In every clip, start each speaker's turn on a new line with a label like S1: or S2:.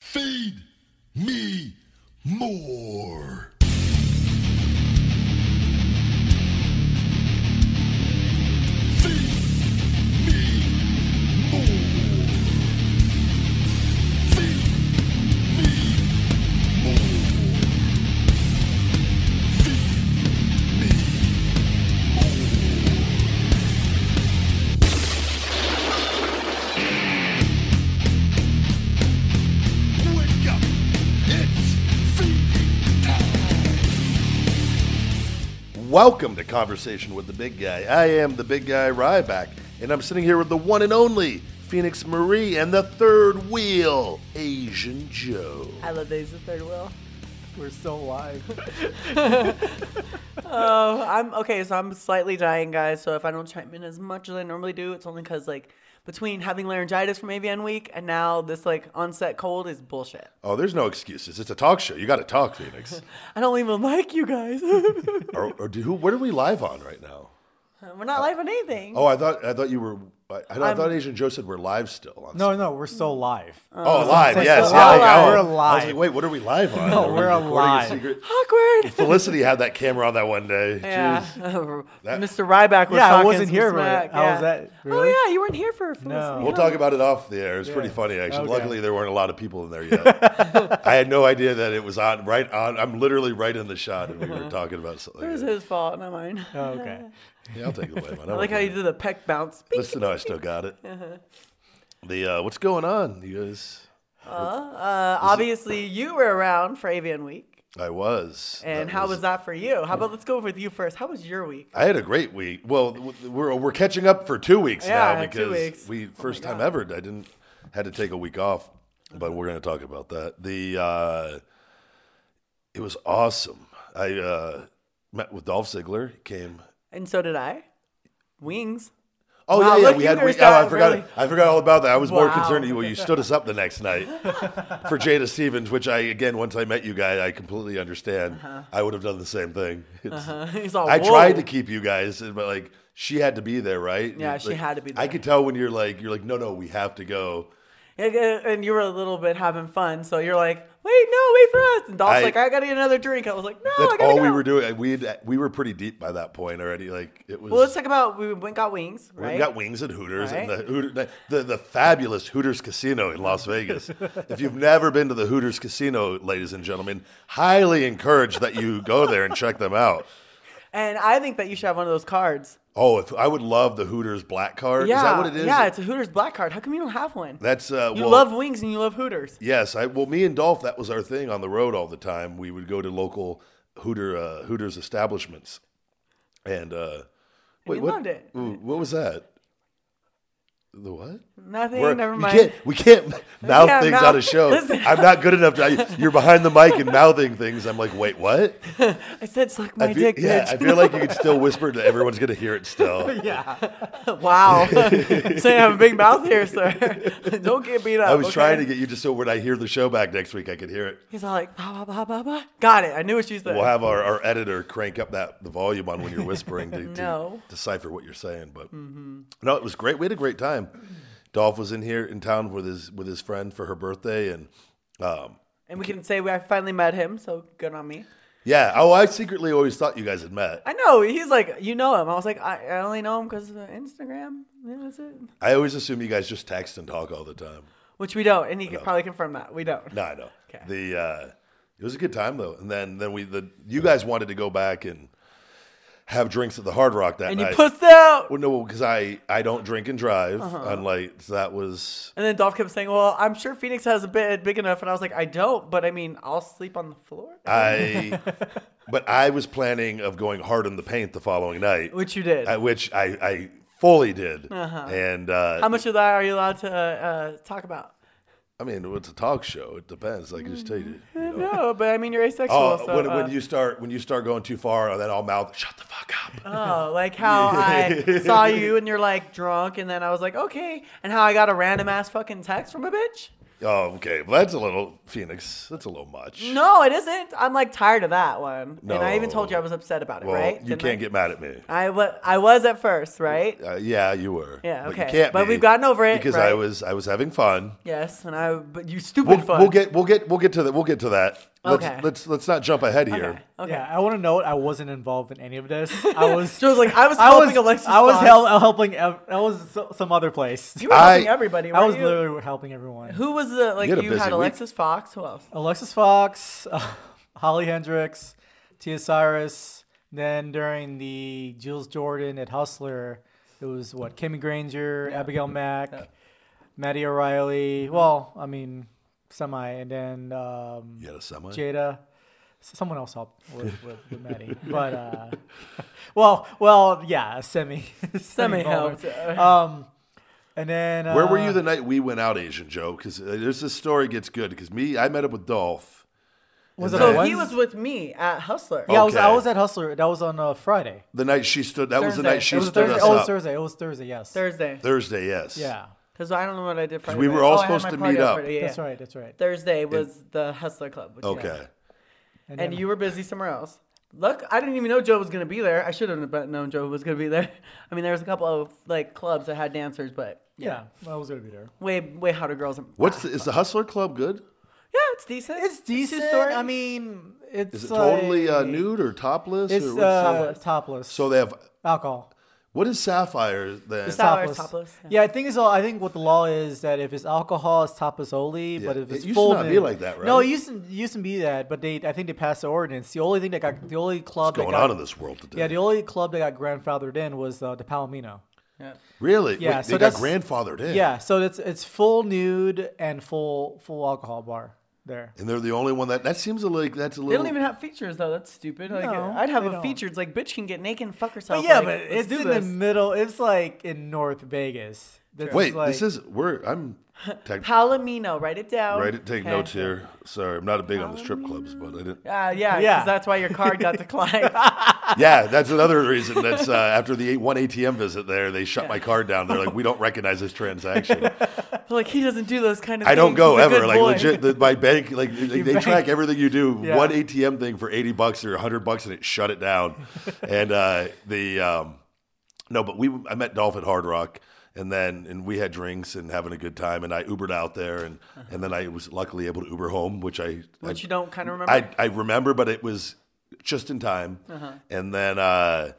S1: Feed me more. Feed me more. Feed me more. Wake up. It's feeding time. Welcome to Conversation with the Big Guy. I am the Big Guy Ryback, and I'm sitting here with the one and only Phoenix Marie and the third wheel, Asian Joe.
S2: I love these. The third wheel.
S3: We're so live.
S2: Oh, I'm okay. So I'm slightly dying, guys. So if I don't chime in as much as I normally do, it's only because like between having laryngitis from AVN week and now this like onset cold is bullshit.
S1: Oh, there's no excuses. It's a talk show. You got to talk, Phoenix.
S2: I don't even like you guys.
S1: or or do, who, what are we live on right now?
S2: We're not live on anything.
S1: Oh, I thought I thought you were. I, I thought Asian Joe said we're live still. On
S3: No, no, we're so
S2: Mm.
S3: live.
S1: oh, live.
S3: saying.
S1: Yes.
S3: We're
S1: yeah,
S3: alive.
S1: I- I-
S3: We're
S1: I was
S3: alive.
S1: like, wait, what are we live on?
S3: No,
S1: Are we
S3: we're
S1: recording a
S3: alive.
S1: secret-
S2: Awkward.
S1: Felicity had that camera on that one day.
S2: Yeah,
S1: Jeez. That-
S2: Mr. Ryback was
S3: Yeah, I
S2: talking
S3: wasn't
S2: some
S3: here, but
S2: smack.
S3: how
S2: yeah.
S3: was that? Really?
S2: Oh yeah, you weren't here for. for
S3: No.
S2: listening.
S1: We'll talk about it off the air. It's pretty
S3: Yeah.
S1: funny, actually.
S3: Okay.
S1: Luckily, there weren't a lot of people in there yet. I had no idea that it was on. Right on. I'm literally right in the shot, and we were
S2: Uh-huh.
S1: talking about something.
S2: It
S1: like
S2: was
S1: that.
S2: his fault, not mine.
S3: Oh, okay.
S1: Yeah, I'll take the blame.
S2: I
S1: don't
S2: like how
S1: care.
S2: you Uh-huh. did the peck bounce. Beep.
S1: Listen, no, I still got it. The uh, what's going on, you guys?
S2: Uh, obviously, you were around for AVN week.
S1: I was.
S2: And how was that for you? How about let's go with you first? How was your week?
S1: I had a great week. Well, w- we're we're catching up for two weeks now
S2: Yeah,
S1: because
S2: two weeks. Oh
S1: we first time ever. I didn't had to take a week off, but we're going to talk about that. The uh, it was awesome. I uh, met with Dolph Ziggler. He Came.
S2: And so did I. Wings.
S1: Oh
S2: Wow,
S1: yeah, yeah.
S2: look,
S1: We
S2: you
S1: had.
S2: guys
S1: We, oh, I
S2: got
S1: forgot.
S2: really-
S1: I forgot all about that. I was more
S2: Wow.
S1: concerned. Well, you stood us up the next night for Jada Stevens, which I again once I met you guys, I completely understand.
S2: Uh-huh.
S1: I would have done the same thing. It's-
S2: He's all,
S1: I
S2: "Whoa."
S1: tried to keep you guys, but like she had to be there, right?
S2: Yeah,
S1: Like,
S2: she had to be
S1: I
S2: there.
S1: could tell when you're like, you're like, no, no, we have to go.
S2: And- And you were a little bit having fun. So you're like, wait, no, wait for us. And Dolph's
S1: I-
S2: like, I got to get another drink. I was like, no,
S1: That's
S2: Oh, I gotta
S1: all
S2: go.
S1: we were doing. We had, we were pretty deep by that point already. Like it was.
S2: Well, let's talk about we went got wings, right?
S1: we got wings at Hooters and
S2: Right.
S1: the, Hooter, the, the the fabulous Hooters Casino in Las Vegas. if you've never been to the Hooters Casino, ladies and gentlemen, highly encourage that you go there and check them out.
S2: and I think that you should have one of those cards.
S1: Oh, if, I would love the Hooters black card.
S2: Yeah.
S1: Is that what it is?
S2: Yeah, it's a Hooters black card. How come you don't have one?
S1: That's uh,
S2: you
S1: well,
S2: love wings and you love Hooters.
S1: Yes, I well, me and Dolph, that was our thing on the road all the time. We would go to local Hooter uh, Hooters establishments, and uh, wait,
S2: you
S1: what?
S2: loved it.
S1: Ooh, What was that? The what?
S2: Nothing.
S1: We're-
S2: never
S1: you
S2: mind.
S1: can't- we can't mouth
S2: can't
S1: things
S2: mouth-
S1: on a show.
S2: Listen.
S1: I'm not good enough. To, you're behind the mic and mouthing things. I'm like, wait, what?
S2: I said, suck my
S1: I feel,
S2: dick,
S1: yeah,
S2: bitch.
S1: I feel like you can still whisper to everyone's gonna hear it still.
S2: Wow. Say I have a big mouth here, sir. Don't get beat up.
S1: I was
S2: okay?
S1: trying to get you to so when I hear the show back next week, I could hear it.
S2: He's all like, bah, bah, bah, bah, bah. Got it. I knew what she said.
S1: We'll have our, our editor crank up that the volume on when you're whispering to, to
S2: No. Mm-hmm.
S1: decipher what you're saying. But no, it was great. We had a great time. Dolph was in here in town with his with his friend for her birthday, and um,
S2: and we can say we, I finally met him, so good on me.
S1: yeah. Oh, I secretly always thought you guys had met.
S2: I know. He's like, you know him. I was like, I, I only know him because of Instagram. Yeah, that's it.
S1: I always assume you guys just text and talk all the time.
S2: Which we don't. And he could probably confirm that. We don't.
S1: No, I know.
S2: Okay.
S1: The uh, it was a good time though, and then then we the you guys wanted to go back and have drinks at the Hard Rock that
S2: and
S1: night.
S2: you pussed out.
S1: well, no, because I I don't drink and drive.
S2: Uh-huh.
S1: Unlike so that was
S2: And then Dolph kept saying, well, I'm sure Phoenix has a bed big enough. And I was like, I don't. But I mean, I'll sleep on the floor.
S1: I, but I was planning of going hard in the paint the following night,
S2: Which you did. Uh-huh.
S1: I, which I, I fully did. And uh,
S2: How much of that are you allowed to uh, uh, talk about?
S1: I mean, it's a talk show. It depends. Like I just tell you.
S2: Mm-hmm.
S1: you know.
S2: No, but I mean, you're asexual.
S1: Oh,
S2: so,
S1: when,
S2: uh,
S1: when you start when you start going too far, then I'll mouth shut the fuck up.
S2: Oh, like how I saw you and you're like drunk, and then I was like, okay, and how I got a random ass fucking text from a bitch.
S1: Oh, okay. Well, that's a little Phoenix. That's a little much.
S2: No, it isn't. I'm like tired of that one. And I even
S1: No.
S2: told you I was upset about it,
S1: well,
S2: right?
S1: you
S2: Didn't
S1: can't
S2: I?
S1: get mad at me.
S2: I wa- I was at first, right?
S1: Uh, yeah, you were.
S2: Yeah,
S1: But you
S2: okay.
S1: can't
S2: But
S1: be,
S2: we've gotten over it,
S1: because I
S2: right?
S1: was I was having fun.
S2: Yes, and I but you stupid
S1: We'll,
S2: fuck.
S1: we'll get we'll get we'll get to that. We'll get to that. Let's
S2: Okay.
S1: let's let's not jump ahead here.
S2: Okay. okay.
S3: Yeah, I want to note I wasn't involved in any of this. I was.
S2: Joe's like, I was
S3: I
S2: helping
S3: was.
S2: Alexis.
S3: I was
S2: Fox.
S3: hel- helping. ev- I was so- some other place.
S2: You were
S1: I-
S2: helping everybody.
S3: I
S2: weren't
S3: was
S2: you?
S3: literally helping everyone.
S2: Who was the like
S1: You had a
S2: you
S1: busy
S2: had
S1: week.
S2: Alexis Fox? Who else?
S3: Alexis Fox, Holly Hendricks, Tia Cyrus. Then during the Jules Jordan at Hustler, it was what Kimmy Granger, Abigail Mack, Maddie O'Reilly. Well, I mean, semi, and then um,
S1: You had a semi.
S3: Jada. S- Someone else helped with, with, with Maddie, but uh, well, well, yeah, semi,
S2: Semi
S3: Ballmer.
S2: helped. Uh,
S3: Um, and then uh,
S1: Where were you the night we went out, Asian Joe? Because there's this story gets good. Because me, I met up with Dolph.
S3: Was
S1: and
S3: it a
S1: then
S2: so
S3: Wednesday?
S2: he was with me at Hustler.
S3: Yeah, I was, I
S1: Okay.
S3: was at Hustler. That was on uh, Friday.
S1: The night she stood. That was the
S2: Thursday.
S1: night she
S3: It was
S1: stood
S3: Thursday.
S1: us
S3: Oh, it was
S1: up.
S3: Thursday. It was Thursday. Yes.
S2: Thursday.
S1: Thursday, yes.
S3: Yeah.
S2: Because I don't know what I did. Friday
S1: we
S2: night.
S1: were all
S2: Oh, I had
S1: supposed
S2: my
S1: to
S2: party
S1: meet
S2: on
S1: up.
S2: Friday, yeah,
S3: That's
S2: yeah.
S3: right. That's right.
S2: Thursday was the Hustler Club. Which
S1: Okay.
S2: Yeah. And
S3: And, then-
S2: you were busy somewhere else. Look, I didn't even know Joe was gonna be there. I should have been- known Joe was gonna be there. I mean, there was a couple of like clubs that had dancers, but
S3: yeah, I was gonna be there.
S2: way way hotter girls. and-
S1: What's the, is the Hustler Club good?
S2: Yeah, it's decent.
S3: It's decent.
S2: two-story.
S3: I mean, it's
S1: Is it
S3: like-
S1: totally uh, nude or topless?
S3: It's
S1: or what's-
S3: uh,
S2: Topless.
S3: topless.
S1: so they have.
S3: alcohol.
S1: What is Sapphire then?
S2: Sap- Topless, topless, yeah.
S3: Yeah. I think it's all. I think what the law is that if it's alcohol, it's topless only. But
S1: Yeah,
S3: if
S1: it
S3: it's
S1: used to
S3: full,
S1: not be
S3: then-
S1: like that,
S3: No,
S1: right?
S3: it used to, it used to be that, but they I think they passed the ordinance. The only thing that got the only club
S1: going
S3: that got,
S1: on in this world today?
S3: Yeah, the only club that got grandfathered in was uh, the Palomino.
S2: yeah.
S1: really?
S3: Yeah,
S1: Wait, they
S3: so
S1: got
S3: that's-
S1: grandfathered in.
S3: Yeah, so it's it's full nude and full full alcohol bar there.
S1: and they're the only one that that seems like that's a
S2: They
S1: little.
S2: don't even have features though. That's stupid. Like,
S3: No,
S2: I'd have
S3: they
S2: a
S3: don't.
S2: featured. It's like bitch can get naked and fuck herself.
S3: But yeah,
S2: Like,
S3: but
S2: let's
S3: it's
S2: do
S3: in the
S2: this.
S3: middle. It's like in North Vegas. This
S1: Wait,
S3: like-
S1: this is we're I'm. Tech,
S2: Palomino. Write it down.
S1: right, take
S2: Okay.
S1: notes here. Sorry, I'm not big on the strip clubs, but I didn't.
S2: Uh, yeah, yeah.
S3: Yeah.
S2: That's why your card got declined.
S1: Yeah, that's another reason. That's uh, after the eight, one ATM visit there, they shut my card down. They're like, we don't recognize this transaction.
S2: They're like he doesn't do those kind of.
S1: I don't
S2: things.
S1: go
S2: He's a
S1: ever.
S2: good
S1: Like
S2: boy.
S1: legit, the, my bank like they, they
S3: bank-
S1: track everything you do.
S3: Yeah.
S1: One ATM thing for eighty bucks or hundred bucks, and it shut it down. and uh, the um, no, but we I met Dolph at Hard Rock, and then and we had drinks and having a good time, and I Ubered out there, and and then I was luckily able to Uber home, which I
S2: Which
S1: I,
S2: you don't kind of remember. Uh-huh.
S1: I, I remember, but it was just in time. And then uh,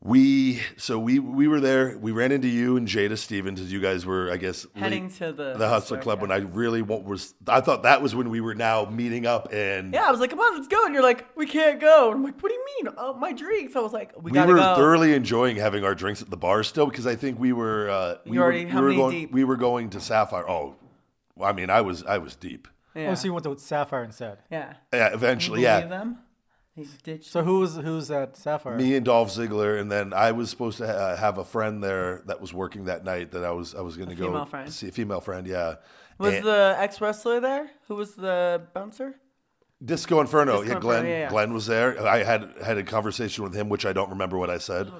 S1: we, so we we were there. We ran into you and Jada Stevens as you guys were, I guess, late-
S2: Heading to the
S1: the Hustler
S2: Hustler,
S1: Club.
S2: yeah.
S1: When I really what was, I thought that was when we were now meeting up, and
S2: yeah, I was like, come on, let's go. And you're like, we can't go. And I'm like, what do you mean? Oh, my drinks. I was like, we,
S1: we
S2: gotta
S1: were
S2: go.
S1: thoroughly enjoying having our drinks at the bar still because I think we were uh, we
S2: You already-
S1: were,
S2: how
S1: we were
S2: many
S1: going
S2: deep?
S1: we were going to Sapphire. Oh, I mean, I was I was deep.
S2: Yeah.
S3: Oh, so you went to Sapphire instead.
S2: yeah.
S1: Yeah, eventually, yeah.
S2: Believe them. They ditched.
S3: So who was who's at Sapphire?
S1: me and Dolph Ziggler, and then I was supposed to ha- uh, have a friend there that was working that night that I was I was going to go
S2: female friend.
S1: see a female friend. Yeah,
S2: was
S1: And-
S2: the ex wrestler there? Who was the bouncer?
S1: Disco Inferno.
S2: Disco
S1: yeah, Glenn
S2: Inferno, yeah, yeah.
S1: Glenn was there. I had had a conversation with him, which I don't remember what I said.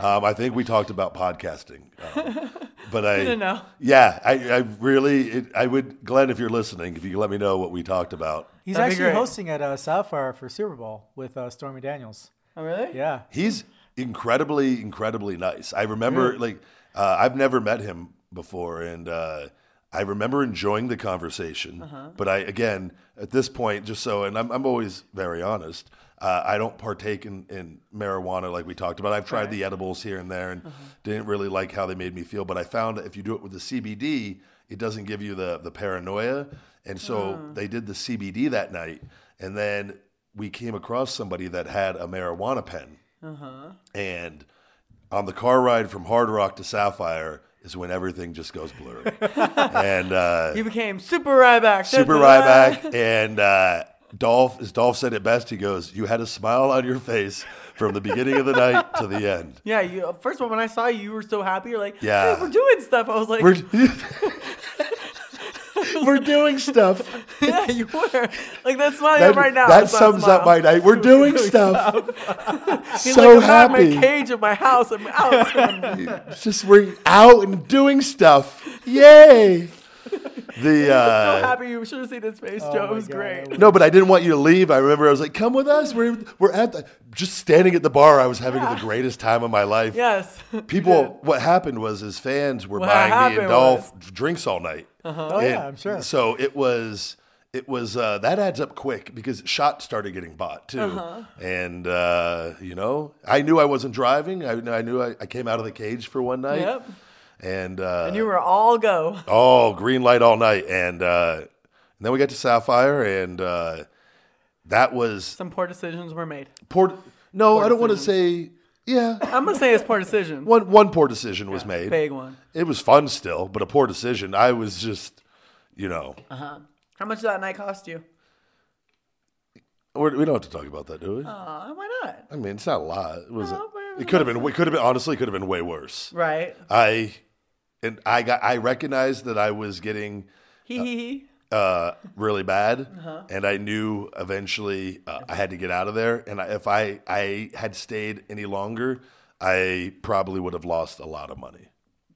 S2: Oh,
S1: um, I think we talked about podcasting, um, but I
S2: Good to know.
S1: Yeah, I, I really it, I would Glenn if you're listening, if you could let me know what we talked about.
S3: He's
S2: That'd be
S3: actually
S2: great.
S3: hosting at uh, Sapphire for Super Bowl with uh, Stormy Daniels.
S2: Oh, really?
S3: Yeah.
S1: He's incredibly, incredibly nice. I remember, like, uh, I've never met him before, and uh, I remember enjoying the conversation. But I, again, at this point, just so, and I'm, I'm always very honest. Uh, I don't partake in, in marijuana like we talked about. I've tried the edibles here and there and didn't really like how they made me feel. But I found that if you do it with the CBD, it doesn't give you the the paranoia. And so they did the CBD that night, and then we came across somebody that had a marijuana pen. And on the car ride from Hard Rock to Sapphire is when everything just goes blurry. and uh,
S2: You became Super Ryback.
S1: Super Ryback and uh, Dolph, as Dolph said it best, he goes, You had a smile on your face from the beginning of the night to the end.
S2: Yeah, you, uh, first of all, when I saw you, you were so happy. You're like,
S1: Yeah.
S2: "Hey, we're doing stuff. I was like,
S1: We're, we're doing stuff.
S2: yeah, you were. Like, that smile you
S1: That,
S2: have right now.
S1: that
S2: is
S1: sums up my
S2: smile.
S1: night. We're doing stuff.
S2: He's
S1: so
S2: like, I'm out of
S1: happy.
S2: my cage of my house. I'm out.
S1: It's just we're out and doing stuff. Yay. The
S2: so
S1: uh,
S2: happy. You should have seen his face,
S3: Oh
S2: Joe.
S3: my
S2: It was
S3: God.
S2: great.
S1: no, but I didn't want you to leave. I remember I was like, "Come with us. We're we're at the just standing at the bar. I was having the greatest time of my life."
S2: Yes. You did.
S1: People, what happened was his fans were
S2: What
S1: buying me
S2: happened Uh-huh.
S1: and Dolph drinks all night.
S3: Oh
S1: And
S3: yeah, I'm sure.
S1: So it was, it was uh, that adds up quick because shot started getting bought too,
S2: Uh-huh.
S1: and uh, you know, I knew I wasn't driving. I, I knew I, I came out of the cage for one night,
S2: Yep.
S1: and uh,
S2: And you were all go.
S1: oh, green light all night, and uh, and then we got to Sapphire, and uh, that was
S2: Some poor decisions were made.
S1: poor. No, I don't want to say. Yeah,
S2: I'm gonna say it's poor decisions.
S1: one one poor decision was made.
S2: Big one.
S1: It was fun still, but a poor decision. I was just, you know,
S2: Uh-huh. How much did that night cost you?
S1: we're, we don't have to talk about that, do we?
S2: Uh, why not?
S1: I mean, it's not a lot. It was.
S2: No, but it was
S1: it could have been. It could have been. Honestly, it could have been way worse.
S2: Right.
S1: I, and I got. I recognized that I was getting
S2: Hee hee hee.
S1: uh, really bad, and I knew eventually uh, I had to get out of there. And I, if I I had stayed any longer, I probably would have lost a lot of money.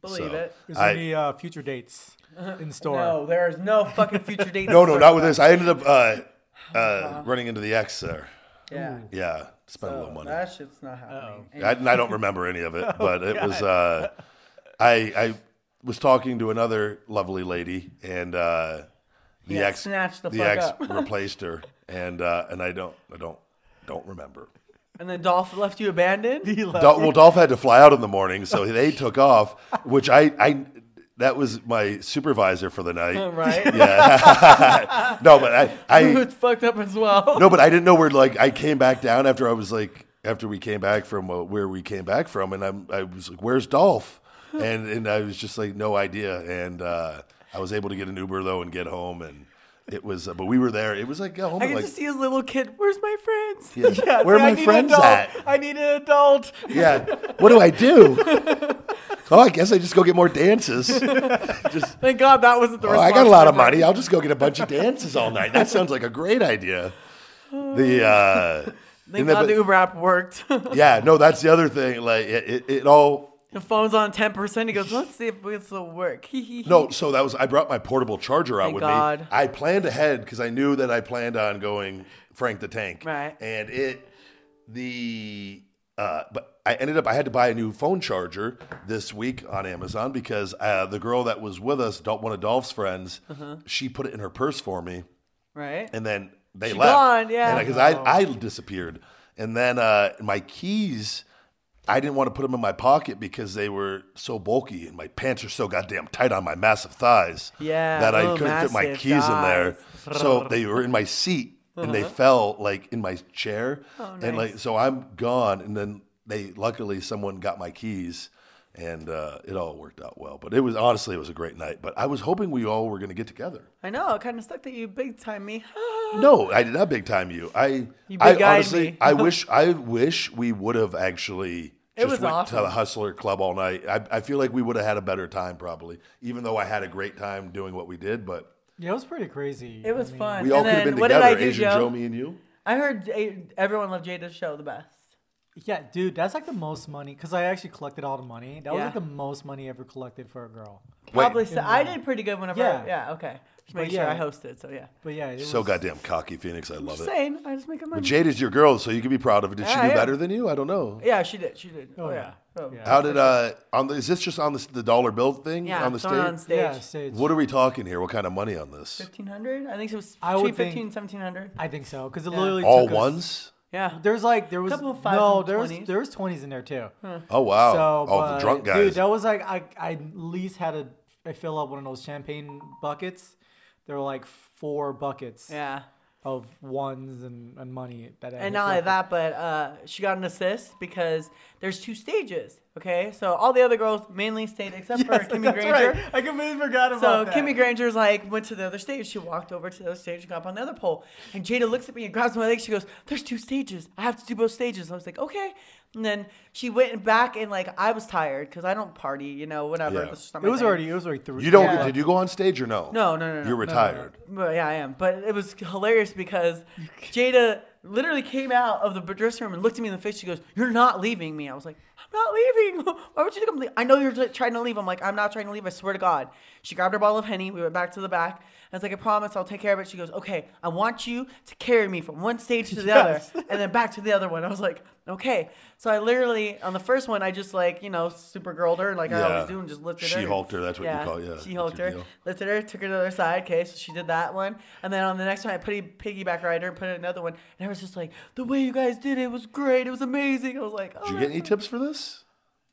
S2: Believe
S1: So,
S2: it.
S3: Is there
S1: I,
S3: any uh, future dates in store?
S2: No, there is no fucking future dates.
S1: no, no, not with this. I ended up uh, uh, running into the ex there.
S2: Yeah.
S1: Yeah, spent a little money.
S2: That shit's not happening. And
S1: I, and I don't remember any of it,
S2: Oh,
S1: but it was. Uh, I I was talking to another lovely lady, and uh, the
S2: Yeah,
S1: ex
S2: snatched the
S1: the
S2: fuck
S1: ex
S2: up.
S1: replaced her, and uh, and I don't I don't don't remember.
S2: And then Dolph left you abandoned.
S1: Dol- well, Dolph had to fly out in the morning, so they took off, which I I that was my supervisor for the night.
S2: right.
S1: Yeah, no, but I I
S2: It's fucked up as well.
S1: no, but I didn't know where. Like, I came back down after I was like, after we came back from uh, where we came back from, and I'm, I was like, "Where's Dolph?" And and I was just like, no idea. And uh, I was able to get an Uber though and get home, and it was. Uh, but we were there. It was like got home
S2: I
S1: at
S2: can
S1: like
S2: just see his little kid. Where's my friends?
S1: Yeah. Where are
S2: I
S1: my
S2: need an
S1: friends
S2: adult.
S1: at?
S2: I need an adult.
S1: yeah. What do I do? oh, I guess I just go get more dances. just.
S2: Thank God that wasn't the
S1: Oh, I got a lot of money. I'll just go get a bunch of dances all night. That sounds like a great idea. The uh,
S2: Thank
S1: and the-
S2: God the Uber app worked.
S1: yeah, no, that's the other thing. Like it, it, it all
S2: the phone's on 10%. He goes, let's see if it's still work. Hee, hee, hee.
S1: no. So that was I brought my portable charger out
S2: Thank
S1: with me.
S2: God.
S1: I planned ahead because I knew that I planned on going Frank the Tank.
S2: Right.
S1: And it the uh, but I ended up I had to buy a new phone charger this week on Amazon because uh, the girl that was with us, Dol- one of Dolph's friends,
S2: Uh-huh.
S1: she put it in her purse for me.
S2: Right?
S1: and then they
S2: She
S1: left.
S2: gone, yeah.
S1: Because I, I disappeared, and then uh, my keys, I didn't want to put them in my pocket because they were so bulky, and my pants are so goddamn tight on my massive thighs.
S2: Yeah,
S1: that I
S2: oh,
S1: couldn't fit my
S2: massive
S1: keys in there.
S2: thighs. Uh-huh.
S1: So they were in my seat, and they fell like in my chair,
S2: Oh,
S1: and like so I'm gone, and then they luckily someone got my keys. And uh, it all worked out well, but it was honestly it was a great night. But I was hoping we all were going to get together.
S2: I know. It kind of stuck that you big time me.
S1: No, I did not big time you. I,
S2: You
S1: I
S2: big-eyed
S1: honestly,
S2: me.
S1: I wish, I wish we would have actually
S2: It
S1: just went
S2: was
S1: to
S2: awesome.
S1: the Hustler Club all night. I, I feel like we would have had a better time probably, even though I had a great time doing what we did. But
S3: Yeah, it was pretty crazy.
S2: It was fun.
S1: we
S2: and
S1: all could
S2: then,
S1: have been
S2: what
S1: together,
S2: did I do,
S1: Asian
S2: Joe?
S1: Joe, me, and you.
S2: I heard J- everyone loved Jada's show the best.
S3: Yeah, dude, that's like the most money because I actually collected all the money. That was
S2: Yeah.
S3: like the most money ever collected for a girl.
S1: Wait.
S2: Probably so. I did pretty good whenever.
S3: Yeah.
S2: Yeah. okay. Just making
S3: yeah.
S2: sure I hosted. So yeah.
S3: But yeah, it
S1: So
S3: was,
S1: goddamn cocky, Phoenix. I love
S2: Just
S1: it.
S2: saying, I just make a money.
S1: Jade is your girl, so you can be proud of it. Did she
S2: Yeah,
S1: do
S2: yeah.
S1: better than you? I don't know.
S2: yeah, she did. She did.
S3: Oh,
S2: Oh,
S3: yeah.
S2: yeah. Oh.
S3: Yeah.
S1: How did uh on the, is this just on the, the dollar bill thing
S2: Yeah,
S1: on the
S2: someone on
S1: stage?
S2: stage.
S3: Yeah, stage.
S1: What are we talking here? What kind of money on this?
S2: 1500 I think it was
S3: I
S2: between
S3: would think-
S2: 15 1700
S3: I think so because it literally
S1: All
S3: took us-
S1: ones?
S2: Yeah.
S3: There's like there was
S2: Couple of fives
S3: no
S2: and
S3: there was
S2: 20s.
S3: there was twenties in there too.
S1: Oh wow!
S3: So,
S1: All
S3: but,
S1: the drunk guys.
S3: Dude, that was like I I at least had to I fill up one of those champagne buckets. There were like four buckets
S2: Yeah.
S3: of ones and, and money that I had
S2: And not only
S3: collected.
S2: that, but uh, she got an assist because there's two stages. Okay, so all the other girls mainly stayed except
S3: Yes,
S2: for Kimmy
S3: that's
S2: Granger.
S3: right. I completely forgot
S2: So
S3: about that.
S2: Kimmy Granger's like went to the other stage. She walked over to the other stage and got up on the other pole. And Jada looks at me and grabs my leg. She goes, "There's two stages. I have to do both stages." I was like, "Okay." And then she went back and like I was tired because I don't party, you know, whatever.
S1: Yeah.
S2: This is not
S3: It
S2: my
S3: was
S2: thing.
S3: already it was already three.
S1: You don't?
S2: Yeah.
S1: Did you go on stage or no?
S2: No, no, no, no.
S1: You're
S2: No,
S1: retired.
S2: Well, yeah, I am. But it was hilarious because Jada literally came out of the dressing room and looked at me in the face. She goes, "You're not leaving me." I was like, "I'm not leaving. Why would you think I'm leaving? I know you're trying to leave." I'm like, "I'm not trying to leave. I swear to God." She grabbed her bottle of henny. We went back to the back. I was like, "I promise, I'll take care of it." She goes, "Okay, I want you to carry me from one stage to the
S3: Yes.
S2: other, and then back to the other one." I was like, "Okay." So I literally on the first one, I just like you know supergirled her like I
S1: Yeah.
S2: always do and just lifted her.
S1: She-Hulked her, that's what you call it, yeah, that's
S2: She hulked
S1: your
S2: her.
S1: deal.
S2: Lifted her, took her to the other side. Okay, so she did that one, and then on the next one, I put a piggyback rider and put in another one, and I was just like, the way you guys did it was great. It was amazing. I was like, oh,
S1: Did you get
S2: that's
S1: any tips for this?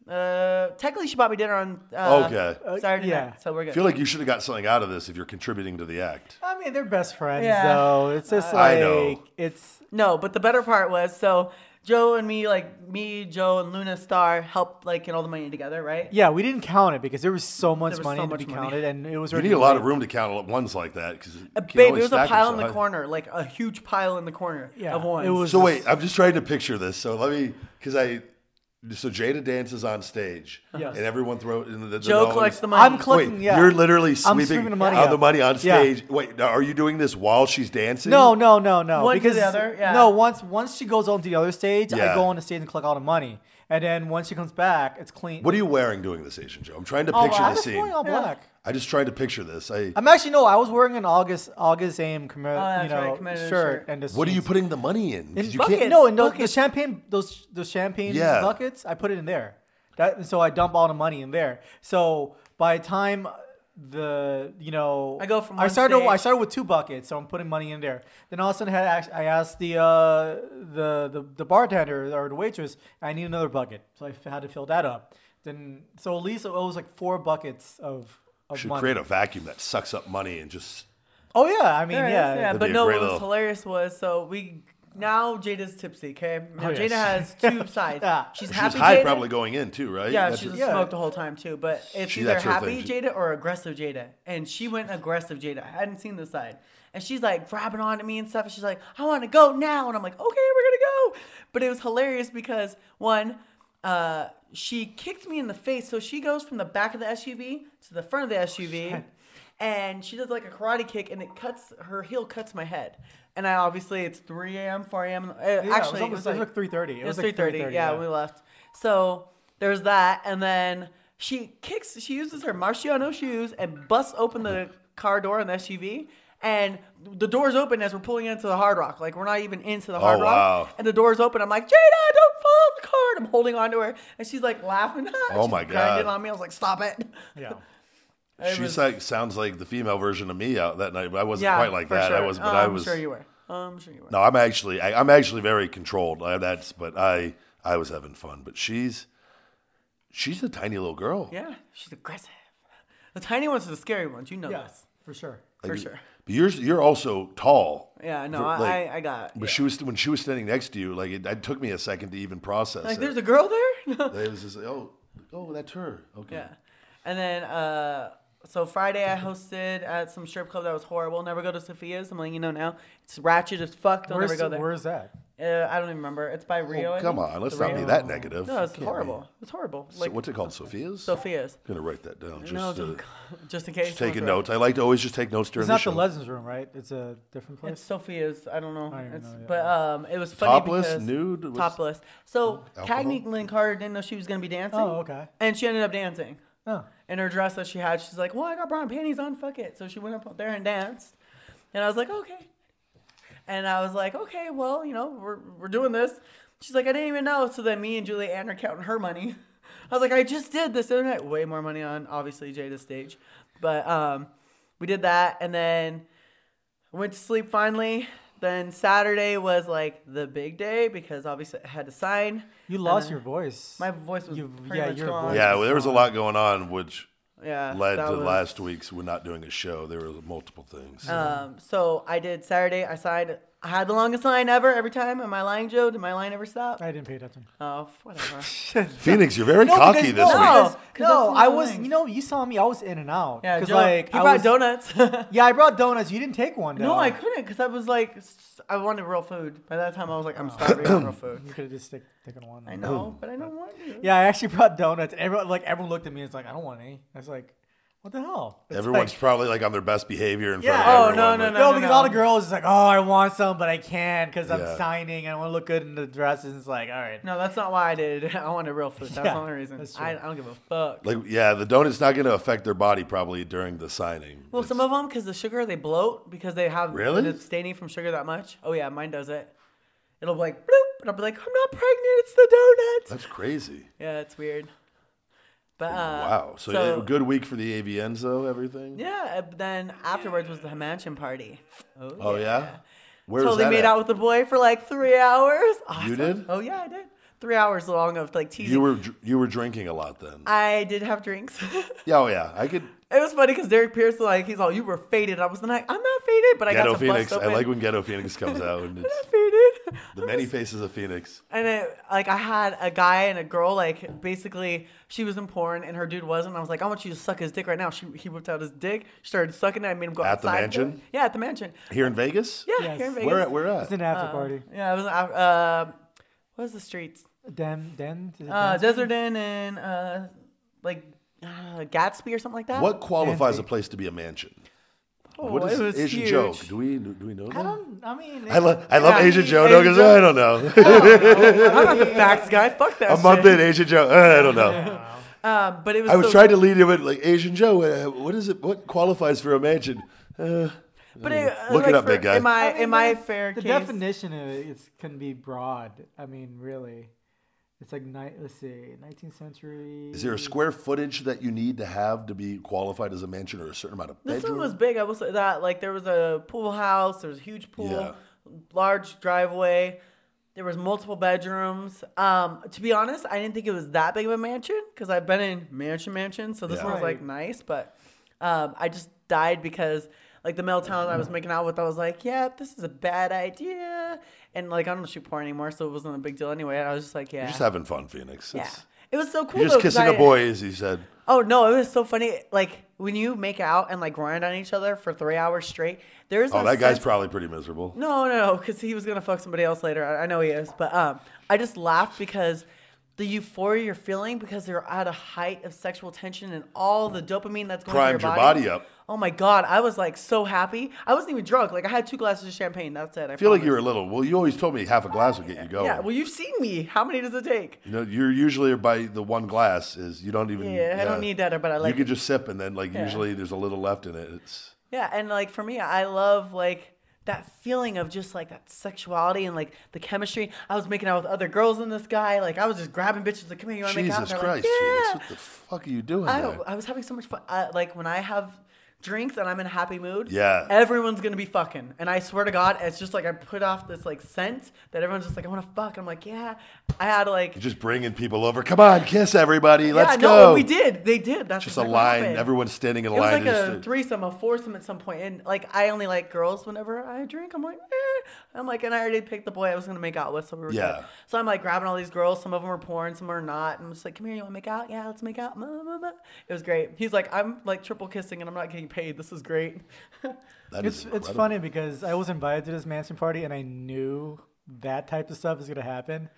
S2: so-" Uh, technically, she bought me dinner on uh,
S1: Okay. Uh,
S2: Saturday
S3: yeah.
S2: night, so we're
S1: I
S2: good.
S1: feel like you should have got something out of this if you're contributing to the act.
S3: I mean, they're best friends,
S2: Yeah.
S3: though. It's just
S1: I
S3: like
S1: know.
S3: it's
S2: No, but the better part was so Joe and me, like me, Joe and Luna Star, helped like get all the money together, right?
S3: yeah. We didn't count it because there was so much
S2: There was
S3: money
S2: so
S3: to
S2: much
S3: be
S2: money.
S3: counted, and it was
S1: You
S3: already
S1: need a lot of
S3: late.
S1: room to count all at once like that because
S2: Uh, Babe, it was a pile in the corner, like a huge pile in the corner
S3: Yeah,
S2: of ones.
S3: it was-
S1: So wait, I'm just trying to picture this. So let me, because I, so Jada dances on stage,
S3: Yes.
S1: and everyone throws. And the, the
S2: Joe
S1: dollars-
S2: collects the money.
S3: I'm collecting.
S1: Wait,
S3: yeah,
S1: you're literally sweeping,
S3: sweeping the money
S1: all
S3: up.
S1: the money on
S3: Yeah.
S1: stage. Wait, now, are you doing this while she's dancing?
S3: No, no, no, no.
S2: One to the
S3: because
S2: other, yeah.
S3: no, once once she goes on to the other stage, I
S1: Yeah.
S3: go on the stage and collect all the money, and then once she comes back, it's clean.
S1: What are you wearing doing this, Asian Joe? I'm trying to
S3: Oh,
S1: picture
S3: I
S1: the
S3: was
S1: scene.
S3: wearing all
S2: Yeah.
S3: black.
S1: I just tried to picture this. I.
S3: I'm actually no. I was wearing an August August aim commer-
S2: Oh, that's
S3: you know
S2: right, commemorative
S3: shirt,
S2: shirt.
S3: and this.
S1: what are you
S3: jeans.
S1: putting the money in? 'Cause
S3: In
S1: you
S3: buckets,
S1: can't.
S3: no, and those, the
S2: buckets.
S3: champagne, those those champagne
S1: Yeah.
S3: buckets, I put it in there. That so I dump all the money in there. So by the time the you know
S2: I go from
S3: I
S2: one
S3: started I
S2: stage-
S3: started with two buckets, so I'm putting money in there. Then all of a sudden, I, had, act- I asked the, uh, the the the bartender or the waitress, I need another bucket, so I f- had to fill that up. Then so at least it was like four buckets of of
S1: Should
S3: money.
S1: create a vacuum that sucks up money and just.
S3: oh yeah, I mean
S2: There it is,
S3: yeah,
S1: That'd
S2: But
S1: be a
S2: no,
S1: great
S2: what was
S1: little-
S2: hilarious was so we now Jada's tipsy. Okay, now
S3: Oh,
S2: Jada has
S3: yes.
S2: two sides.
S3: Yeah.
S1: She
S2: She's
S1: was
S2: happy.
S1: high
S2: Jada.
S1: probably going in too, right?
S2: Yeah,
S1: That's
S2: she was
S1: what-
S3: Yeah.
S2: smoked the whole time too. But it's
S1: She-
S2: either
S1: that's her
S2: happy
S1: thing.
S2: Jada or aggressive Jada, and she went aggressive Jada. I hadn't seen this side, and she's like grabbing onto me and stuff. And she's like, "I want to go now," and I'm like, "Okay, we're gonna go." But it was hilarious because one. Uh, she kicked me in the face, so she goes from the back of the SUV to the front of the
S3: Oh,
S2: SUV, and she does like a karate kick, and it cuts her heel cuts my head, and I obviously it's 3 a.m. 4 a.m. Uh,
S3: it was
S2: actually,
S3: almost- it was like 3:30. It
S2: It
S3: was
S2: was
S3: like
S2: 3:30.
S3: 3:30,
S2: yeah,
S3: yeah.
S2: we left. So there's that, and then she kicks. She uses her Marciano shoes and busts open the car door in the SUV. And the door's open as we're pulling into the Hard Rock. Like we're not even into the Hard Rock,
S1: Oh, wow.
S2: and the door's open. I'm like, Jada, don't fall off the car. And I'm holding onto her, and she's like laughing.
S1: Oh
S2: She's
S1: my God.
S2: grinding on me. I was like, stop it.
S3: yeah.
S2: It
S1: She's
S2: was-
S1: like sounds like the female version of me out that night, but I wasn't quite like
S2: for
S1: that. I
S2: sure.
S1: was,
S2: Oh,
S1: but I
S2: I'm
S1: was.
S2: sure you were. I'm sure you were.
S1: No, I'm actually I, I'm actually very controlled. I, that's but I I was having fun, but she's she's a tiny little girl.
S2: Yeah, she's aggressive. The tiny ones are the scary ones. You know this
S3: Yes, for sure.
S2: for sure.
S1: But you're you're also tall.
S2: Yeah, no,
S1: For,
S2: I,
S1: like,
S2: I, I got. It.
S1: But she was when she was standing next to you, like it, it took me a second to even process
S2: Like,
S1: it.
S2: there's a girl there.
S1: It was just like, oh oh that's her. Okay.
S2: yeah, and then uh, so Friday I hosted at some strip club that was horrible. Never go to Sophia's. I'm letting you know now. It's ratchet as fuck. Don't
S3: Where's,
S2: ever go there.
S3: where's that?
S2: Uh, I don't even remember. It's by
S1: Oh,
S2: Rio. I
S1: come
S2: think.
S1: on, let's
S2: The
S1: not be
S2: Rio.
S1: that negative.
S2: No, it's
S1: Can't be.
S2: horrible. It's horrible.
S1: So
S2: Like uh,
S1: what's it called? Sophia's.
S2: Sophia's.
S1: I'm gonna write that down. Just,
S2: no,
S1: uh,
S2: don't- just in case.
S1: just taking
S2: someone's right.
S1: notes. I like to always just take notes during
S3: It's
S1: the
S3: not
S1: show.
S3: the Legends Room, right? It's a different place.
S2: It's Sophia's. I don't know.
S3: don't
S2: it's,
S3: know, yeah.
S2: But um, it was funny
S1: Topless,
S2: because
S1: nude, what's-
S2: topless. So
S1: Alcohol?
S2: technically, Carter didn't know she was gonna be dancing.
S3: Oh, okay.
S2: And she ended up dancing.
S3: Oh.
S2: in her dress that she had. She's like, "Well, I got brown panties on. Fuck it." So she went up there and danced, and I was like, "Okay." And I was like, "Okay, well, you know, we're we're doing this." She's like, "I didn't even know." So then me and Julie Ann are counting her money. I was like, "I just did this the other night. Way more money on obviously Jada's stage, but um, we did that, and then went to sleep finally." Then Saturday was like the big day because obviously I had to sign.
S3: You
S2: And
S3: lost
S2: then
S3: your voice.
S2: My voice was
S3: You-
S2: pretty
S3: yeah,
S2: much
S3: your
S2: gone.
S3: voice.
S1: Yeah, well, there was a lot going on, which
S2: yeah,
S1: led
S2: that
S1: to
S2: was-
S1: last week's we're not doing a show. There were multiple things.
S2: Um, so I did Saturday. I signed. I had the longest line ever. Every time. Am I lying, Joe? Did my line ever stop?
S3: I didn't pay attention.
S2: Oh, f- whatever.
S1: Phoenix, you're very cocky this
S2: no,
S1: week.
S2: because-
S3: No,
S2: because
S3: no,
S2: that's
S3: I
S2: another
S3: was.
S2: thing.
S3: You know, you saw me. I was in and out.
S2: Yeah,
S3: Cause
S2: Joe,
S3: like
S2: he
S3: I
S2: brought
S3: was,
S2: donuts.
S3: Yeah, I brought donuts. You didn't take one. Though.
S2: no, I couldn't because I was like, s- I wanted real food. By that time, I was like,
S3: Oh.
S2: I'm starving for real food.
S3: You could have just take, taken one.
S2: I
S3: Oh.
S2: know, but I don't want to.
S3: Yeah, I actually brought donuts. And everyone, like everyone, looked at me. and It's like I don't want any. I was like, what the hell? It's
S1: Everyone's
S3: like-
S1: probably like on their best behavior in front
S3: Yeah.
S1: of
S2: Oh,
S1: everyone.
S2: no,
S1: like,
S2: no,
S3: no,
S2: no,
S3: because
S2: no.
S3: all the girls is like, oh, I want some, but I can't because
S1: Yeah.
S3: I'm signing and I want to look good in the dress. And it's like, all right.
S2: No, that's not why I did it. I wanted real food. That's the
S3: Yeah,
S2: only reason.
S3: that's true.
S2: I, I don't give a fuck.
S1: Like, yeah, the donut's not going to affect their body probably during the signing.
S2: well,
S1: It's-
S2: some of them, because the sugar, they bloat because they have
S1: Really?
S2: been abstaining from sugar that much. Oh, yeah, mine does it. It'll be like, bloop, and I'll be like, I'm not pregnant. It's the donuts.
S1: That's crazy.
S2: Yeah, it's weird. But, uh,
S1: wow. So, yeah, good week for the AVNs, though, everything?
S2: Yeah, but then afterwards was the mansion party. Oh,
S1: Oh, yeah? Where's
S2: totally
S1: that
S2: made
S1: at?
S2: out with the boy for like three hours. Awesome.
S1: did?
S2: Oh yeah, I did. Three hours long of like teasing.
S1: You were dr- you were drinking a lot then.
S2: I did have drinks. it
S1: Yeah, oh yeah. I could
S2: was funny because Derek Pierce like he's all you were faded. I was like I'm not faded, but I
S1: Ghetto
S2: got to
S1: Phoenix.
S2: bust
S1: I
S2: open.
S1: like when Ghetto Phoenix comes out and
S2: I'm
S1: it's
S2: not faded.
S1: the many faces of Phoenix.
S2: And it, like I had a guy and a girl, like basically she was in porn and her dude wasn't. I was like, I want you to suck his dick right now. She he whipped out his dick, she started sucking it. I made him go
S1: At the
S2: outside.
S1: mansion?
S2: Yeah, at the mansion.
S1: Here in Vegas?
S2: Yeah,
S3: Yes.
S2: here in Vegas.
S1: Where at where
S3: It's
S1: at?
S3: an after party.
S2: Yeah, it was. Uh, uh, what was the streets?
S3: Dan, Dan, is it
S2: Uh,
S3: Dan's-
S2: Desert Inn and uh, like uh, Gatsby or something like that.
S1: What qualifies
S3: Fancy.
S1: a place to be a mansion?
S2: Oh,
S1: what is
S2: it was
S1: Asian
S2: huge.
S1: Joe? Do we do we know
S3: I
S1: that?
S3: don't. I mean,
S1: I, lo- I love
S2: Yeah.
S1: Asian Joe though,
S2: Asian
S1: because
S2: Joe.
S1: I don't know.
S2: I'm not the facts guy. Fuck that.
S1: a month
S2: shit.
S1: in Asian Joe, uh, I don't know.
S2: Um, but it was.
S1: I was
S2: so-
S1: trying to lead him with like Asian Joe. Uh, what is it? What qualifies for a mansion? Uh,
S2: But it, uh,
S1: Look it
S2: like
S1: up,
S2: for-
S1: big guy.
S2: Am I,
S3: I mean,
S2: am I
S3: the-
S2: fair?
S3: The
S2: case?
S3: definition of it is, can be broad. I mean, really, it's like night. Let's see, 19th century.
S1: is there a square footage that you need to have to be qualified as a mansion, or a certain amount of
S2: This
S1: bedroom?
S2: one was big. I will say that. Like there was a pool house. There was a huge pool,
S1: Yeah.
S2: large driveway. There was multiple bedrooms. Um, to be honest, I didn't think it was that big of a mansion because I've been in mansion mansions. So this
S1: Yeah.
S2: one was like
S3: Right.
S2: nice, but um, I just died because like the male talent I was making out with, I was like, yeah, this is a bad idea. And like I don't shoot porn anymore, so it wasn't a big deal anyway. I was just like, yeah,
S1: You're just having fun, Phoenix.
S2: yeah.
S1: It's-
S2: It was so cool.
S1: You're
S2: though,
S1: just
S2: 'cause
S1: kissing a
S2: I-
S1: boy, as he said.
S2: Oh no, it was so funny. Like when you make out and like grind on each other for three hours straight, there is
S1: Oh,
S2: no
S1: that guy's
S2: sense-
S1: probably pretty miserable.
S2: no, no, no, because he was gonna fuck somebody else later. I, I know he is, but um, I just laughed because the euphoria you're feeling because they're at a height of sexual tension and all the dopamine that's going
S1: Primed
S2: through
S1: your
S2: your
S1: body.
S2: body.
S1: up.
S2: Oh my god, I was like so happy. I wasn't even drunk. Like I had two glasses of champagne. That's it. I
S1: I feel like you were a little. Well, you always told me half a glass would get you going.
S2: Yeah. Well, you've seen me. How many does it take?
S1: you know, you're usually by the one glass is you don't even.
S2: Yeah, I don't need that, but I
S1: Mm, You
S2: like
S1: could
S2: it.
S1: just sip, and then like usually there's a little left in it. It's
S2: Yeah, and like for me, I love like that feeling of just like that sexuality and like the chemistry. I was making out with other girls and this guy. Like I was just grabbing bitches like, come here, you want to make out?
S1: Jesus
S2: And they're
S1: Christ, Phoenix,
S2: like,
S1: what the fuck are you doing?
S2: yeah.
S1: there?
S2: I, I was having so much fun. I, like when I have drinks and I'm in a happy mood,
S1: Yeah.
S2: everyone's gonna be fucking. And I swear to God, it's just like I put off this like scent that everyone's just like, I want to fuck. I'm like, yeah. I had like,
S1: You're just bringing people over. Come on, kiss everybody. Let's
S2: yeah,
S1: go.
S2: no, we did. They did. That's
S1: Just a
S2: exactly what
S1: line.
S2: happened.
S1: Everyone's standing in a
S2: It was
S1: line.
S2: like
S1: just
S2: a threesome, a foursome at some point, and like I only like girls whenever I drink. I'm like, eh. I'm like, and I already picked the boy I was gonna make out with, so we were
S1: Yeah.
S2: good. So I'm like grabbing all these girls. Some of them are porn, some are not, and I'm just like, come here, you want to make out? Yeah, let's make out. Ma, ma, ma. It was great. He's like, I'm like triple kissing, and I'm not getting paid. This is great.
S1: that is
S3: It's it's
S1: incredible.
S3: funny because I was invited to this mansion party and I knew that type of stuff is gonna happen.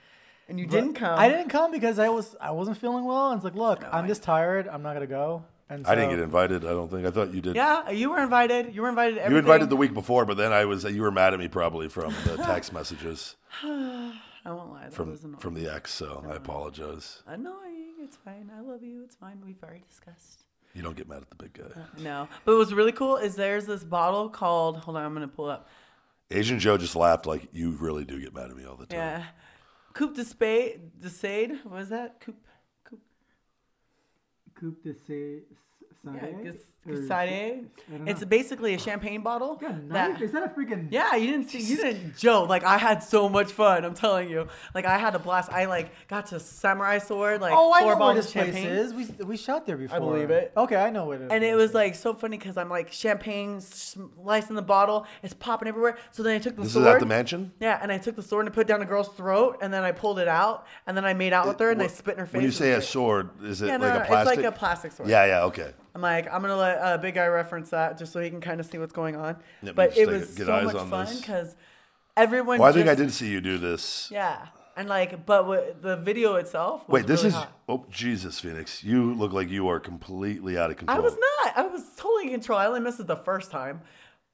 S2: and you
S3: But
S2: didn't come.
S3: I didn't come because I was I wasn't feeling well. And it's like, look, I'm just tired. I'm not gonna go. And
S1: I didn't
S3: so-
S1: get invited. I don't think. I thought you did.
S2: Yeah, you were invited. You were invited. To
S1: You
S2: everything.
S1: invited the week before, but then I was. You were mad at me probably from the text messages
S2: I won't lie. That
S1: from
S2: was annoying.
S1: from the ex. So I apologize.
S2: annoying. It's fine. I love you. It's fine. We've already discussed.
S1: You don't get mad at the big guy.
S2: No, but what's really cool is there's this bottle called. Hold on, I'm gonna pull it up.
S1: Asian Joe just laughed like you really do get mad at me all the time.
S2: Yeah. Coupe de Spade, de Sade, what was that? Coupe, Coupe,
S3: Coupe de Sa-
S2: yeah,
S3: Sade?
S2: Gus-
S3: Or Sa-
S2: Sade.
S3: I don't
S2: It's
S3: know.
S2: basically a champagne bottle.
S3: Yeah,
S2: that-
S3: nice. Is that a freaking?
S2: yeah, you didn't see, you didn't, Joe. Like I had so much fun. I'm telling you, like I had a blast. I like got to samurai sword, like
S3: Oh,
S2: four
S3: I know where
S2: bottles
S3: this
S2: of
S3: place
S2: champagne.
S3: is. We we shot there before.
S2: believe it.
S3: Okay, I know what it is.
S2: And it was like so funny because I'm like champagne slicing the bottle, it's popping everywhere. So then I took the
S1: This
S2: sword.
S1: is at the mansion.
S2: yeah, and I took the sword and put it down a girl's throat, and then I pulled it out, and then I made out with her, and I
S1: Wh-
S2: spit in her face.
S1: When you
S2: It was
S1: say a
S2: great.
S1: sword, is it
S2: Yeah, no,
S1: like
S2: no,
S1: a
S2: it's like
S1: plastic?
S2: a plastic sword.
S1: Yeah, yeah, okay.
S2: I'm like, I'm gonna let uh, Big Guy reference that just so he can kind of see what's going on.
S1: Yeah, we
S2: but
S1: just
S2: it
S1: gotta
S2: was
S1: get
S2: so
S1: eyes
S2: much
S1: on
S2: fun
S1: this.
S2: because everyone.
S1: Well, I think I
S2: just-
S1: did see you do this.
S2: Yeah, And like, but what, the video itself. Was
S1: Wait, this
S2: really
S1: is
S2: hot.
S1: oh Jesus, Phoenix! You look like you are completely out of control.
S2: I was not. I was totally in control. I only missed it the first time,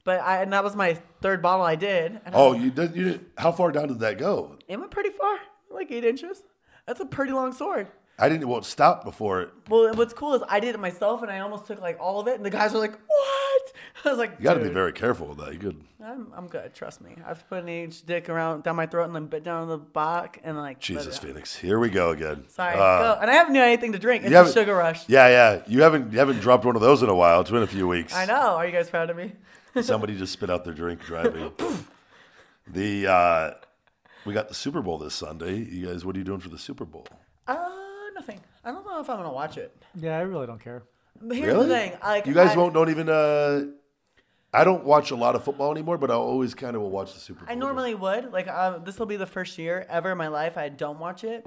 S2: but I and that was my third bottle I did. And I-
S1: Oh, you did. You did. How far down did that go?
S2: Am I pretty far? Like eight inches? That's a pretty long sword.
S1: I didn't. Well, it stopped before it.
S2: Well, and what's cool is I did it myself, and I almost took like all of it, and the guys were like, "What?" I was like,
S1: You got to be
S2: "Dude,
S1: very careful with that. You could.
S2: I'm, I'm good. Trust me. I've put an H dick around down my throat and then bit down the back and like. let
S1: Jesus,
S2: it out.
S1: Phoenix. Here we go again.
S2: uh, Sorry.
S1: Uh,
S2: go. And I haven't had anything to drink. It's
S1: you
S2: a
S1: haven't-
S2: sugar rush.
S1: Yeah, yeah. You haven't you haven't dropped one of those in a while. It's been a few weeks.
S2: I know. Are you guys proud of me?
S1: Somebody just spit out their drink driving. the uh, we got the Super Bowl this Sunday. You guys, what are you doing for the Super Bowl?
S2: Uh, nothing. I don't know if I'm gonna watch it.
S3: Yeah, I really don't care.
S2: But here's the thing. Like,
S1: you guys
S2: I,
S1: won't don't even. Uh, I don't watch a lot of football anymore, but I always kind of will watch the Super Bowl.
S2: I normally would. Like, uh, this will be the first year ever in my life I don't watch it.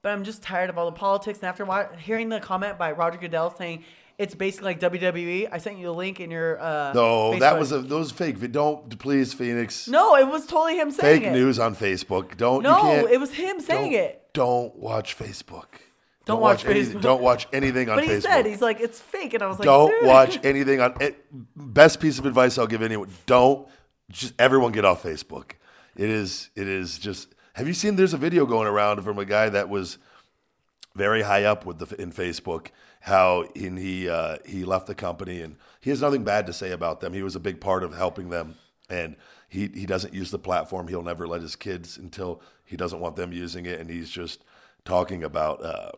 S2: But I'm just tired of all the politics. And after wa- hearing the comment by Roger Goodell saying it's basically like WWE, I sent you the link in your. Uh,
S1: No, that
S2: Facebook.
S1: was a those fake. vi- Don't please, Phoenix.
S2: No, it was totally him saying
S1: fake
S2: it.
S1: news on Facebook. Don't. you
S2: No,
S1: can't,
S2: it was him saying
S1: don't-
S2: it.
S1: Don't watch Facebook.
S2: Don't watch
S1: anything.
S2: Facebook.
S1: Don't watch anything on
S2: But he
S1: Facebook.
S2: said he's like it's fake, and I was like,
S1: don't
S2: "Dude."
S1: watch anything on it. Best piece of advice I'll give anyone: don't just everyone get off Facebook. It is it is just. Have you seen? There's a video going around from a guy that was very high up with the in Facebook. How in he uh, he left the company and he has nothing bad to say about them. He was a big part of helping them, and he he doesn't use the platform. He'll never let his kids until he doesn't want them using it, and he's just talking about. Uh,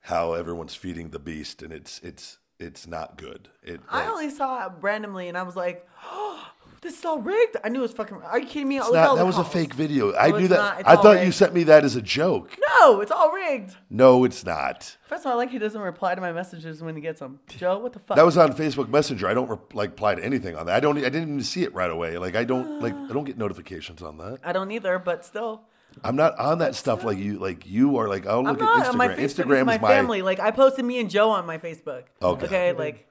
S1: how everyone's feeding the beast and it's it's it's not good. It
S2: I only saw it randomly, and I was like, oh, "This is all rigged." I knew it was fucking. Are you kidding me?
S1: it's not, that was a fake video. I
S2: No,
S1: knew
S2: it's
S1: that.
S2: not. It's
S1: I
S2: all
S1: thought you
S2: rigged.
S1: sent me that as a joke.
S2: No, it's all rigged.
S1: No, it's not.
S2: First of all, I like he doesn't reply to my messages when he gets them. Joe, what the fuck?
S1: That was on Facebook Messenger. I don't re- like reply to anything on that. I don't. e, I didn't even see it right away. Like I don't like. I don't get notifications on that.
S2: I don't either, but still,
S1: I'm not on that stuff like you. Like you are. Like I'll
S2: I'm
S1: look
S2: not
S1: at
S2: on my
S1: Instagram.
S2: Facebook. is
S1: Instagram
S2: my
S1: is my.
S2: family. Like I posted me and Joe on my Facebook.
S1: Okay.
S2: like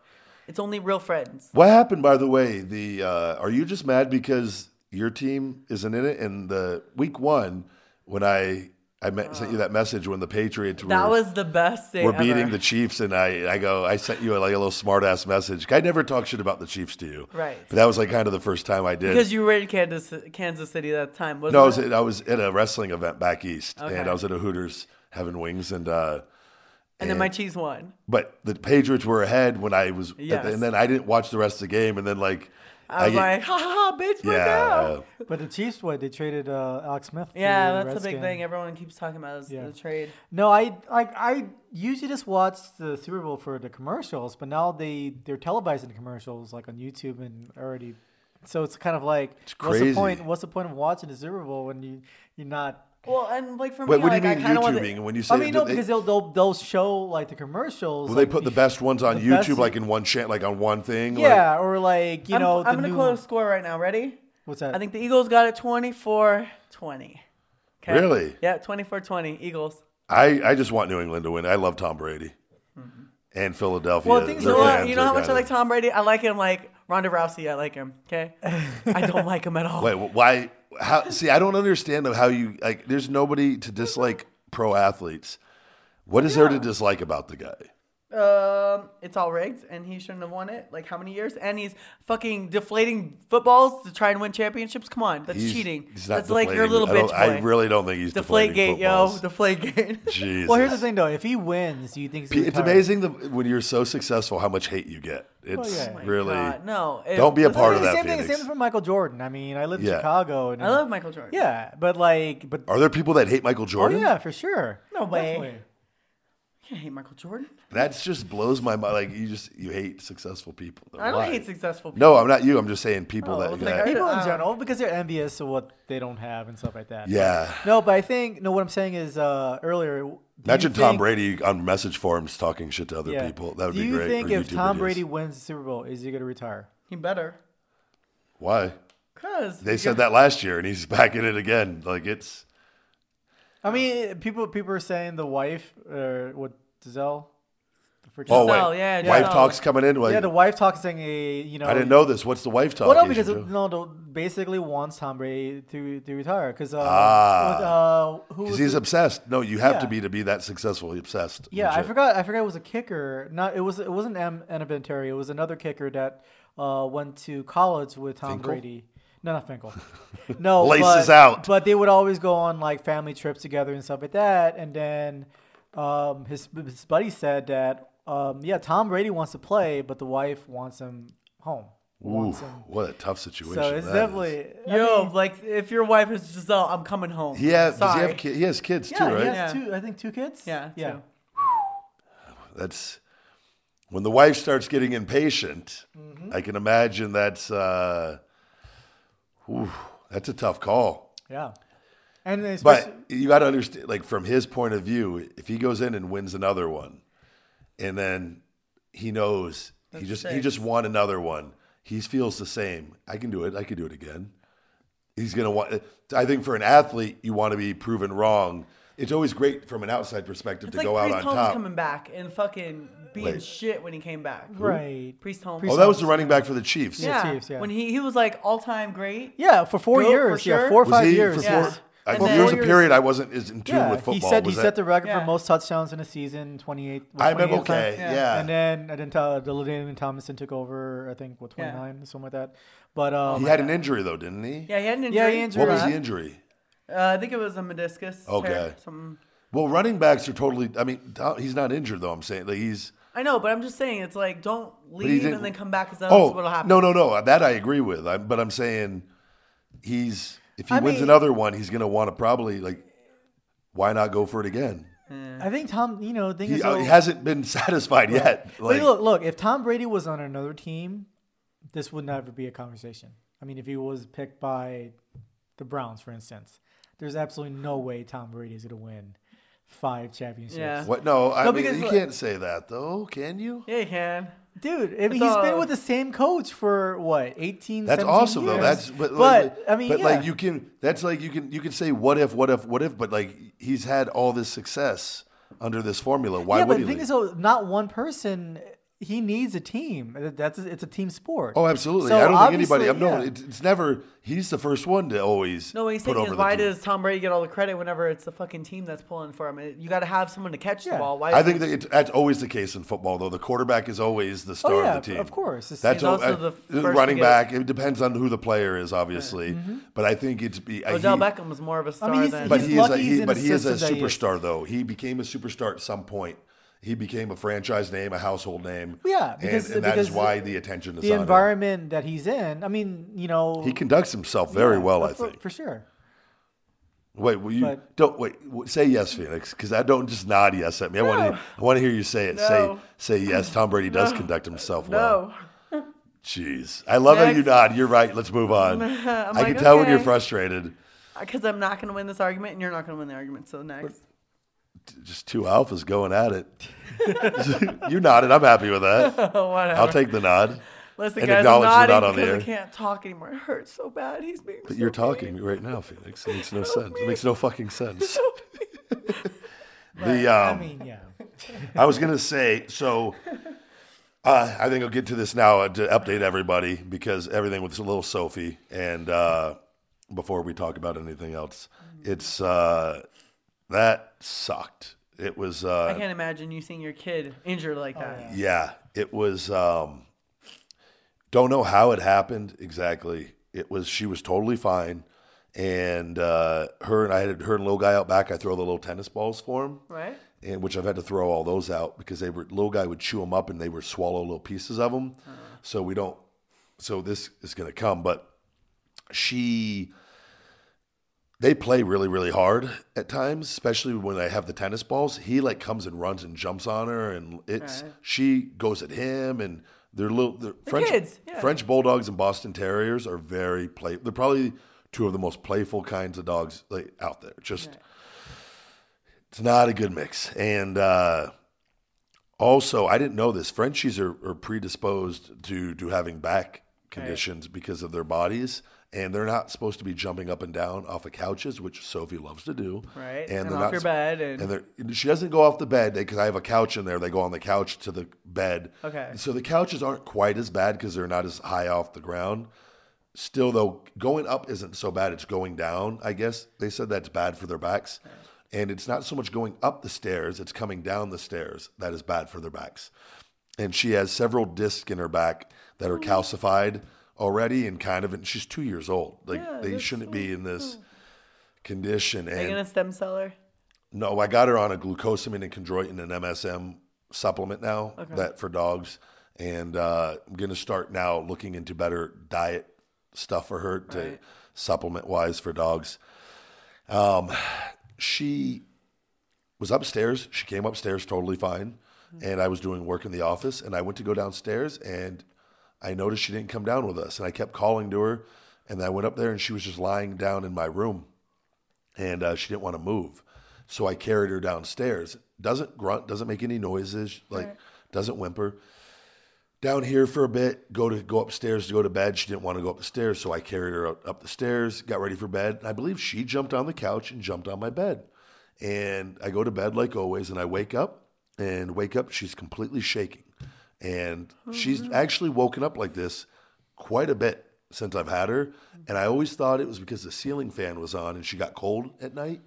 S2: it's only real friends.
S1: What happened, by the way? The uh, are you just mad because your team isn't in it? And the week one, when I I me- sent you that message when the Patriots were
S2: That was the best thing.
S1: we're
S2: ever.
S1: beating the Chiefs, and I, I go, I sent you a, like a little smart ass message. I never talk shit about the Chiefs to you,
S2: Right.
S1: But that was like kind of the first time I did.
S2: because you were in Kansas, Kansas City that time. Wasn't
S1: No, I was,
S2: it?
S1: at, I was at a wrestling event back east, and
S2: Okay.
S1: I was at a Hooters having wings, and uh,
S2: and then my cheese won.
S1: but the Patriots were ahead when I was, at the-
S2: Yes.
S1: and then I didn't watch the rest of the game, and then like
S2: I was
S1: get-
S2: like, ha ha ha, bitch, we're
S1: yeah, uh,
S2: down.
S3: But the Chiefs, what they traded uh, Alex Smith. to
S2: Yeah,
S3: the
S2: that's the big
S3: Redskins.
S2: thing everyone keeps talking about is
S3: Yeah.
S2: the trade.
S3: No, I like I usually just watch the Super Bowl for the commercials, but now they they're televising the commercials like on YouTube and already. So it's kind of like what's
S1: crazy.
S3: the point? What's the point of watching the Super Bowl when you you're not?
S2: Well, and like for
S1: Wait,
S2: me,
S1: what do you
S2: like, I
S1: mean
S2: kind of want
S1: YouTubing?
S2: to.
S1: When you say
S3: I mean,
S1: do
S3: no,
S1: they-
S3: because they'll, they'll they'll show like the commercials.
S1: Well,
S3: like,
S1: they put the best ones on
S3: the
S1: YouTube,
S3: best-
S1: like in one chant, like on one thing. like-
S3: Yeah, or like you
S2: I'm,
S3: know
S2: I'm
S3: the
S2: gonna
S3: new.
S2: quote a score right now. Ready?
S3: What's that?
S2: I think the Eagles got it 24 20.
S1: Really?
S2: Yeah, 24 20. Eagles.
S1: I, I just want New England to win. I love Tom Brady
S2: Mm-hmm.
S1: and Philadelphia.
S3: Well, the thing is,
S2: You
S1: Their
S2: know, what-
S1: fans
S2: you know
S1: are
S2: how much I
S1: kinda-
S2: like Tom Brady? I like him like Ronda Rousey. I like him. Okay? I don't like him at all.
S1: Wait, wh- why? How? See, I don't understand though how you like. There's nobody to dislike pro athletes. What is there to dislike about the guy?
S2: Um, it's all rigged, and he shouldn't have won it. Like how many years? And he's fucking deflating footballs to try and win championships. Come on, that's
S1: He's-
S2: cheating.
S1: he's not
S2: that's like your
S1: deflating.
S2: little
S1: I
S2: bitch
S1: don't-
S2: boy.
S1: I really don't think he's
S2: deflate
S1: deflating
S2: gate, yo,
S1: footballs.
S2: deflate gate.
S1: Jesus.
S3: well, here's the thing though. If he wins, do you think he's
S1: P- It's
S3: retired?
S1: amazing the, when you're so successful how much hate you get. It's
S3: yeah. Oh my
S1: really
S2: God, no. It-
S1: Don't be a
S2: that's
S1: part
S2: what
S1: of
S2: it is.
S1: that,
S3: Same thing.
S1: Phoenix.
S3: Same for Michael Jordan. I mean, I live in
S1: Yeah.
S3: Chicago, and
S2: I love Michael Jordan.
S3: yeah, but like, but
S1: Are there people that hate Michael
S3: oh
S1: Jordan?
S3: yeah, for sure.
S2: No way.
S3: Definitely.
S2: I can't hate Michael Jordan.
S1: That's just blows my mind. Like you just you hate successful people.
S2: I don't
S1: Why?
S2: hate successful people.
S1: No, I'm not you. I'm just saying people
S2: Oh,
S1: that.
S2: it's
S1: that-
S2: like I-
S3: people in
S2: Uh,
S3: general because they're envious of what they don't have and stuff like that.
S1: yeah.
S3: No, but I think no. What I'm saying is uh, earlier. do you
S1: Imagine Tom
S3: think-
S1: Brady on message forums talking shit to other
S3: yeah.
S1: people. That would
S3: do
S1: be
S3: you
S1: great.
S3: think
S1: or
S3: if
S1: YouTube
S3: Tom
S1: videos.
S3: Brady wins the Super Bowl, is he going to retire?
S2: He better.
S1: Why?
S2: Cause
S1: They said that last year, and he's back in it again. Like it's
S3: I mean, people people are saying the wife or what uh, Giselle for
S1: Oh,
S3: Giselle.
S1: wait.
S2: Giselle, yeah,
S1: Wife
S2: Giselle.
S1: talks coming in. Like,
S3: yeah, the wife talk saying a you know.
S1: I didn't know this. What's the wife talk?
S3: Well, no,
S1: you
S3: because
S1: should
S3: it,
S1: do?
S3: no, no, basically wants Tom Brady to to retire because uh,
S1: Ah.
S3: with, uh, who
S1: 'Cause
S3: was
S1: he's
S3: the-
S1: obsessed. No, you have
S3: Yeah.
S1: to be to be that successful. Obsessed.
S3: Yeah, I
S1: Legit.
S3: forgot. I forgot it was a kicker. Not it was it wasn't Am- Anna Vinatieri. It was another kicker that uh, went to college with Tom
S1: Finkel?
S3: Brady. No, not Finkel. No,
S1: Laces
S3: but,
S1: out.
S3: But they would always go on like family trips together and stuff like that. And then um, his his buddy said that um, yeah, Tom Brady wants to play, but the wife wants him home.
S1: Ooh,
S3: Wants him.
S1: what a tough situation.
S3: So it's
S1: that is.
S3: definitely I
S2: Yo,
S3: mean,
S2: like if your wife is Giselle, I'm coming home.
S1: He has, does he,
S2: Sorry.
S1: have ki- he has kids
S3: yeah,
S1: too, right?
S3: he has
S2: Yeah.
S3: two. I think two kids.
S2: Yeah,
S3: yeah.
S2: two.
S1: That's when the wife starts getting impatient.
S3: Mm-hmm.
S1: I can imagine that's uh, ooh, that's a tough call.
S3: Yeah. And then especially,
S1: But you got to understand, like from his point of view, if he goes in and wins another one, and then he knows he just he
S2: six.
S1: just won another one, he feels the same. I can do it. I can do it again. He's gonna want. I think for an athlete, you want to be proven wrong. It's always great from an outside perspective
S2: It's
S1: to
S2: like
S1: go out
S2: Priest
S1: on
S2: Holmes
S1: top.
S2: coming back and fucking being
S1: Wait.
S2: shit when he came back.
S3: right.
S2: Priest Holmes.
S1: Oh, that was the running back for the Chiefs.
S2: yeah.
S3: Chiefs, yeah.
S2: When he he was like all time great.
S3: Yeah, for four
S2: Goat, for
S3: years. Yeah,
S2: sure.
S3: four or
S1: Was
S3: five
S1: he
S3: years.
S1: For
S2: Yeah.
S1: four, I,
S2: And
S1: there
S2: then-
S1: was a
S2: Four
S3: years-
S1: period I wasn't as in tune
S3: Yeah,
S1: with football.
S3: he said
S1: was
S3: he
S1: that-
S3: set the record for
S2: Yeah.
S3: most touchdowns in a season, 28. with
S1: I remember.
S3: 28 times.
S1: Okay, yeah.
S2: Yeah.
S3: And then I didn't tell Damian Thomason took over. I think what
S2: Yeah.
S3: 29, something like that. But um,
S1: he had an injury though, didn't he?
S2: Yeah, he had an injury.
S3: Yeah, he
S1: What was
S3: Right.
S1: the injury?
S2: Uh, I think it was a meniscus. tear,
S1: Okay.
S2: something.
S1: Well, running backs are totally. I mean, Tom- he's not injured though. I'm saying like he's.
S2: I know, but I'm just saying it's like don't
S1: he
S2: leave
S1: didn't-
S2: and then come back because that's
S1: Oh
S2: what'll happen.
S1: no, no, no. That I agree with. I, but I'm saying he's if he
S3: I
S1: wins
S3: mean-
S1: another one, he's gonna want to probably like. Why not go for it again?
S3: I think Tom, you know, the thing
S1: He,
S3: is,
S1: uh,
S3: though-
S1: he hasn't been satisfied yet.
S3: but
S1: Like,
S3: look, look, if Tom Brady was on another team, this would never be a conversation. I mean, if he was picked by the Browns, for instance, there's absolutely no way Tom Brady is going to win five championships.
S2: Yeah.
S1: what? No, I
S3: No,
S1: mean,
S3: because
S1: you
S3: look-
S1: can't say that though, can you?
S2: Yeah, he can.
S3: Dude, I mean,
S2: It's
S3: he's been
S2: all-
S3: with the same coach for what 18
S1: That's
S3: 17
S1: awesome
S3: years.
S1: though. That's but,
S3: But,
S1: like,
S3: I mean,
S1: but
S3: yeah.
S1: like you can. That's like you can. You can say what if, what if, what if. But like he's had all this success under this formula. Why
S3: yeah,
S1: would
S3: but the
S1: he?
S3: thing
S1: leave?
S3: is, though, not one person. He needs a team. That's it's a team sport.
S1: oh, absolutely.
S3: So
S1: I don't think anybody.
S3: obviously,
S1: I'm no.
S3: yeah.
S1: It's, it's never. He's the first one to always.
S2: No, what he's
S1: put
S2: saying
S1: over
S2: is
S1: the
S2: why
S1: team.
S2: does Tom Brady get all the credit whenever it's the fucking team that's pulling for him? It- You got to have someone to catch
S3: Yeah.
S2: the ball. Why?
S1: I
S2: is
S1: think
S2: it-
S1: that it, that's always the case in football, though. The quarterback is always the star
S3: Oh, yeah,
S1: of the team.
S3: of course. It's-
S1: that's
S2: He's
S1: al-
S2: also the
S1: uh,
S2: first
S1: running
S2: to get it.
S1: back. It depends on who the player is, obviously. But I think it's be uh,
S2: Odell
S1: he-
S2: Beckham was more of a star
S3: mean, he's-
S2: than.
S1: But
S3: Mm-hmm. He's
S1: he is, a,
S3: lucky he's
S1: he,
S3: in
S1: but
S3: a
S1: he is a
S3: system that he is.
S1: superstar, though. He became a superstar at some point. He became a franchise name, a household name.
S3: Yeah, because-
S1: and, and that is
S3: because
S1: why the attention is
S3: the
S1: on
S3: environment that he's in. I mean, you know,
S1: him. He conducts himself very well,
S3: uh,
S1: I
S3: for,
S1: think.
S3: for sure.
S1: Wait, will you
S3: but-
S1: don't wait. w- Say yes, Phoenix, because I don't just nod yes at me. I want to.
S2: No.
S1: I want to hear you say it.
S2: No.
S1: Say say yes. Tom Brady does conduct himself well.
S2: no.
S1: Jeez, I love how you
S2: Next.
S1: nod. You're right. Let's move on. I
S2: I'm
S1: can
S2: like,
S1: tell when you're
S2: okay.
S1: frustrated.
S2: Because I'm not going to win this argument, and you're not going to win the argument. So next.
S1: Just two alphas going at it. you nodded. I'm happy with that.
S2: Oh, whatever.
S1: I'll take the nod.
S2: Listen,
S1: and
S2: guys, I'm
S1: acknowledge you're
S2: nodding
S1: not on the
S2: because
S1: air.
S2: I can't talk anymore. It hurts so bad. He's being.
S1: But you're talking right now, Phoenix. It makes no sense. It makes no fucking sense. the um,
S3: I mean, yeah.
S1: I was gonna say so. Uh, I think I'll get to this now uh, to update everybody because everything was a little Sophie, and uh, before we talk about anything else, it's uh, that sucked. It was
S2: I
S1: uh,
S2: can't imagine you seeing your kid injured
S3: Oh,
S2: like that.
S1: yeah, it was. Um, don't know how it happened exactly. It was she was totally fine, and uh, her and I had her and little guy out back. I throw the little tennis balls for him
S2: Right?
S1: and which I've had to throw all those out because they were little guy would chew them up and they would swallow little pieces of them.
S2: Uh-huh.
S1: So we don't. So this is going to come, but she. They play really, really hard at times, especially when I have the tennis balls. He like comes and runs and jumps on her, and it's
S2: Right.
S1: she goes at him, and they're little they're French
S2: kids, yeah.
S1: French bulldogs and Boston terriers are very play. They're probably two of the most playful kinds of dogs like out there. Just it's not a good mix. And uh, also, I didn't know this. Frenchies are, are predisposed to to having back conditioned because of their bodies, and they're not supposed to be jumping up and down off of couches, which Sophie loves to do.
S2: Right,
S1: and,
S2: and
S1: they're
S2: off
S1: not
S2: your
S1: sp-
S2: bed and-
S1: and they're- and she doesn't go off the bed because I have a couch in there. They go on the couch to the bed.
S2: Okay.
S1: so the couches aren't quite as bad because they're not as high off the ground. Still, though, going up isn't so bad. It's going down, I guess. They said that's bad for their backs. And it's not so much going up the stairs, it's coming down the stairs that is bad for their backs. And she has several discs in her back that are calcified already and kind of, and she's two years old. Like, they shouldn't be in this condition.
S2: Are you
S1: And
S2: gonna stem cell her?
S1: no, I got her on a glucosamine and chondroitin and MSM supplement now that for dogs, and uh, I'm gonna start now looking into better diet stuff for her to supplement wise for dogs. Um, she was upstairs. She came upstairs totally fine, and I was doing work in the office, and I went to go downstairs, and I noticed she didn't come down with us, and I kept calling to her, and I went up there, and she was just lying down in my room and uh, she didn't want to move. So I carried her downstairs. Doesn't grunt, doesn't make any noises, like doesn't whimper. Down here for a bit, go to go upstairs to go to bed. She didn't want to go up the stairs, so I carried her up, up the stairs, got ready for bed. And I believe she jumped on the couch and jumped on my bed. And I go to bed like always, and I wake up and wake up. She's completely shaking, and she's actually woken up like this quite a bit since I've had her, and I always thought it was because the ceiling fan was on and she got cold at night,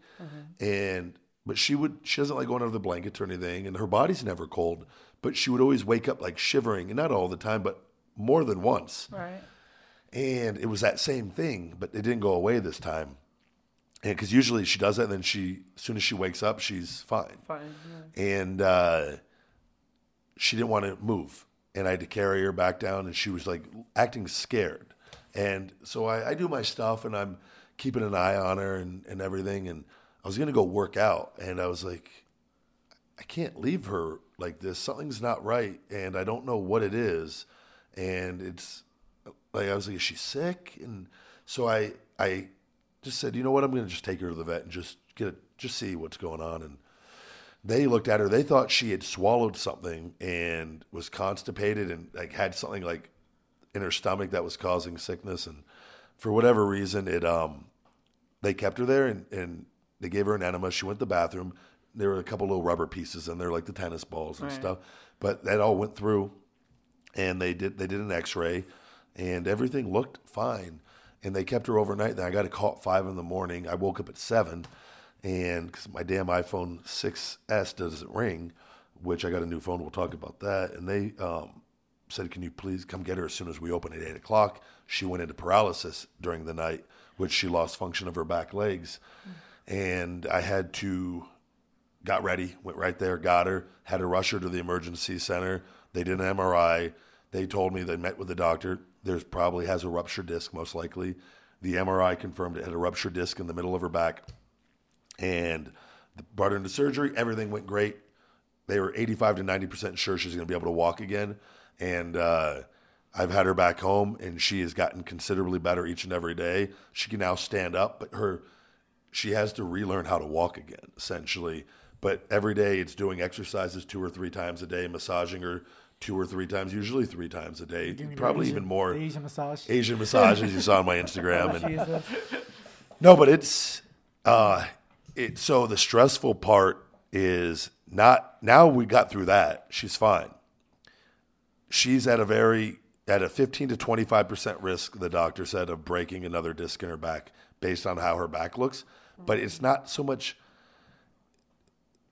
S1: and but she would she doesn't like going under the blankets or anything, and her body's never cold, but she would always wake up like shivering, and not all the time, but more than once,
S2: Right.
S1: and it was that same thing, but it didn't go away this time, and because usually she does that, and then she as soon as she wakes up, she's fine
S2: Fine. yeah.
S1: and uh, she didn't want to move. And I had to carry her back down, and she was like acting scared. And so I, I do my stuff, and I'm keeping an eye on her and, and everything. And I was gonna go work out, and I was like, I can't leave her like this. Something's not right, and I don't know what it is. And it's like I was like, is she sick? And so I I just said, you know what? I'm gonna just take her to the vet and just get a, just see what's going on. And they looked at her. They thought she had swallowed something and was constipated and like had something like in her stomach that was causing sickness. And for whatever reason, it um they kept her there and, and they gave her an enema. She went to the bathroom. There were a couple little rubber pieces in there, like the tennis balls and
S2: Right.
S1: stuff. But that all went through, and they did they did an X ray, and everything looked fine. And they kept her overnight. Then I got a call at five in the morning. I woke up at seven, and because my damn iPhone 6s doesn't ring, which I got a new phone. We'll talk about that. And they um, said, "Can you please come get her as soon as we open at eight o'clock?" She went into paralysis during the night, which she lost function of her back legs, and I had to got ready, went right there, got her, had to rush her to the emergency center. They did an MRI. They told me they met with the doctor. There's probably has a ruptured disc, most likely. The MRI confirmed it had a ruptured disc in the middle of her back, and brought her into surgery. Everything went great they were 85 to 90% sure she's going to be able to walk again. And uh, I've had her back home, and she has gotten considerably better each and every day. She can now stand up, but her she has to relearn how to walk again, essentially. But every day it's doing exercises two or three times a day, massaging her two or three times, usually three times a day, probably even more.
S3: The Asian massage.
S1: Asian massages you saw on my Instagram, and
S3: Jesus.
S1: no, but it's uh it so the stressful part is not now we got through that. She's fine. She's at a very at a 15 to 25% risk the doctor said of breaking another disc in her back based on how her back looks, but it's not so much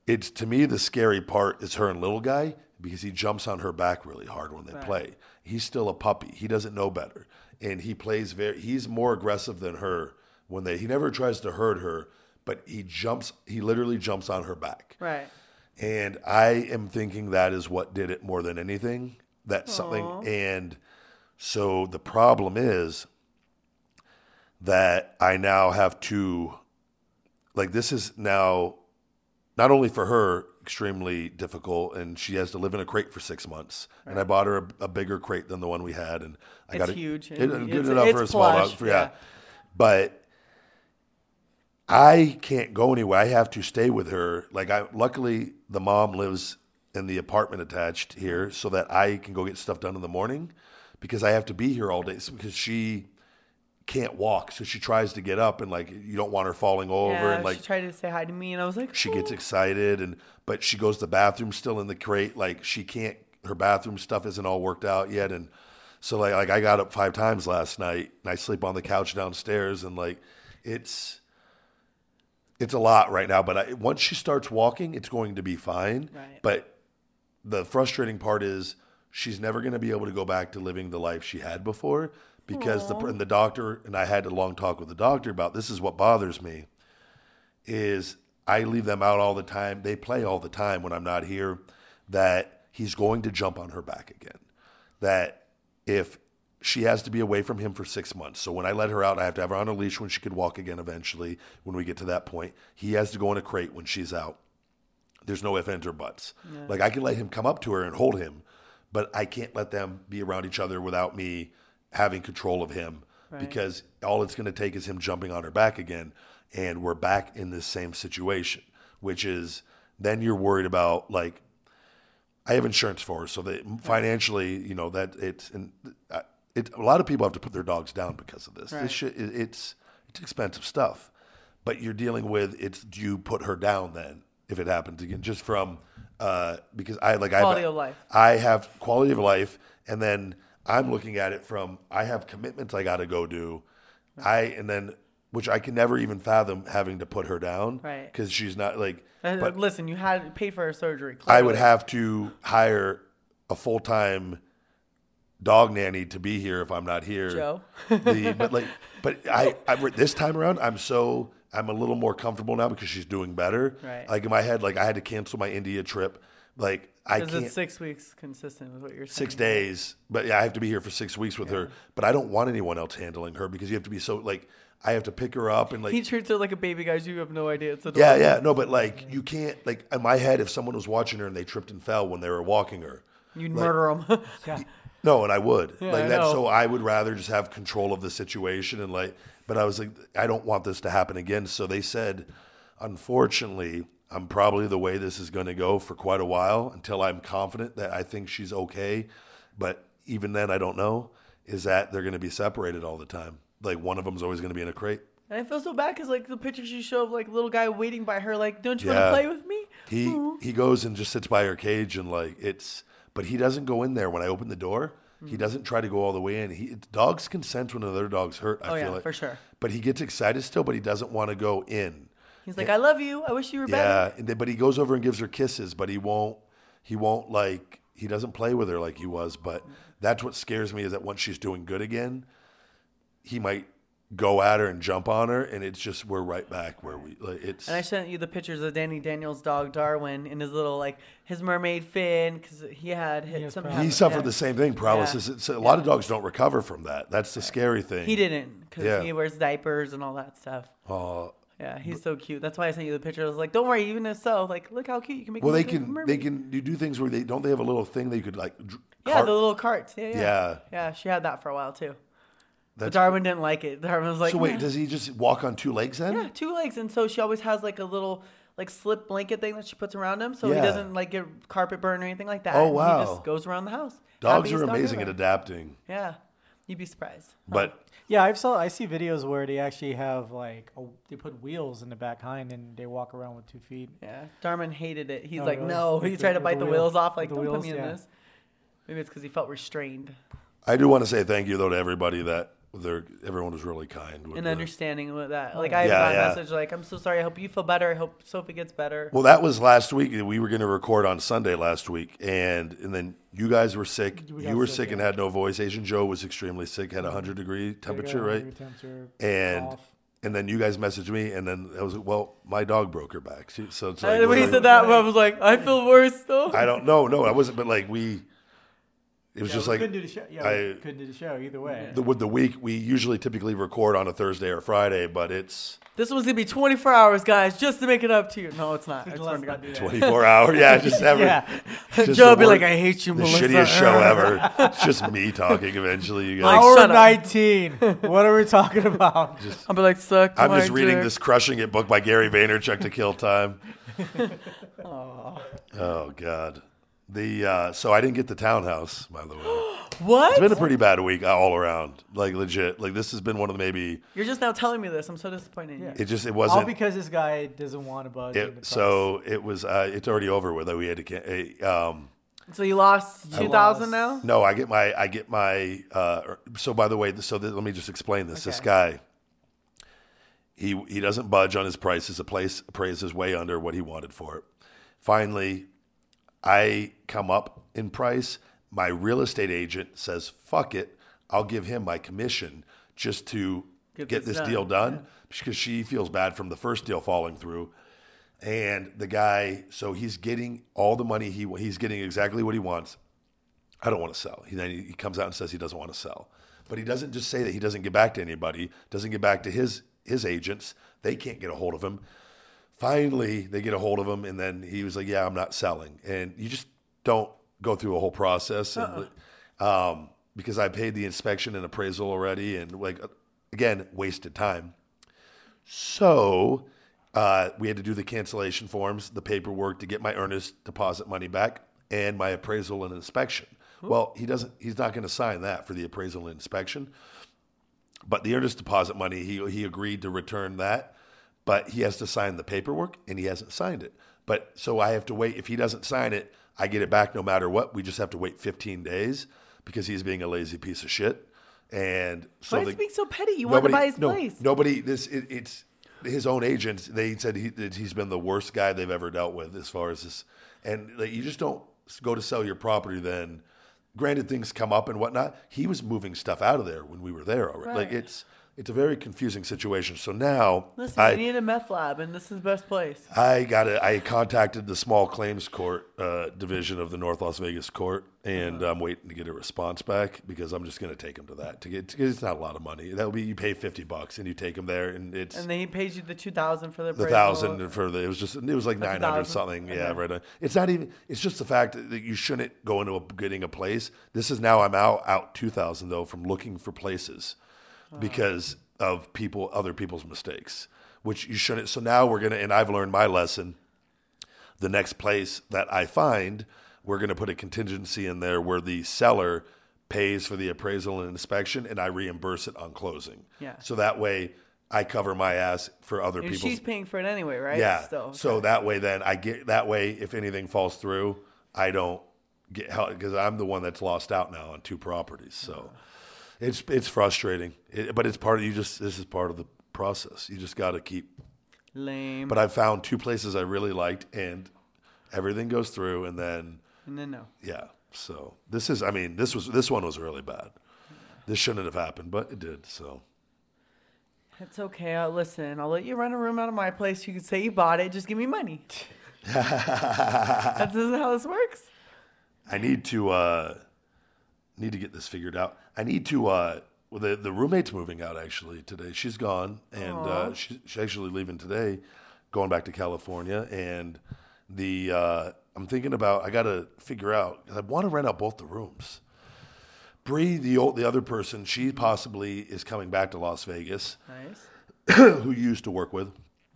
S1: it's to me the scary part is her and little guy because he jumps on her back really hard when they play. He's still a puppy. He doesn't know better, and he plays very. He's more aggressive than her when they. He never tries to hurt her, but he jumps. He literally jumps on her back.
S2: Right.
S1: And I am thinking that is what did it more than anything. That's something. And so the problem is that I now have to, like, this is now not only for her extremely difficult, and she has to live in a crate for six months. And I bought her a, a bigger crate than the one we had, and I
S2: It's
S1: got it
S2: huge,
S1: It,
S2: and
S1: good
S2: it's-
S1: enough
S2: it's
S1: for a small
S2: plush,
S1: dog, for-
S2: yeah.
S1: yeah. But I can't go anywhere. I have to stay with her. Like I luckily the mom lives in the apartment attached here so that I can go get stuff done in the morning because I have to be here all day so- because she can't walk, so she tries to get up and like you don't want her falling over
S2: yeah,
S1: and like
S2: she tried to say hi to me, and I was like,
S1: she gets
S2: "Oh."
S1: excited and but she goes to the bathroom still in the crate like she can't her bathroom stuff isn't all worked out yet and so like like I got up five times last night and I sleep on the couch downstairs and like it's it's a lot right now but I, once she starts walking it's going to be fine
S2: Right.
S1: but the frustrating part is she's never going to be able to go back to living the life she had before because the and the doctor and I had a long talk with the doctor about this is what bothers me is I leave them out all the time. They play all the time when I'm not here. That he's going to jump on her back again. That if she has to be away from him for six months. So when I let her out, I have to have her on a leash when she could walk again eventually, when we get to that point. He has to go in a crate when she's out. There's no if, ands, or buts. Like I can let him come up to her and hold him, but I can't let them be around each other without me having control of him because all it's going to take is him jumping on her back again. And we're back in this same situation, which is then you're worried about like, I have insurance for her, so that financially, you know that it's and uh, it. A lot of people have to put their dogs down because of this.
S2: Right.
S1: This shit, it, it's it's expensive stuff, but you're dealing with it's. Do you put her down then if it happens again? Just from uh, because I like I
S2: Quality
S1: have,
S2: of life.
S1: I have quality of life, and then I'm looking at it from I have commitments I got to go do, I and then which I can never even fathom having to put her down,
S2: Right.
S1: Because she's not like,
S2: And
S1: but
S2: listen, you had paid for her surgery.
S1: I would
S2: clearly.
S1: have to hire a full time dog nanny to be here if I'm not here.
S2: Joe.
S1: The- but like, but I, I this time around, I'm so I'm a little more comfortable now because she's doing better.
S2: Right.
S1: Like in my head, like I had to cancel my India trip. Like I
S2: Is
S1: can't
S2: it six weeks consistent with what you're saying?
S1: six days, but yeah, I have to be here for six weeks with her. But I don't want anyone else handling her because you have to be so like I have to pick her up and like
S2: He treats her like a baby, guys. You have no idea. It's adorable.
S1: yeah, yeah. No, but like you can't like in my head, if someone was watching her and they tripped and fell when they were walking her.
S2: You'd murder him. yeah.
S1: No, and I would.
S3: I
S1: like that's
S3: know.
S1: so I would rather just have control of the situation and like but I was like I don't want this to happen again. So they said, unfortunately, I'm probably the way this is going to go for quite a while until I'm confident that I think she's okay, but even then I don't know is that they're going to be separated all the time. Like one of them's always going to be in a crate.
S2: And I feel so bad because like the picture she showed of like little guy waiting by her, like, don't you
S1: Yeah.
S2: want to play with me? Hmm.
S1: He he goes and just sits by her cage and like it's but he doesn't go in there when I open the door.
S2: Hmm.
S1: He doesn't try to go all the way in. He dogs can sense when another dog's hurt. I
S2: Oh,
S1: feel
S2: yeah,
S1: like
S2: for sure.
S1: But he gets excited still, but he doesn't want to go in.
S2: He's like, I love you. I wish you were better.
S1: Yeah, and then, but he goes over and gives her kisses, but he won't. He won't like he doesn't play with her like he was. But that's what scares me is that once she's doing good again, he might go at her and jump on her, and it's just we're right back where we like it's.
S2: And I sent you the pictures of Danny Daniels' dog Darwin and his little like his mermaid fin because he had hit
S3: has
S2: some.
S3: paralysis.
S1: he suffered the same thing, paralysis. It's, a lot of dogs don't recover from that. That's the scary thing.
S2: He didn't because
S1: Yeah.
S2: he wears diapers and all that stuff.
S1: Uh,
S2: Yeah, he's so cute. That's why I sent you the picture. I was like, don't worry, even if so, like, look how cute you can make.
S1: well,
S2: him
S1: they
S2: look like a
S1: can. They
S2: mermaid."
S1: can. You do things where they don't. They have a little thing they could like. dr-
S2: Yeah,
S1: cart-
S2: the little carts. Yeah, yeah,
S1: Yeah.
S2: Yeah, She had that for a while too. But
S1: That's-
S2: Darwin didn't like it. Darwin was like,
S1: so wait,
S2: "Nah."
S1: does he just walk on two legs then?
S2: yeah, two legs, and so she always has like a little like slip blanket thing that she puts around him, so he
S1: Yeah.
S2: doesn't like get carpet burn or anything like that.
S1: Oh,
S2: and He
S1: wow.
S2: just goes around the house.
S1: Dogs
S2: Happiest
S1: are
S2: dog
S1: amazing at
S2: ever.
S1: adapting,
S2: Yeah, you'd be surprised.
S1: but
S3: Yeah, I've saw I see videos where they actually have like a, they put wheels in the back hind and they walk around with two feet.
S2: Yeah, Darwin hated it. He's
S3: Oh,
S2: like,
S3: really?
S2: no.
S3: With
S2: He
S3: the-
S2: tried to
S3: with the
S2: bite the,
S3: wheel-
S2: wheels off. Like,
S3: with the
S2: don't put
S3: wheels,
S2: me in
S3: yeah.
S2: this. Maybe it's because he felt restrained.
S1: I do want to say thank you though to everybody that they're everyone was really kind. With
S2: and
S1: the-
S2: understanding with that.
S3: Oh,
S2: Like I have
S1: Yeah,
S2: got
S1: yeah.
S2: a message like, I'm so sorry, I hope you feel better. I hope Sophie gets better.
S1: well, that was last week. We were going to record on Sunday last week, and and then you guys were sick.
S3: We got
S1: you were
S3: sick,
S1: sick and
S3: yeah.
S1: had no voice. Asian Joe was extremely sick, had a
S2: Mm-hmm.
S1: hundred degree
S3: They go
S1: temperature,
S3: under
S1: right?
S3: uh, your temperature,
S1: and
S3: off.
S1: and then you guys messaged me, and then I was like, well, my dog broke her back. She, so it's like,
S2: And when he
S1: literally-
S2: said that, I was like, I feel worse though.
S1: I don't know, no, I wasn't, but like we, it was
S3: Yeah,
S1: just
S3: we
S1: like
S3: couldn't do the show. Yeah, we
S1: I-
S3: couldn't do the show either way.
S1: the, with the week we usually typically record on a Thursday or Friday, but it's
S2: this one's gonna be 24 hours, guys, just to make it up to you. No, it's not. I
S3: Let's
S2: swear to God.
S3: not do that.
S1: 24 hour, yeah, just every.
S3: Yeah.
S1: just
S2: Joe
S1: the
S2: would be
S1: wor-
S2: like, I hate you,
S1: the
S2: Melissa.
S1: shittiest show ever. it's just me talking. Eventually, you guys.
S2: Like,
S3: Hour
S2: shut up.
S3: 19. what are we talking about?
S2: I'll be like, suck.
S1: I'm
S2: my
S1: just reading
S2: dick."
S1: this crushing it book by Gary Vaynerchuk to kill time. oh God, the uh, so I didn't get the townhouse by the way. It's
S2: What?
S1: been a pretty bad week uh, all around. Like legit. Like this has been one of the maybe.
S2: You're just now telling me this. I'm so disappointed in you.
S1: It just it
S3: All
S1: wasn't.
S3: because this guy doesn't want to bug. you in the
S1: it, so it was. Uh, it's already over with. We had to. ca- uh, Um,
S2: So you lost two thousand now.
S3: lost.
S1: No, I get my I get my. Uh, er, so by the way, th- so th- let me just explain this. This guy, he he doesn't budge on his prices. The place appraises way under what he wanted for it. Finally, I come up in price. My real estate agent says, "Fuck it, I'll give him my commission just to get,
S2: Get
S1: this,
S2: this done."
S1: deal done," because she feels bad from the first deal falling through. And the guy, so he's getting all the money he wa- he's getting exactly what he wants. I don't want to sell. He then he comes out and says he doesn't want to sell, but he doesn't just say that. He doesn't get back to anybody. Doesn't get back to his his agents. They can't get a hold of him. Finally, they get a hold of him, and then he was like, "Yeah, I'm not selling." And you just don't go through a whole process, and, um, because I paid the inspection and appraisal already, and like again, wasted time. So uh, we had to do the cancellation forms, the paperwork to get my earnest deposit money back, and my appraisal and inspection. Well, he doesn't. He's not going to sign that for the appraisal and inspection. But the earnest deposit money, he he agreed to return that, but he has to sign the paperwork, and he hasn't signed it. But so I have to wait. If he doesn't sign it, I get it back no matter what. We just have to wait 15 days because he's being a lazy piece of shit. And so
S2: Why is
S1: the-
S2: he being so petty? You want to buy his
S1: no,
S2: place.
S1: Nobody. This it, it's his own agents. They said he, that he's been the worst guy they've ever dealt with as far as this. And like, you just don't go to sell your property. Then, granted, things come up and whatnot. He was moving stuff out of there when we were there already. Like
S2: Right.
S1: it's it's a very confusing situation. So now
S2: Listen,
S1: I
S2: you need a meth lab, and this is the best place.
S1: I got it. I contacted the small claims court uh, division of the North Las Vegas court, and I'm waiting to get a response back because I'm just going to take him to that to get. To, it's not a lot of money. That would be you pay fifty bucks and you take him there, and it's
S2: And then he pays you the two thousand for the
S1: the
S2: appraisal.
S1: thousand for the. It was just it was like nine hundred
S2: 1,000.
S1: something. Yeah, right. on. It's not even. It's just the fact that you shouldn't go into a, getting a place. This is now I'm out out two thousand though from looking for places because of people other people's mistakes, which you shouldn't. So now we're gonna and I've learned my lesson the next place that I find, we're going to put a contingency in there where the seller pays for the appraisal and inspection, and I reimburse it on closing.
S2: Yeah.
S1: So that way, I cover my ass for other
S2: And
S1: people's.
S2: she's paying for it anyway, right?
S1: yeah.
S2: Still.
S1: So that way, then I get that way. If anything falls through, I don't get help because I'm the one that's lost out now on two properties. So it's it's frustrating, it, but it's part of you. Just this is part of the process. You just got to keep
S2: lame.
S1: but I found two places I really liked, and everything goes through, and then
S2: and then no.
S1: yeah. So this is, I mean, this was this one was really bad. This shouldn't have happened, but it did. So
S2: It's okay. I'll listen. I'll let you rent a room out of my place. You can say you bought it. Just give me money. That's isn't how this works.
S1: I need to uh, need to get this figured out. I need to. Uh, well, the the roommate's moving out actually today. She's gone, and uh, she, she's actually leaving today, going back to California. And the uh, I'm thinking about I got to figure out 'cause I want to rent out both the rooms. Bree, the old, the other person, she possibly is coming back to Las Vegas
S2: Nice.
S1: who you used to work with,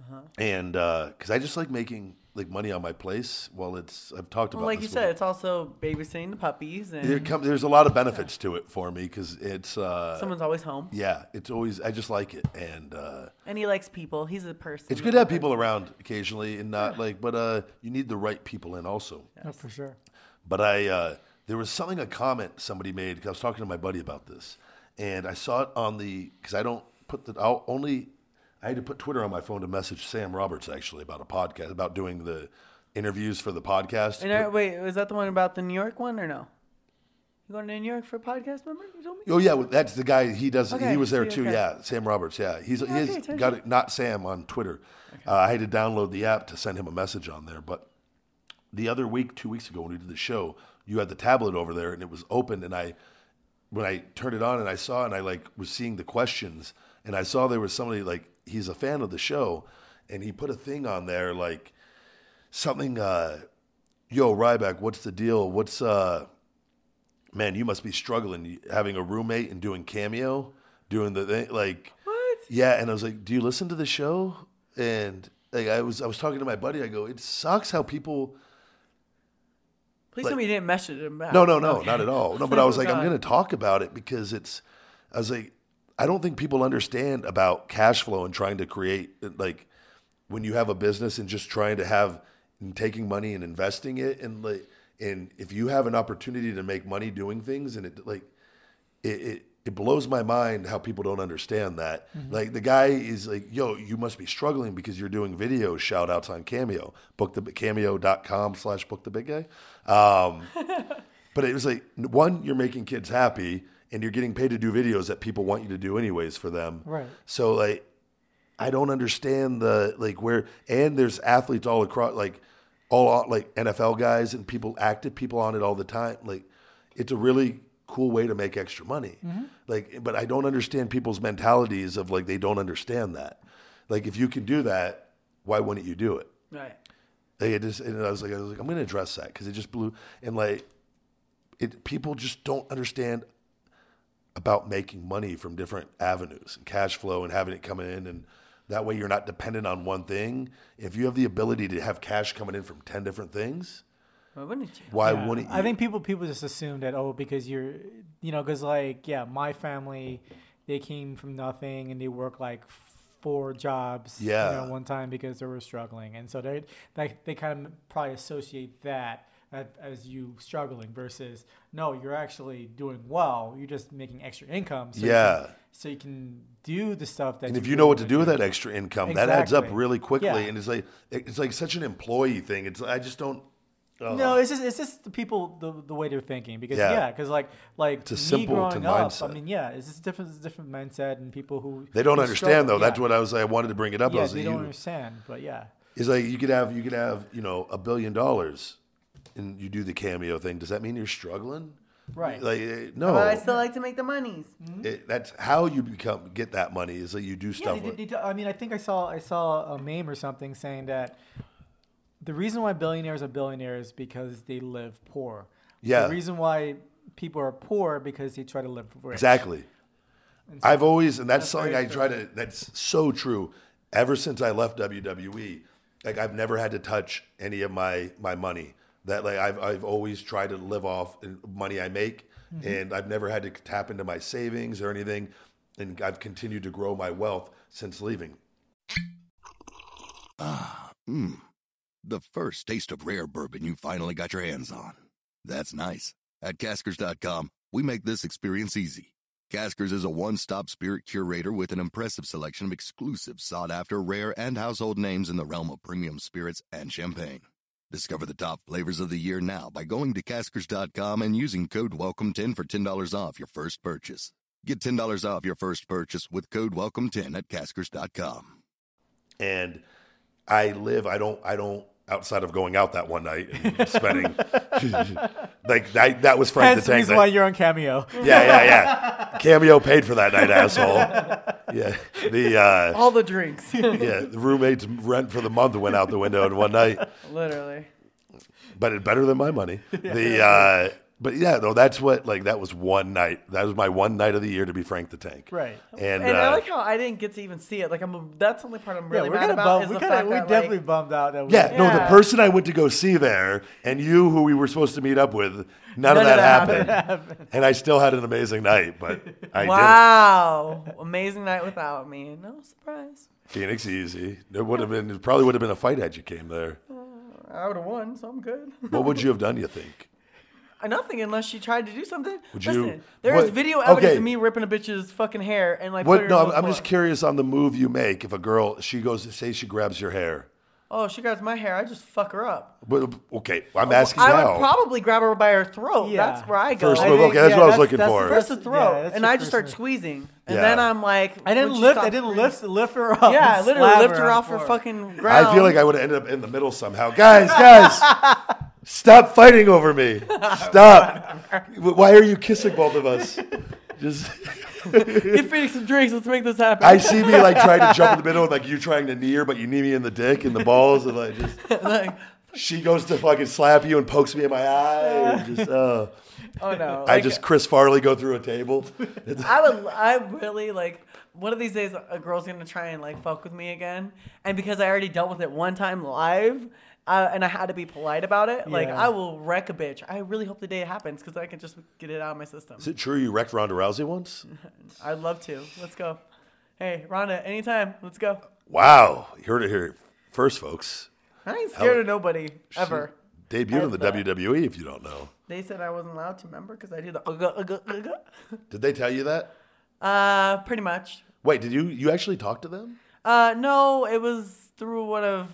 S2: Uh-huh.
S1: and because I just like making like money on my place. Well, it's I've talked about
S2: Well, like you
S1: this
S2: said, it's also babysitting the puppies, and
S1: There come, there's a lot of benefits to it for me because it's uh,
S2: someone's always home.
S1: yeah, it's always I just like it, and uh,
S2: And he likes people. He's a person.
S1: it's good to have people around occasionally and not like, but uh, you need the right people in also.
S3: Oh, for sure.
S1: But I uh, there was something a comment somebody made 'cause I was talking to my buddy about this, and I saw it on the because I don't put the I'll only I had to put Twitter on my phone to message Sam Roberts actually about a podcast about doing the interviews for the podcast.
S2: And I, wait, was that the one about the New York one or no? You going to New York for a podcast? Remember you told me.
S1: Oh yeah, well, that's the guy. He does.
S2: Okay,
S1: he was there
S2: see,
S1: too.
S2: okay.
S1: Yeah, Sam Roberts. Yeah, he's
S2: okay,
S1: he's
S2: totally.
S1: got it. Not Sam on Twitter. Uh, I had to download the app to send him a message on there. But the other week, two weeks ago, when we did the show, you had the tablet over there and it was open. And I, when I turned it on and I saw and I like was seeing the questions and I saw there was somebody like he's a fan of the show, and he put a thing on there like something. uh Yo, Ryback, what's the deal? What's uh man, you must be struggling having a roommate and doing cameo, doing the thing like
S2: What?
S1: yeah. And I was like, do you listen to the show? And like I was I was talking to my buddy. I go, it sucks how people
S2: Please tell me you didn't message him back.
S1: No, no, no, not at all. No, but I was like, I'm
S2: Oh, God.
S1: going to talk about it because it's. I was like, I don't think people understand about cash flow and trying to create like when you have a business and just trying to have and taking money and investing it and like and if you have an opportunity to make money doing things and it like it, it it blows my mind how people don't understand that. Like the guy is like, yo, you must be struggling because you're doing video shout outs on Cameo. Book the cameo.com slash book the big guy. Um, but it was like one, you're making kids happy and you're getting paid to do videos that people want you to do anyways for them.
S3: Right.
S1: So like I don't understand the like where and there's athletes all across like all like NFL guys and people active people on it all the time. Like it's a really cool way to make extra money. Like but I don't understand people's mentalities of like they don't understand that. Like if you can do that, why wouldn't you do it?
S2: Right.
S1: Like it just, and I was like, I was like, I'm gonna address that because it just blew. And like, it people just don't understand about making money from different avenues and cash flow and having it coming in, and that way you're not dependent on one thing. If you have the ability to have cash coming in from ten different things,
S2: Why wouldn't you?
S1: why
S3: Yeah.
S1: wouldn't you?
S3: I think people people just assume that oh because you're you know because like yeah my family they came from nothing and they worked like four jobs you
S1: Yeah.
S3: know, one time because they were struggling and so they they they kind of probably associate that a- as you struggling versus no you're actually doing well you're just making extra income so you
S1: Yeah.
S3: can- so you can do the stuff that
S1: and if
S3: you
S1: you know
S3: really
S1: what to
S3: wanna
S1: do with that extra income, that adds up
S3: Exactly.
S1: really quickly.
S3: Yeah.
S1: And it's like it's like such an employee thing. It's I just don't. Oh.
S3: No, it's just it's just the people the, the way they're thinking because
S1: Yeah.
S3: yeah, because like like
S1: a
S3: me
S1: simple to
S3: growing up,
S1: mindset.
S3: I mean yeah, it's just different it's a different mindset and people who
S1: They don't
S3: who
S1: understand
S3: struggle-
S1: though. That's
S3: yeah.
S1: what I was. I wanted to bring it up. I
S3: yeah
S1: was
S3: they
S1: like,
S3: don't
S1: you-
S3: understand, but yeah,
S1: It's like you could have you could have you know a billion dollars, and you do the cameo thing. Does that mean you're struggling?
S3: right.
S1: Like eh, no,
S2: But I still like to make the monies.
S1: It- that's how you become get that money is that you do
S3: yeah,
S1: stuff
S3: they,
S1: with.
S3: they, I mean I think I saw I saw a meme or something saying that the reason why billionaires are billionaires because they live poor.
S1: Yeah.
S3: the reason why people are poor because they try to live rich.
S1: Exactly. I've always, and that's, something I
S3: very
S1: try to. That's so true. Ever since I left WWE, like I've never had to touch any of my my money. That like I've I've always tried to live off in- money I make,
S3: Mm-hmm.
S1: and I've never had to tap into my savings or anything. And I've continued to grow my wealth since leaving.
S4: Mmm. The first taste of rare bourbon you finally got your hands on. That's nice. At caskers.com, we make this experience easy. Caskers is a one stop spirit curator with an impressive selection of exclusive, sought after, rare, and household names in the realm of premium spirits and champagne. Discover the top flavors of the year now by going to caskers.com and using code WELCOME10 for $10 off your first purchase. Get $10 off your first purchase with code WELCOME10 at caskers.com.
S1: and I live. I don't. I don't. Outside of going out that one night and spending, like that, that was Frank
S3: That's
S1: the
S3: the
S1: Tank.
S3: reason
S1: night.
S3: why you're on cameo.
S1: yeah, yeah, yeah. Cameo paid for that night, asshole. Yeah, the uh,
S2: All the drinks.
S1: yeah the roommate's rent for the month went out the window in one night,
S2: Literally.
S1: but it better than my money. The uh, but yeah, though that's what like that was one night. That was my one night of the year to be Frank the Tank.
S3: Right.
S1: And,
S2: And I
S1: uh,
S2: like how I didn't get to even see it. Like I'm, that's the only part I'm really
S3: yeah, we're
S2: mad
S3: gonna
S2: about is
S3: bum,
S2: the
S3: we,
S2: fact
S3: kinda, we
S2: that
S3: definitely
S2: like,
S3: bummed out that we
S1: yeah, no, the
S2: Yeah.
S1: person I went to go see there and you, who we were supposed to meet up with, none, of that, happened. And I still had an amazing night, but I didn't.
S2: wow, amazing night without me. No surprise.
S1: Phoenix easy. It would have been. It probably would have been a fight had you came there.
S2: I would have won, so I'm good.
S1: What would you have done? You think?
S2: Nothing unless she tried to do something.
S1: Would you-
S2: Listen, there is
S1: what-
S2: video evidence
S1: okay.
S2: of me ripping a bitch's fucking hair and like.
S1: What?
S2: putting her
S1: No,
S2: on
S1: I'm,
S2: the
S1: I'm just
S2: floor.
S1: curious on the move you make. If a girl, she goes, say she grabs your hair.
S2: Oh, she grabs my hair. I just fuck her up.
S1: But okay, I'm asking
S2: I
S1: now.
S2: would probably grab her by her throat.
S3: Yeah.
S2: That's where I go.
S1: First
S2: I
S1: move,
S2: think-
S1: okay, that's what I was looking for.
S3: the
S2: First the
S3: yeah,
S2: throat,
S3: that's
S2: and
S3: your
S2: I just
S3: first
S2: start
S3: move.
S2: squeezing, and
S1: Yeah.
S2: then I'm like,
S3: I didn't
S2: would you
S3: lift.
S2: stop
S3: I didn't
S2: screaming?
S3: lift. Lift her up.
S2: Yeah, I
S3: and
S2: literally
S3: slap
S2: lift her
S3: on
S2: off
S3: the
S2: her
S3: floor.
S2: fucking ground.
S1: I feel like I would end up in the middle somehow. Guys, guys, stop fighting over me. Stop. Why are you kissing both of us? Just.
S2: Get Phoenix some drinks. Let's make this happen.
S1: I see me like trying to jump in the middle, and, like you trying to knee her, but you knee me in the dick and the balls, and like just.
S2: like,
S1: She goes to fucking slap you and pokes me in my eye. And just, uh,
S2: oh no.
S1: I
S2: Like,
S1: just Chris Farley go through a table.
S2: I would. I really like. one of these days a girl's gonna try and like fuck with me again, and because I already dealt with it one time live, uh, and I had to be polite about it, like
S3: Yeah.
S2: I will wreck a bitch. I really hope the day it happens because I can just get it out of my system.
S1: Is it true you wrecked Ronda Rousey once?
S2: I'd love to. Let's go. Hey, Rhonda, anytime. Let's go.
S1: Wow. You heard it here first, folks.
S2: I ain't scared of nobody
S1: She
S2: ever.
S1: Debuted in the
S2: Ever.
S1: WWE, if you don't know.
S2: They said I wasn't allowed to remember because I did the ugga ugga ugga.
S1: Did they tell you that?
S2: Uh, pretty much.
S1: Wait, did you you actually talk to them?
S2: Uh, no, it was through one of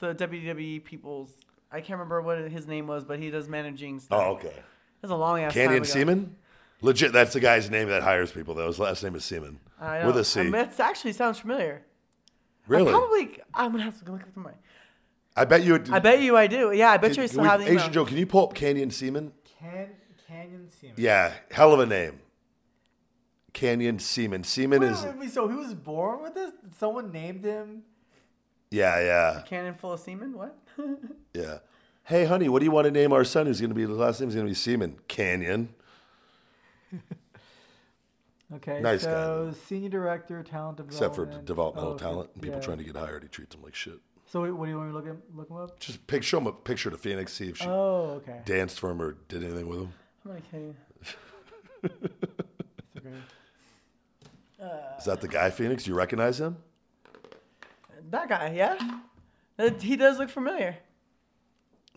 S2: the WWE people's. I can't remember what his name was, but he does managing stuff.
S1: Oh, okay.
S2: That's a long ass
S1: Canyon
S2: time ago.
S1: Seaman? Legit, that's the guy's name that hires people, though. His last name is Seaman.
S2: I know.
S1: With a C.
S2: I mean, that's actually sounds familiar.
S1: really?
S2: I probably. I'm gonna have to look up my.
S1: I bet you. It,
S2: I bet you I do. Yeah, I bet
S1: Can-
S2: you I
S1: can
S2: still
S1: we-
S2: have the email.
S1: Asian Joe, can you pull up Canyon Seaman?
S3: Can Canyon Seaman.
S1: Yeah, hell of a name. Canyon Seaman. Seaman is.
S3: Wait, wait, so he was born with this? Someone named him?
S1: Yeah, yeah,
S2: Cannon full of semen. What?
S1: yeah. Hey, honey, what do you want to name our son? Who's going to be his last name is going to be Seaman Canyon.
S3: Okay.
S1: Nice guy,
S3: so
S1: though.
S3: senior director, talent development.
S1: Except for developmental
S3: Oh, okay,
S1: talent and people
S3: yeah.
S1: trying to get hired, he treats them like shit.
S3: So wait, what do you want me to look him look him up?
S1: Just pic- show him a picture to Phoenix, see if
S2: Uh.
S1: she
S3: Oh, okay.
S1: danced for him or did anything with him.
S2: I'm gonna kill you.
S3: It's okay.
S1: Is that the guy, Phoenix? Do you recognize him?
S2: That guy, yeah. Uh, He does look familiar.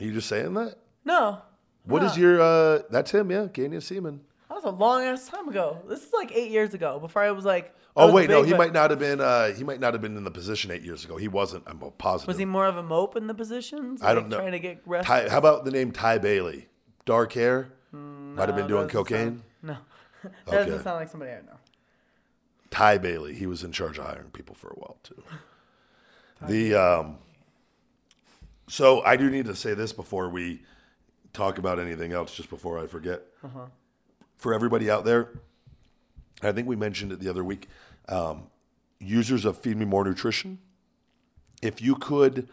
S1: Are you just saying that?
S2: No,
S1: What is your? uh That's him, yeah. Canyon Seaman.
S2: that was a long ass time ago. This is like eight years ago. Before I was like, I
S1: Oh
S2: was
S1: wait, no,
S2: big,
S1: he
S2: but
S1: might not have been. uh He might not have been in the position eight years ago. He wasn't. I'm positive.
S2: Was he more of a mope in the positions?
S1: I don't know.
S2: Trying to get rest.
S1: Ty, how about the name Ty Bailey? Dark hair. Might have been doing
S2: Hmm, doesn't sound-
S1: cocaine.
S2: No, that
S1: Okay.
S2: doesn't sound like somebody I know.
S1: Ty Bailey. He was in charge of hiring people for a while too. the um, so I do need to say this before we talk about anything else, just before I forget. For everybody out there, I think we mentioned it the other week. Um, users of Feed Me More Nutrition, if you could,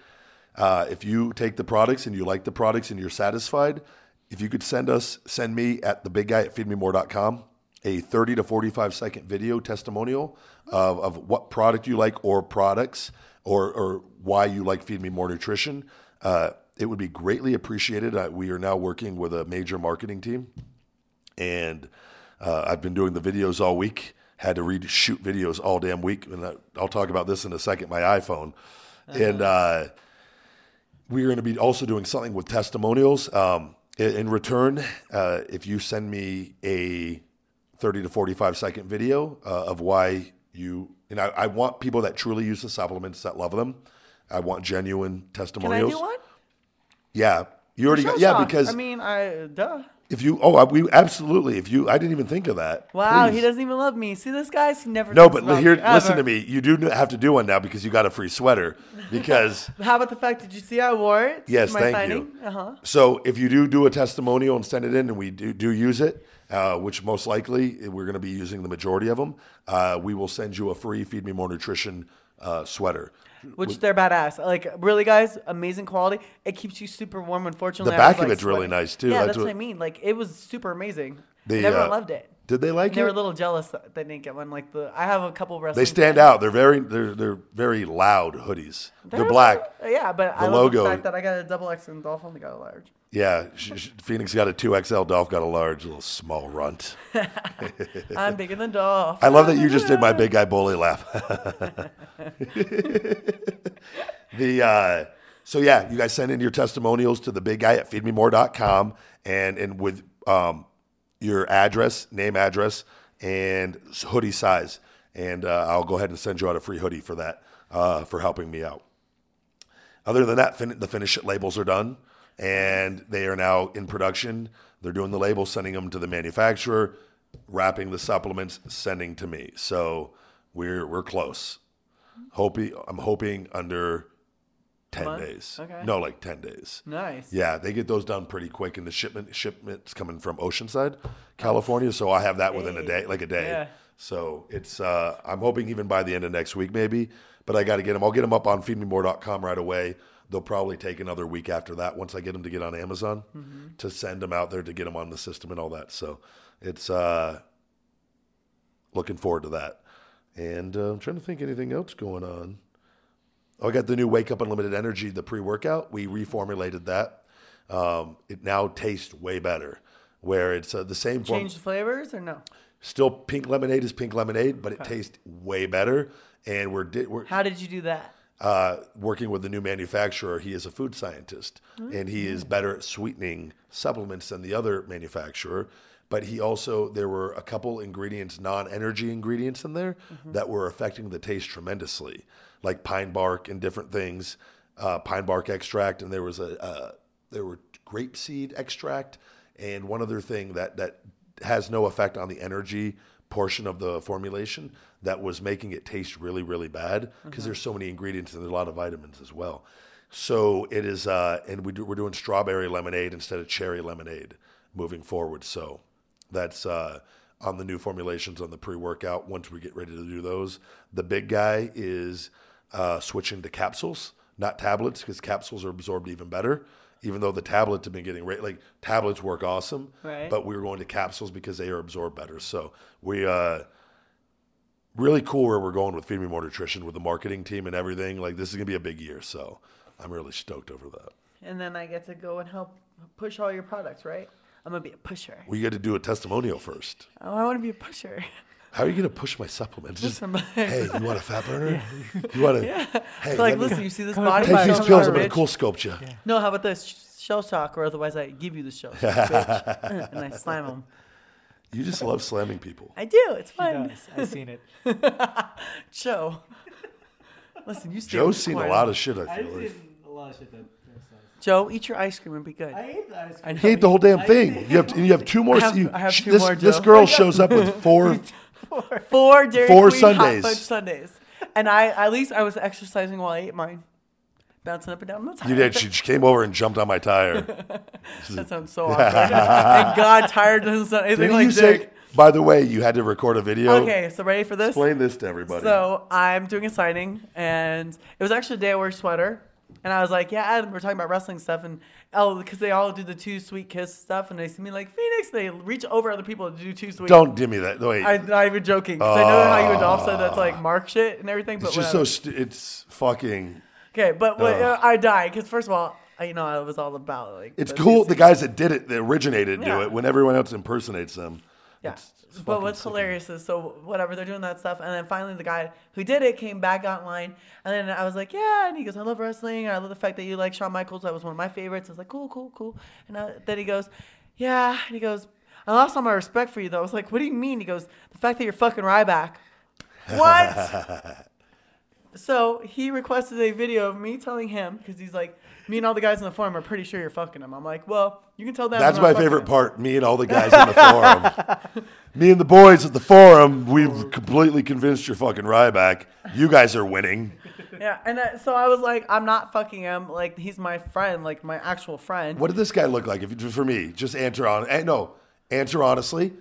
S1: uh, if you take the products and you like the products and you're satisfied, if you could send us, send me at the big guy at feedmemore.com a 30 to 45 second video testimonial of, of what product you like or products or, or why you like Feed Me More Nutrition. Uh, it would be greatly appreciated. Uh, we are now working with a major marketing team and uh, I've been doing the videos all week. Had to read shoot videos all damn week, and I, I'll talk about this in a second. My iPhone,
S2: Uh-huh.
S1: and uh, we're going to be also doing something with testimonials. Um, i- in return, uh, if you send me a 30 to 45 second video uh, of why you, and I, I want people that truly use the supplements that love them. I want genuine
S2: Can I
S1: testimonials.
S2: do one?
S1: Yeah, you already
S2: Sure,
S1: got yeah
S2: Sean.
S1: because
S2: I mean, I duh.
S1: if you oh I, we absolutely if you I didn't even think of that.
S2: Wow,
S1: Please.
S2: he doesn't even love me. See this guy? He never.
S1: No,
S2: thinks
S1: but
S2: about
S1: here,
S2: me,
S1: listen to
S2: ever.
S1: me. You do have to do one now because you got a free sweater. Because
S2: How about the fact? Did you see I wore it? to
S1: yes,
S2: my
S1: thank
S2: signing?
S1: you.
S2: Uh huh.
S1: So if you do do a testimonial and send it in, and we do, do use it, uh, which most likely we're going to be using the majority of them, uh, we will send you a free Feed Me More Nutrition uh, sweater.
S2: Which they're badass. Like really, guys, amazing quality. It keeps you super warm. Unfortunately,
S1: The
S2: I was,
S1: back of
S2: like,
S1: it's really
S2: sweating.
S1: nice, too.
S2: Yeah,
S1: That's
S2: that's
S1: what-
S2: what I mean. Like it was super amazing.
S1: The,
S2: and everyone
S1: uh,
S2: loved it.
S1: Did they like
S2: They were a
S1: it?
S2: little jealous that they didn't get one. Like the I have a couple wrestlers.
S1: They stand out. They're very they're they're very loud hoodies. They're, black.
S2: Yeah, but
S1: The
S2: I love
S1: logo-
S2: the fact that I got a double X and Dolph only got a large.
S1: Yeah, sh- sh- Phoenix got a two XL. Dolph got a large, little small runt.
S2: I'm bigger than Dolph.
S1: I love that you just did my big guy bully laugh. the uh, so yeah, you guys send in your testimonials to the big guy at feedmemore.com and and with um, your address, name, address, and hoodie size, and uh, I'll go ahead and send you out a free hoodie for that uh, for helping me out. Other than that, fin- the finish it labels are done and they are now in production. They're doing the labels, sending them to the manufacturer, wrapping the supplements, sending to me. So we're we're close. Hoping I'm hoping under ten
S2: month?
S1: days.
S2: Okay.
S1: No, like ten days.
S2: Nice.
S1: Yeah, they get those done pretty quick, and the shipment shipments coming from Oceanside, California. So I have that within a day, like a day.
S2: Yeah.
S1: So it's uh, I'm hoping even by the end of next week, maybe. But I got to get them. I'll get them up on feedmemore.com right away. They'll probably take another week after that once I get them to get on Amazon
S2: Mm-hmm.
S1: to send them out there to get them on the system and all that. So it's uh, looking forward to that. And uh, I'm trying to think anything else going on. Oh, I got the new Wake Up Unlimited Energy, the pre workout. We reformulated that. Um, it now tastes way better, where it's uh, the same form.
S2: Change the flavors or no?
S1: Still, pink lemonade is pink lemonade, but it tastes way better. And we're, di- we're
S2: How did you do that?
S1: uh, working with the new manufacturer, he is a food scientist and he is better at sweetening supplements than the other manufacturer. But he also, there were a couple ingredients, non energy ingredients in there that were affecting the taste tremendously, like pine bark and different things, uh, pine bark extract. And there was a, uh, there were grapeseed extract and one other thing that, that has no effect on the energy portion of the formulation that was making it taste really, really bad because there's so many ingredients and there's a lot of vitamins as well. So it is, uh, and we do, we're doing strawberry lemonade instead of cherry lemonade moving forward. So that's uh, on the new formulations on the pre workout. Once we get ready to do those, the big guy is uh, switching to capsules, not tablets, because capsules are absorbed even better. Even though the tablets have been getting ra- like tablets work awesome,
S2: Right.
S1: but we were going to capsules because they are absorbed better. So we uh, really cool where we're going with Feed Me More Nutrition with the marketing team and everything. Like this is gonna be a big year, so I'm really stoked over that.
S2: And then I get to go and help push all your products, right? I'm gonna be a pusher.
S1: We got to do a testimonial first.
S2: Oh, I want to be a pusher.
S1: How are you gonna push my supplements? Just,
S2: Listen, my-
S1: hey, you want a fat burner? You want to? Hey,
S2: like,
S1: let me-
S2: listen, you see this
S3: come and
S2: body?
S3: put
S1: take
S3: my-
S1: these
S2: shell
S3: come
S1: pills.
S2: shock,
S1: I'm gonna
S2: bitch?
S1: cool sculpt you.
S2: No, how about this Sh- shell shock, or otherwise I give you the shell shock, bitch. and I slam them.
S1: You just love slamming people.
S2: I do. It's fun.
S3: Nice. I've seen it.
S2: Joe, listen, you. stay with
S1: Joe's
S2: the
S1: seen a
S2: corn.
S1: lot of shit. I
S3: I've
S1: feel. like.
S3: seen a lot of shit that. that's nice.
S2: Joe, eat your ice cream and be good.
S3: I hate that. It's-
S2: I know.
S1: He ate the whole damn thing. You have and you have two more.
S2: I have-
S1: you-
S2: I have
S1: sh-
S2: two
S1: this,
S2: more,
S1: this
S2: Joe.
S1: girl shows up with four.
S2: Four Dairy
S1: Four
S2: Queen
S1: Sundays.
S2: hot fudge Sundays, and I at least I was exercising while I ate mine, bouncing up and down. I'm not
S1: You did. She she came over and jumped on my tire.
S2: That sounds so awkward. and God, tired doesn't sound anything
S1: Didn't
S2: like
S1: you
S2: dick.
S1: say? By the way, you had to record a video.
S2: okay, so ready for this?
S1: Explain this to everybody.
S2: So I'm doing a signing, and it was actually a day I wore a sweater. And I was like, yeah, Adam, we're talking about wrestling stuff. And oh, because they all do the two sweet kiss stuff. And they see me like, Phoenix, they reach over other people to do two sweet
S1: Don't give me that. Wait,
S2: I'm not even joking. 'cause I know how you and Dolph said that's like Mark shit and everything. But
S1: it's just
S2: whatever.
S1: so. Stu- it's fucking.
S2: Okay, but what,
S1: Ugh.
S2: uh, I die because first of all, I, you know, I was all about like.
S1: It's
S2: the
S1: cool.
S2: juicy-
S1: The guys that did it, that originated, do
S2: Yeah.
S1: it when everyone else impersonates them.
S2: Yeah.
S1: It's- it's
S2: but
S1: fucking
S2: what's
S1: sickening.
S2: hilarious is so whatever they're doing that stuff, and then finally the guy who did it came back online, and then I was like, yeah, and he goes, I love wrestling, and I love the fact that you like Shawn Michaels. That was one of my favorites. I was like, cool, cool, cool. And I, then he goes, yeah, and he goes, I lost all my respect for you though. I was like, what do you mean? He goes, the fact that you're fucking Ryback. What? so he requested a video of me telling him because he's like, me and all the guys in the forum are pretty sure you're fucking him. I'm like, well, you can tell them.
S1: That's
S2: I'm not
S1: my
S2: fucking
S1: favorite
S2: him."
S1: part. Me and all the guys in the forum. Me and the boys at the forum. We've completely convinced you're fucking Ryback. You guys are winning.
S2: Yeah, and uh, so I was like, I'm not fucking him. Like he's my friend, like my actual friend.
S1: What did this guy look like? If you, for me, just answer on. eh, No, answer honestly.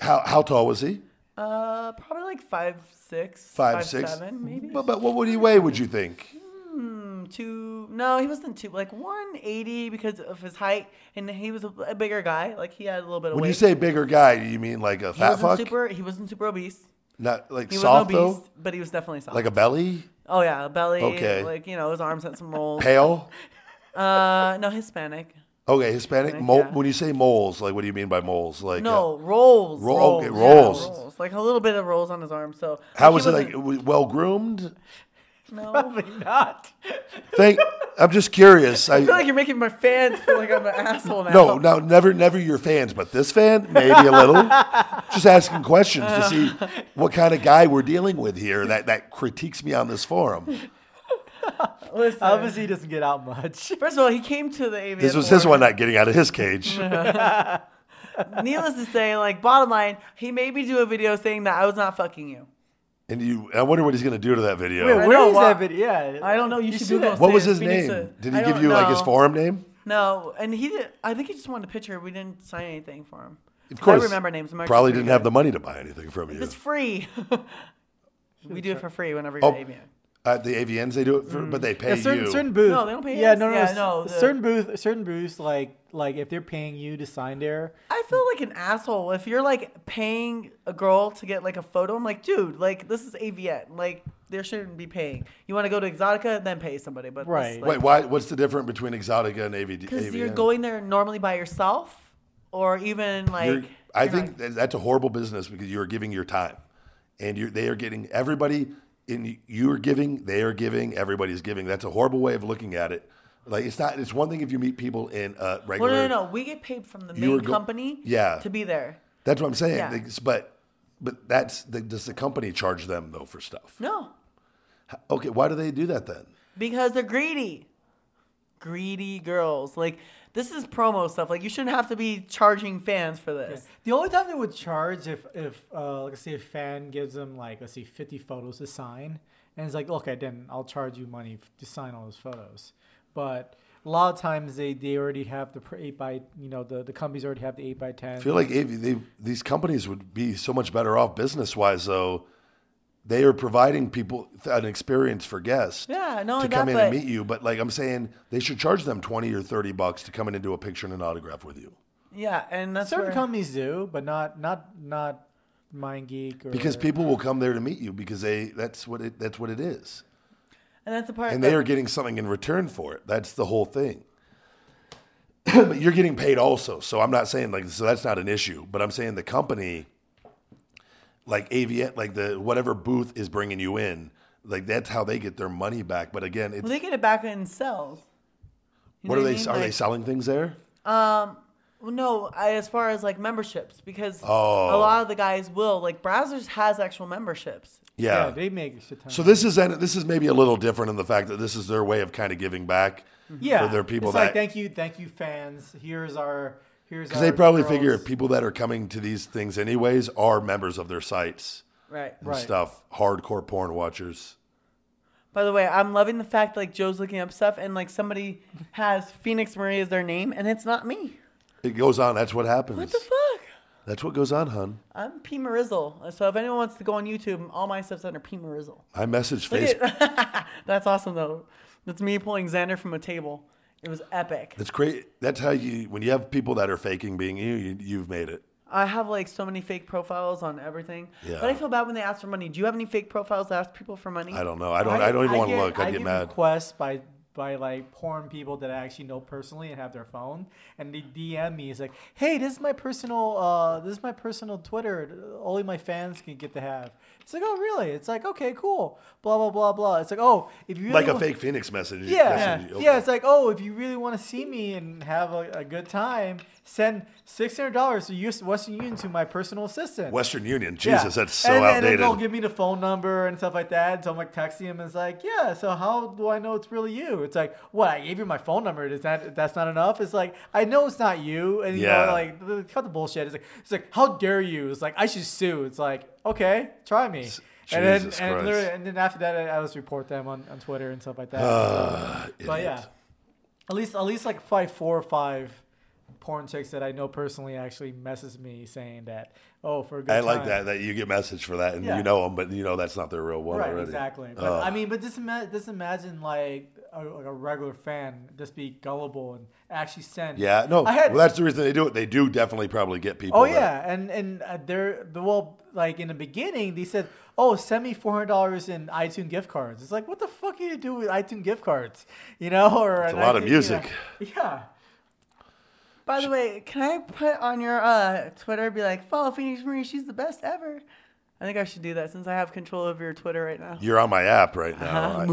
S1: How how tall was he?
S2: Uh, probably like five six,
S1: Five,
S2: five,
S1: six. Mm-hmm.
S2: seven, maybe
S1: But, but what would he weigh? Would you think?
S2: two. No, he wasn't two. Like one eighty because of his height, and he was a, a bigger guy. Like he had a little bit of
S1: When
S2: weight.
S1: you say bigger guy, do you mean like a
S2: he
S1: fat
S2: wasn't
S1: fuck?
S2: super, he wasn't super obese.
S1: Not like
S2: He
S1: soft
S2: wasn't obese,
S1: though.
S2: but he was definitely soft.
S1: Like a belly.
S2: oh yeah, belly.
S1: Okay.
S2: Like you know, his arms had some rolls.
S1: Pale.
S2: Uh, no Hispanic.
S1: Okay, Hispanic.
S2: Hispanic,
S1: Mole,
S2: yeah.
S1: When you say moles, like what do you mean by moles? Like uh,
S2: No rolls.
S1: Roll-
S2: rolls.
S1: okay,
S2: yeah,
S1: rolls.
S2: rolls. Like a little bit of rolls on his arm. So
S1: how
S2: he
S1: was it
S2: wasn't-
S1: like? Well groomed.
S2: No.
S3: Probably not.
S1: Thank. I'm just curious. I,
S2: I feel like you're making my fans feel like I'm an asshole now.
S1: no, no, never, never your fans, but this fan maybe a little. just asking questions to see what kind of guy we're dealing with here that that critiques me on this forum.
S2: Listen.
S3: Obviously, he doesn't get out much.
S2: First of all, he came to the AVN.
S1: This was his
S2: forum.
S1: one not getting out of his cage.
S2: Needless to say, like, bottom line, he made me do a video saying that I was not fucking you.
S1: And you, I wonder what he's going to do to that video.
S3: Wait, where
S2: know
S3: is that
S2: why.
S3: video? Yeah,
S2: I don't know. You, should
S3: see
S2: do
S3: that?
S2: that.
S1: what was his name? Did he give you like his forum name?
S2: No, and he did. I think he just wanted a picture. We didn't sign anything for him.
S1: Of course.
S2: I remember names. I'm actually
S1: Probably
S2: pretty
S1: didn't have the money to buy anything from
S2: good.
S1: you.
S2: It's free. we do it for free whenever you're
S1: Oh,
S2: at AVN.
S1: At the AVNs, they do it, for, but they pay
S3: Yeah, certain,
S1: you.
S3: certain booths.
S2: No, they don't pay
S3: Yeah,
S2: us.
S3: no, no,
S2: Yeah,
S3: s-
S2: no, the-
S3: certain booth, certain booths. Like, like if they're paying you to sign there,
S2: I feel like an asshole if you're like paying a girl to get like a photo. I'm like, dude, like this is AVN. Like there shouldn't be paying. You want to go to Exotica, then pay somebody. But this,
S3: Right.
S2: like,
S1: Wait, why? What's the difference between Exotica and AVD?
S2: Because
S1: AVN?
S2: you're going there normally by yourself, or even like.
S1: You're- I
S2: you're
S1: think that that's a horrible business because you're giving your time, and you're they are getting everybody in. You are giving, they are giving, everybody's giving. That's a horrible way of looking at it. Like it's not. It's one thing if you meet people in a
S2: not-
S1: regular.
S2: well, no, no, no. We get paid from the
S1: You
S2: main
S1: were go-
S2: company.
S1: Yeah.
S2: To be there.
S1: That's what I'm saying.
S2: Yeah.
S1: It's- But but that's the, does the company charge them though for stuff?
S2: No,
S1: Okay, why do they do that then?
S2: because they're greedy. Greedy girls. Like this is promo stuff. Like you shouldn't have to be charging fans for this.
S3: the only time they would charge if, if, uh, like, let's say a fan gives them like, let's say, fifty photos to sign, and it's like, okay, then I'll charge you money f- to sign all those photos. But a lot of times they, they already have the pr- eight by, you know, the, the companies already have the eight by ten.
S1: I feel like if they, these companies would be so much better off business wise, though. They are providing people an experience for guests.
S2: Yeah, not only
S1: to come
S2: that,
S1: in and
S2: but-
S1: meet you, but like I'm saying, they should charge them twenty or thirty bucks to come in and do a picture and an autograph with you.
S2: Yeah, and that's
S3: Certain
S2: where-
S3: companies do, but not not not Mind Geek or
S1: Because people will come there to meet you because they that's what it that's what it is,
S2: and that's the part.
S1: and
S2: that-
S1: they are getting something in return for it. That's the whole thing. but you're getting paid also, so I'm not saying like so that's not an issue. But I'm saying the company, like AVN, like the whatever booth is bringing you in, like that's how they get their money back. But again, it's,
S2: Well, they get it back in sales. You
S1: what
S2: know
S1: are they
S2: I mean?
S1: are they
S2: Like-
S1: selling things there?
S2: Well, no, I, as far as like memberships, because a
S1: Oh.
S2: lot of the guys will like Brazzers has actual memberships.
S3: yeah, they make a shit ton.
S1: So this is this is maybe a little different in the fact that this is their way of kind of giving back
S3: yeah,
S1: for their people
S3: it's
S1: that
S3: like thank you, uh, thank you, fans. Here's our here's
S1: because they probably figure
S3: people.
S1: people that are coming to these things anyways are members of their sites
S2: Right.
S1: and
S3: Right.
S1: stuff, hardcore porn watchers.
S2: By the way, I'm loving the fact like Joe's looking up stuff and like somebody has Phoenix Marie as their name and it's not me.
S1: It goes on. That's what happens.
S2: What the fuck?
S1: That's what goes on, hun.
S2: I'm P Marizzle. So if anyone wants to go on YouTube, all my stuff's under P Marizzle.
S1: I messaged
S2: Look
S1: Facebook.
S2: at- That's awesome though. That's me pulling Xander from a table. It was epic.
S1: That's great. That's how you when you have people that are faking being you, you you've made it.
S2: I have like so many fake profiles on everything.
S1: Yeah.
S2: But I feel bad when they ask for money. Do you have any fake profiles that ask people for money?
S1: I don't know. I don't. I, don't even want to look. I, get, mad.
S3: Requests by by like porn people that I actually know personally and have their phone, and they DM me. It's like, hey, this is my personal. Uh, this is my personal Twitter. Only my fans can get to have. It's like, oh, really? It's like, okay, cool. Blah blah blah blah. It's like, oh, if you
S1: like
S3: really
S1: a
S3: wa-
S1: fake Phoenix message.
S3: Yeah,
S1: message,
S3: yeah.
S1: okay.
S3: It's like, oh, if you really want to see me and have a, a good time, send six hundred dollars to US Western Union to my personal assistant.
S1: Western Union.
S3: Yeah.
S1: Jesus, that's so
S3: and, then-
S1: outdated.
S3: And then they'll give me the phone number and stuff like that. So I'm like texting him. And it's like, yeah. So how do I know it's really you? It's like, what? I gave you my phone number. Is that that's not enough? It's like I know it's not you. And you know,
S1: Yeah.
S3: like th- cut the bullshit. It's like it's like how dare you? It's like I should sue. It's like okay, try me. and then
S1: Jesus
S3: and,
S1: Christ. Ah,
S3: literally- and then after that, I, I just report them on, on Twitter and stuff like that. but
S1: Uh, Idiot.
S3: yeah, at least at least like probably four or five. Porn chicks that I know personally actually messes me saying that, oh, for a good
S1: I
S3: time.
S1: like that that you get message for that and
S3: Yeah.
S1: you know them, but you know that's not their real one
S3: Right,
S1: already. Uh,
S3: exactly. But I mean, but just, ima- just imagine like a, like a regular fan just be gullible and actually send.
S1: Yeah, no.
S3: I had.
S1: well, that's the reason they do it. They do definitely probably get people.
S3: oh
S1: that-
S3: yeah, and and uh, they're the well like in the beginning they said, oh, send me four hundred dollars in iTunes gift cards. It's like what the fuck are you do with iTunes gift cards? You know, or
S1: It's a
S3: an
S1: lot of
S3: iTunes, you know.
S1: music.
S3: Yeah.
S2: By the way, can I put on your uh, Twitter, be like, follow Phoenix Marie, she's the best ever? I think I should do that since I have control over your Twitter right now.
S1: You're on my app right now. I,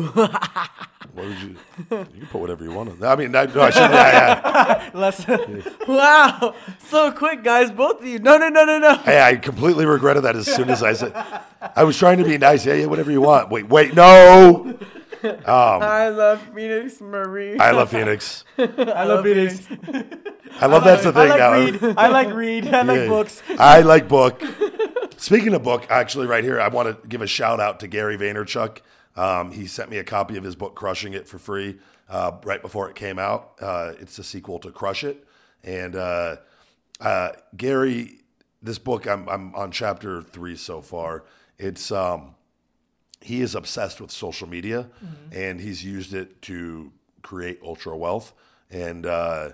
S1: what would you? You can put whatever you want. on I mean, I, no, I shouldn't. I, I,
S3: Let's.
S2: Wow, so quick, guys, both of you. No, no, no, no, no.
S1: hey, I completely regretted that as soon as I said. I was trying to be nice. Yeah, yeah, whatever you want. Wait, wait, no.
S2: I love Phoenix Marie.
S1: I love Phoenix.
S3: I love reading.
S1: I love that's the
S3: I
S1: thing now.
S3: like read. I like read. I like
S1: Yeah.
S3: books.
S1: I like book. Speaking of book, actually, right here, I want to give a shout out to Gary Vaynerchuk. Um, he sent me a copy of his book, Crushing It, for free uh, right before it came out. Uh, it's a sequel to Crush It. And uh, uh, Gary, this book, I'm, I'm on chapter three so far. It's um, he is obsessed with social media and he's used it to create ultra wealth and uh,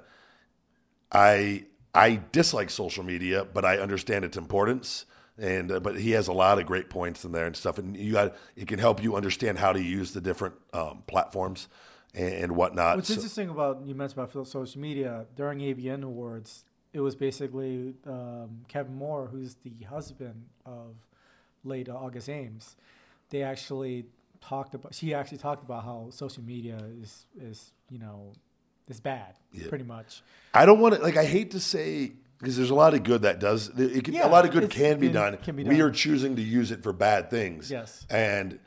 S1: i i dislike social media but i understand its importance and uh, but he has a lot of great points in there and stuff and you got it can help you understand how to use the different um, platforms and, and whatnot
S3: What's
S1: So-
S3: interesting about you mentioned about social media during AVN Awards, it was basically um, Kevin Moore, who's the husband of late August Ames. They actually talked about. She actually talked about how social media is is you know is bad, pretty much.
S1: I don't want to like. I hate to say because there's a lot of good that does. It can,
S3: Yeah,
S1: a lot of good
S3: it's-
S1: can be,
S3: it
S1: done.
S3: can be
S1: We
S3: done.
S1: are choosing to use it for bad things.
S3: Yes.
S1: and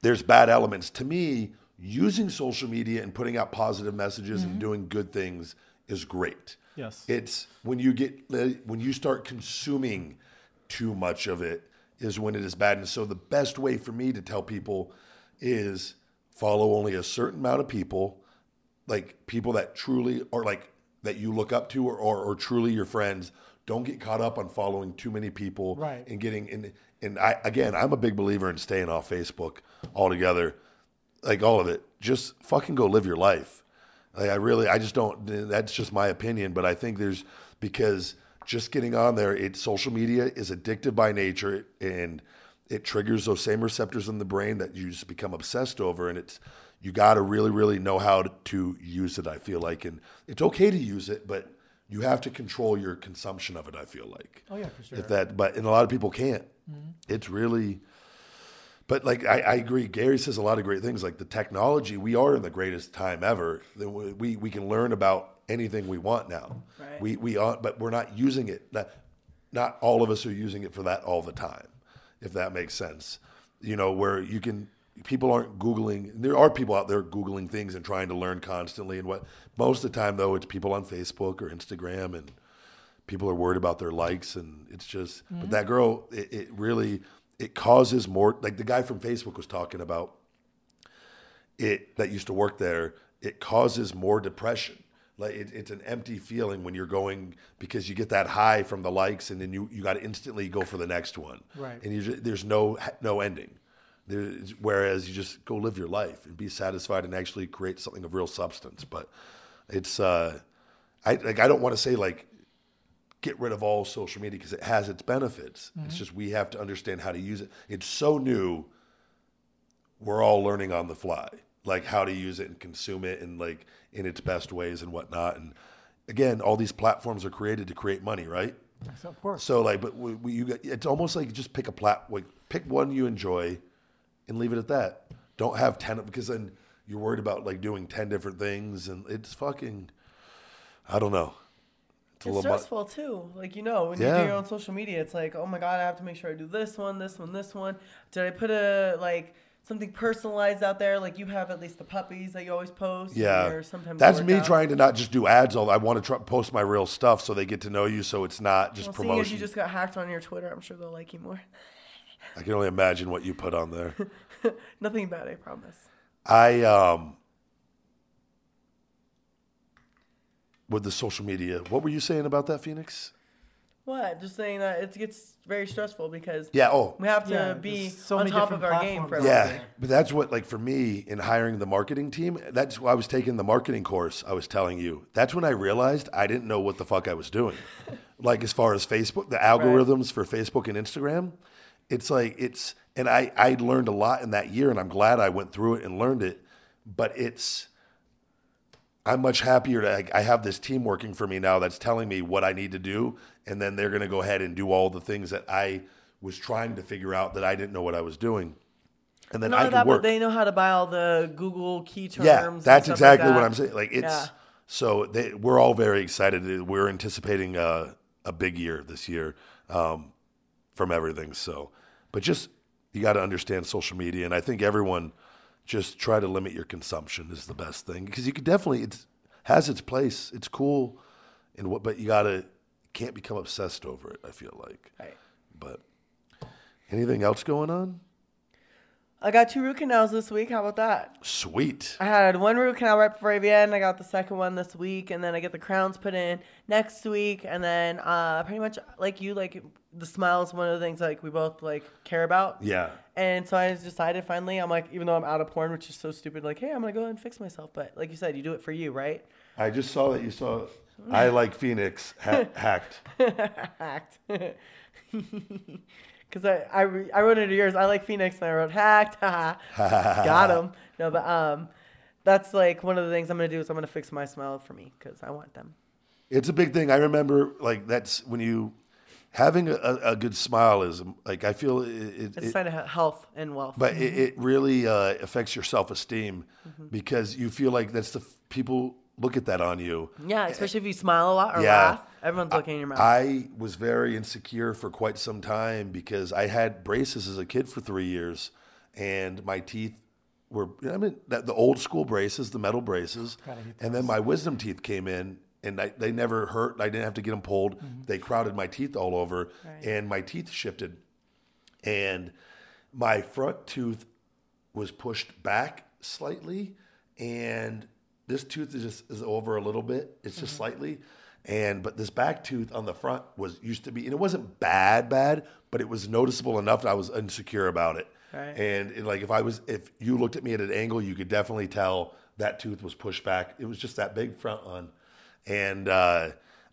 S1: there's bad elements. To me, using social media and putting out positive messages
S3: Mm-hmm.
S1: and doing good things is great.
S3: Yes.
S1: It's when you get when you start consuming too much of it is when it is bad. And so the best way for me to tell people is follow only a certain amount of people, like people that truly are like that you look up to or or, or truly your friends. Don't get caught up on following too many people
S3: Right.
S1: and getting in and I again I'm a big believer in staying off Facebook altogether. Like all of it. Just fucking go live your life. Like I really, I just don't. That's just my opinion, but I think there's because just getting on there, it social media is addictive by nature, and it triggers those same receptors in the brain that you just become obsessed over, and it's you got to really, really know how to, to use it. I feel like, and it's okay to use it, but you have to control your consumption of it. I feel like.
S3: Oh yeah, for sure.
S1: If that, but and a lot of people can't. It's really, but like I, I agree. Gary says a lot of great things. Like the technology, we are in the greatest time ever. That we- We we can learn about anything we want now.
S2: Right.
S1: We we are, but we're not using it. Not, not all of us are using it for that all the time. If that makes sense, you know where you can. People aren't googling. There are people out there googling things and trying to learn constantly. And what most of the time though, it's people on Facebook or Instagram and people are worried about their likes and it's just but that girl it, it really it causes more like the guy from facebook was talking about it that used to work there it causes more depression like it, it's an empty feeling when you're going because you get that high from the likes and then you, you got to instantly go for the next one
S3: Right.
S1: and you just, there's no no ending there's, whereas you just go live your life and be satisfied and actually create something of real substance but it's uh i like i don't want to say like get rid of all social media because it has its benefits.
S3: Mm-hmm.
S1: It's just we have to understand how to use it. It's so new. We're all learning on the fly, like how to use it and consume it and like in its best ways and whatnot. And again, all these platforms are created to create money, right?
S3: So, of course.
S1: So like, but we, we, you got, it's almost like just pick a plat, like pick one you enjoy, and leave it at that. Don't have ten of- because then you're worried about like doing ten different things, and it's fucking. I don't know. It's,
S2: It's
S1: little mu-
S2: stressful too. Like you know, when you
S1: Yeah.
S2: do your own social media, it's like, oh my god, I have to make sure I do this one, this one, this one. Did I put a like something personalized out there? Like you have at least the puppies that you always post.
S1: Yeah,
S2: Or sometimes the
S1: that's me
S2: workout.
S1: trying to not just do ads. All I want to try, post my real stuff so they get to know you. So it's not just
S2: Well, seeing as
S1: promotion.
S2: you just got hacked on your Twitter, I'm sure they'll like you more.
S1: I can only imagine what you put on there.
S2: Nothing bad, I promise.
S1: I um, with the social media. What were you saying about that, Phoenix?
S2: What? Just saying that it gets very stressful because
S1: Yeah. Oh,
S2: we have to
S3: Yeah,
S2: be
S3: there's so
S2: on
S3: many
S2: top of
S3: different
S2: our game for
S3: platforms.
S2: everything.
S1: Yeah, but that's what like for me in hiring the marketing team. That's why I was taking the marketing course. I was telling you. That's when I realized I didn't know what the fuck I was doing. like as far as Facebook, the algorithms for Facebook and Instagram, it's like it's and I I learned a lot in that year, and I'm glad I went through it and learned it. But it's I'm much happier to I- I have this team working for me now that's telling me what I need to do, and then they're going to go ahead and do all the things that I was trying to figure out that I didn't know what I was doing, and then
S2: Not
S1: I
S2: only
S1: can
S2: that,
S1: work.
S2: but they know how to buy all the Google key terms.
S1: yeah,
S2: and
S1: that's
S2: stuff like
S1: exactly
S2: that.
S1: what I'm saying. Like it's
S2: Yeah.
S1: so they, we're all very excited. We're anticipating a, a big year this year um, from everything. So, but just you got to understand social media, and I think everyone just try to limit your consumption is the best thing because you could definitely it has its place. It's cool, and what, but you gotta can't become obsessed over it. I feel like,
S2: Right.
S1: but anything else going on?
S2: I got two root canals this week. How about that?
S1: Sweet.
S2: I had one root canal right before AVN. I got the second one this week, and then I get the crowns put in next week, and then uh, pretty much like you, like the smile is one of the things like we both like care about.
S1: Yeah.
S2: And so I just decided finally, I'm like, even though I'm out of porn, which is so stupid, like, hey, I'm gonna go and fix myself. But like you said, you do it for you, right?
S1: I just saw that you saw I like Phoenix ha- hacked.
S2: hacked. Because I, I, re- I wrote into yours. I like Phoenix, and I wrote hacked. haha. Got him. No, but um, that's like one of the things I'm gonna do is I'm gonna fix my smile for me because I want them.
S1: It's a big thing. I remember like that's when you having a, a, a good smile is like I feel it. it,
S2: It's
S1: it
S2: a sign of he- health and wealth.
S1: but it, it really uh, affects your self esteem because you feel like that's the f- people look at that on you.
S2: yeah, especially if you smile a lot or
S1: eh, Yeah.
S2: laugh, everyone's looking in your mouth.
S1: I was very insecure for quite some time because I had braces as a kid for three years, and my teeth were I mean that, the old school braces, the metal braces, and then my wisdom teeth came in. And I, they never hurt. I didn't have to get them pulled.
S2: Mm-hmm.
S1: They crowded my teeth all over, and my teeth shifted. And my front tooth was pushed back slightly, and this tooth is just is over a little bit. It's just slightly, and but this back tooth on the front was used to be, and it wasn't bad, bad, but it was noticeable enough that I was insecure about it.
S2: Right.
S1: And it, like if I was, if you looked at me at an angle, you could definitely tell that tooth was pushed back. It was just that big front one, and uh,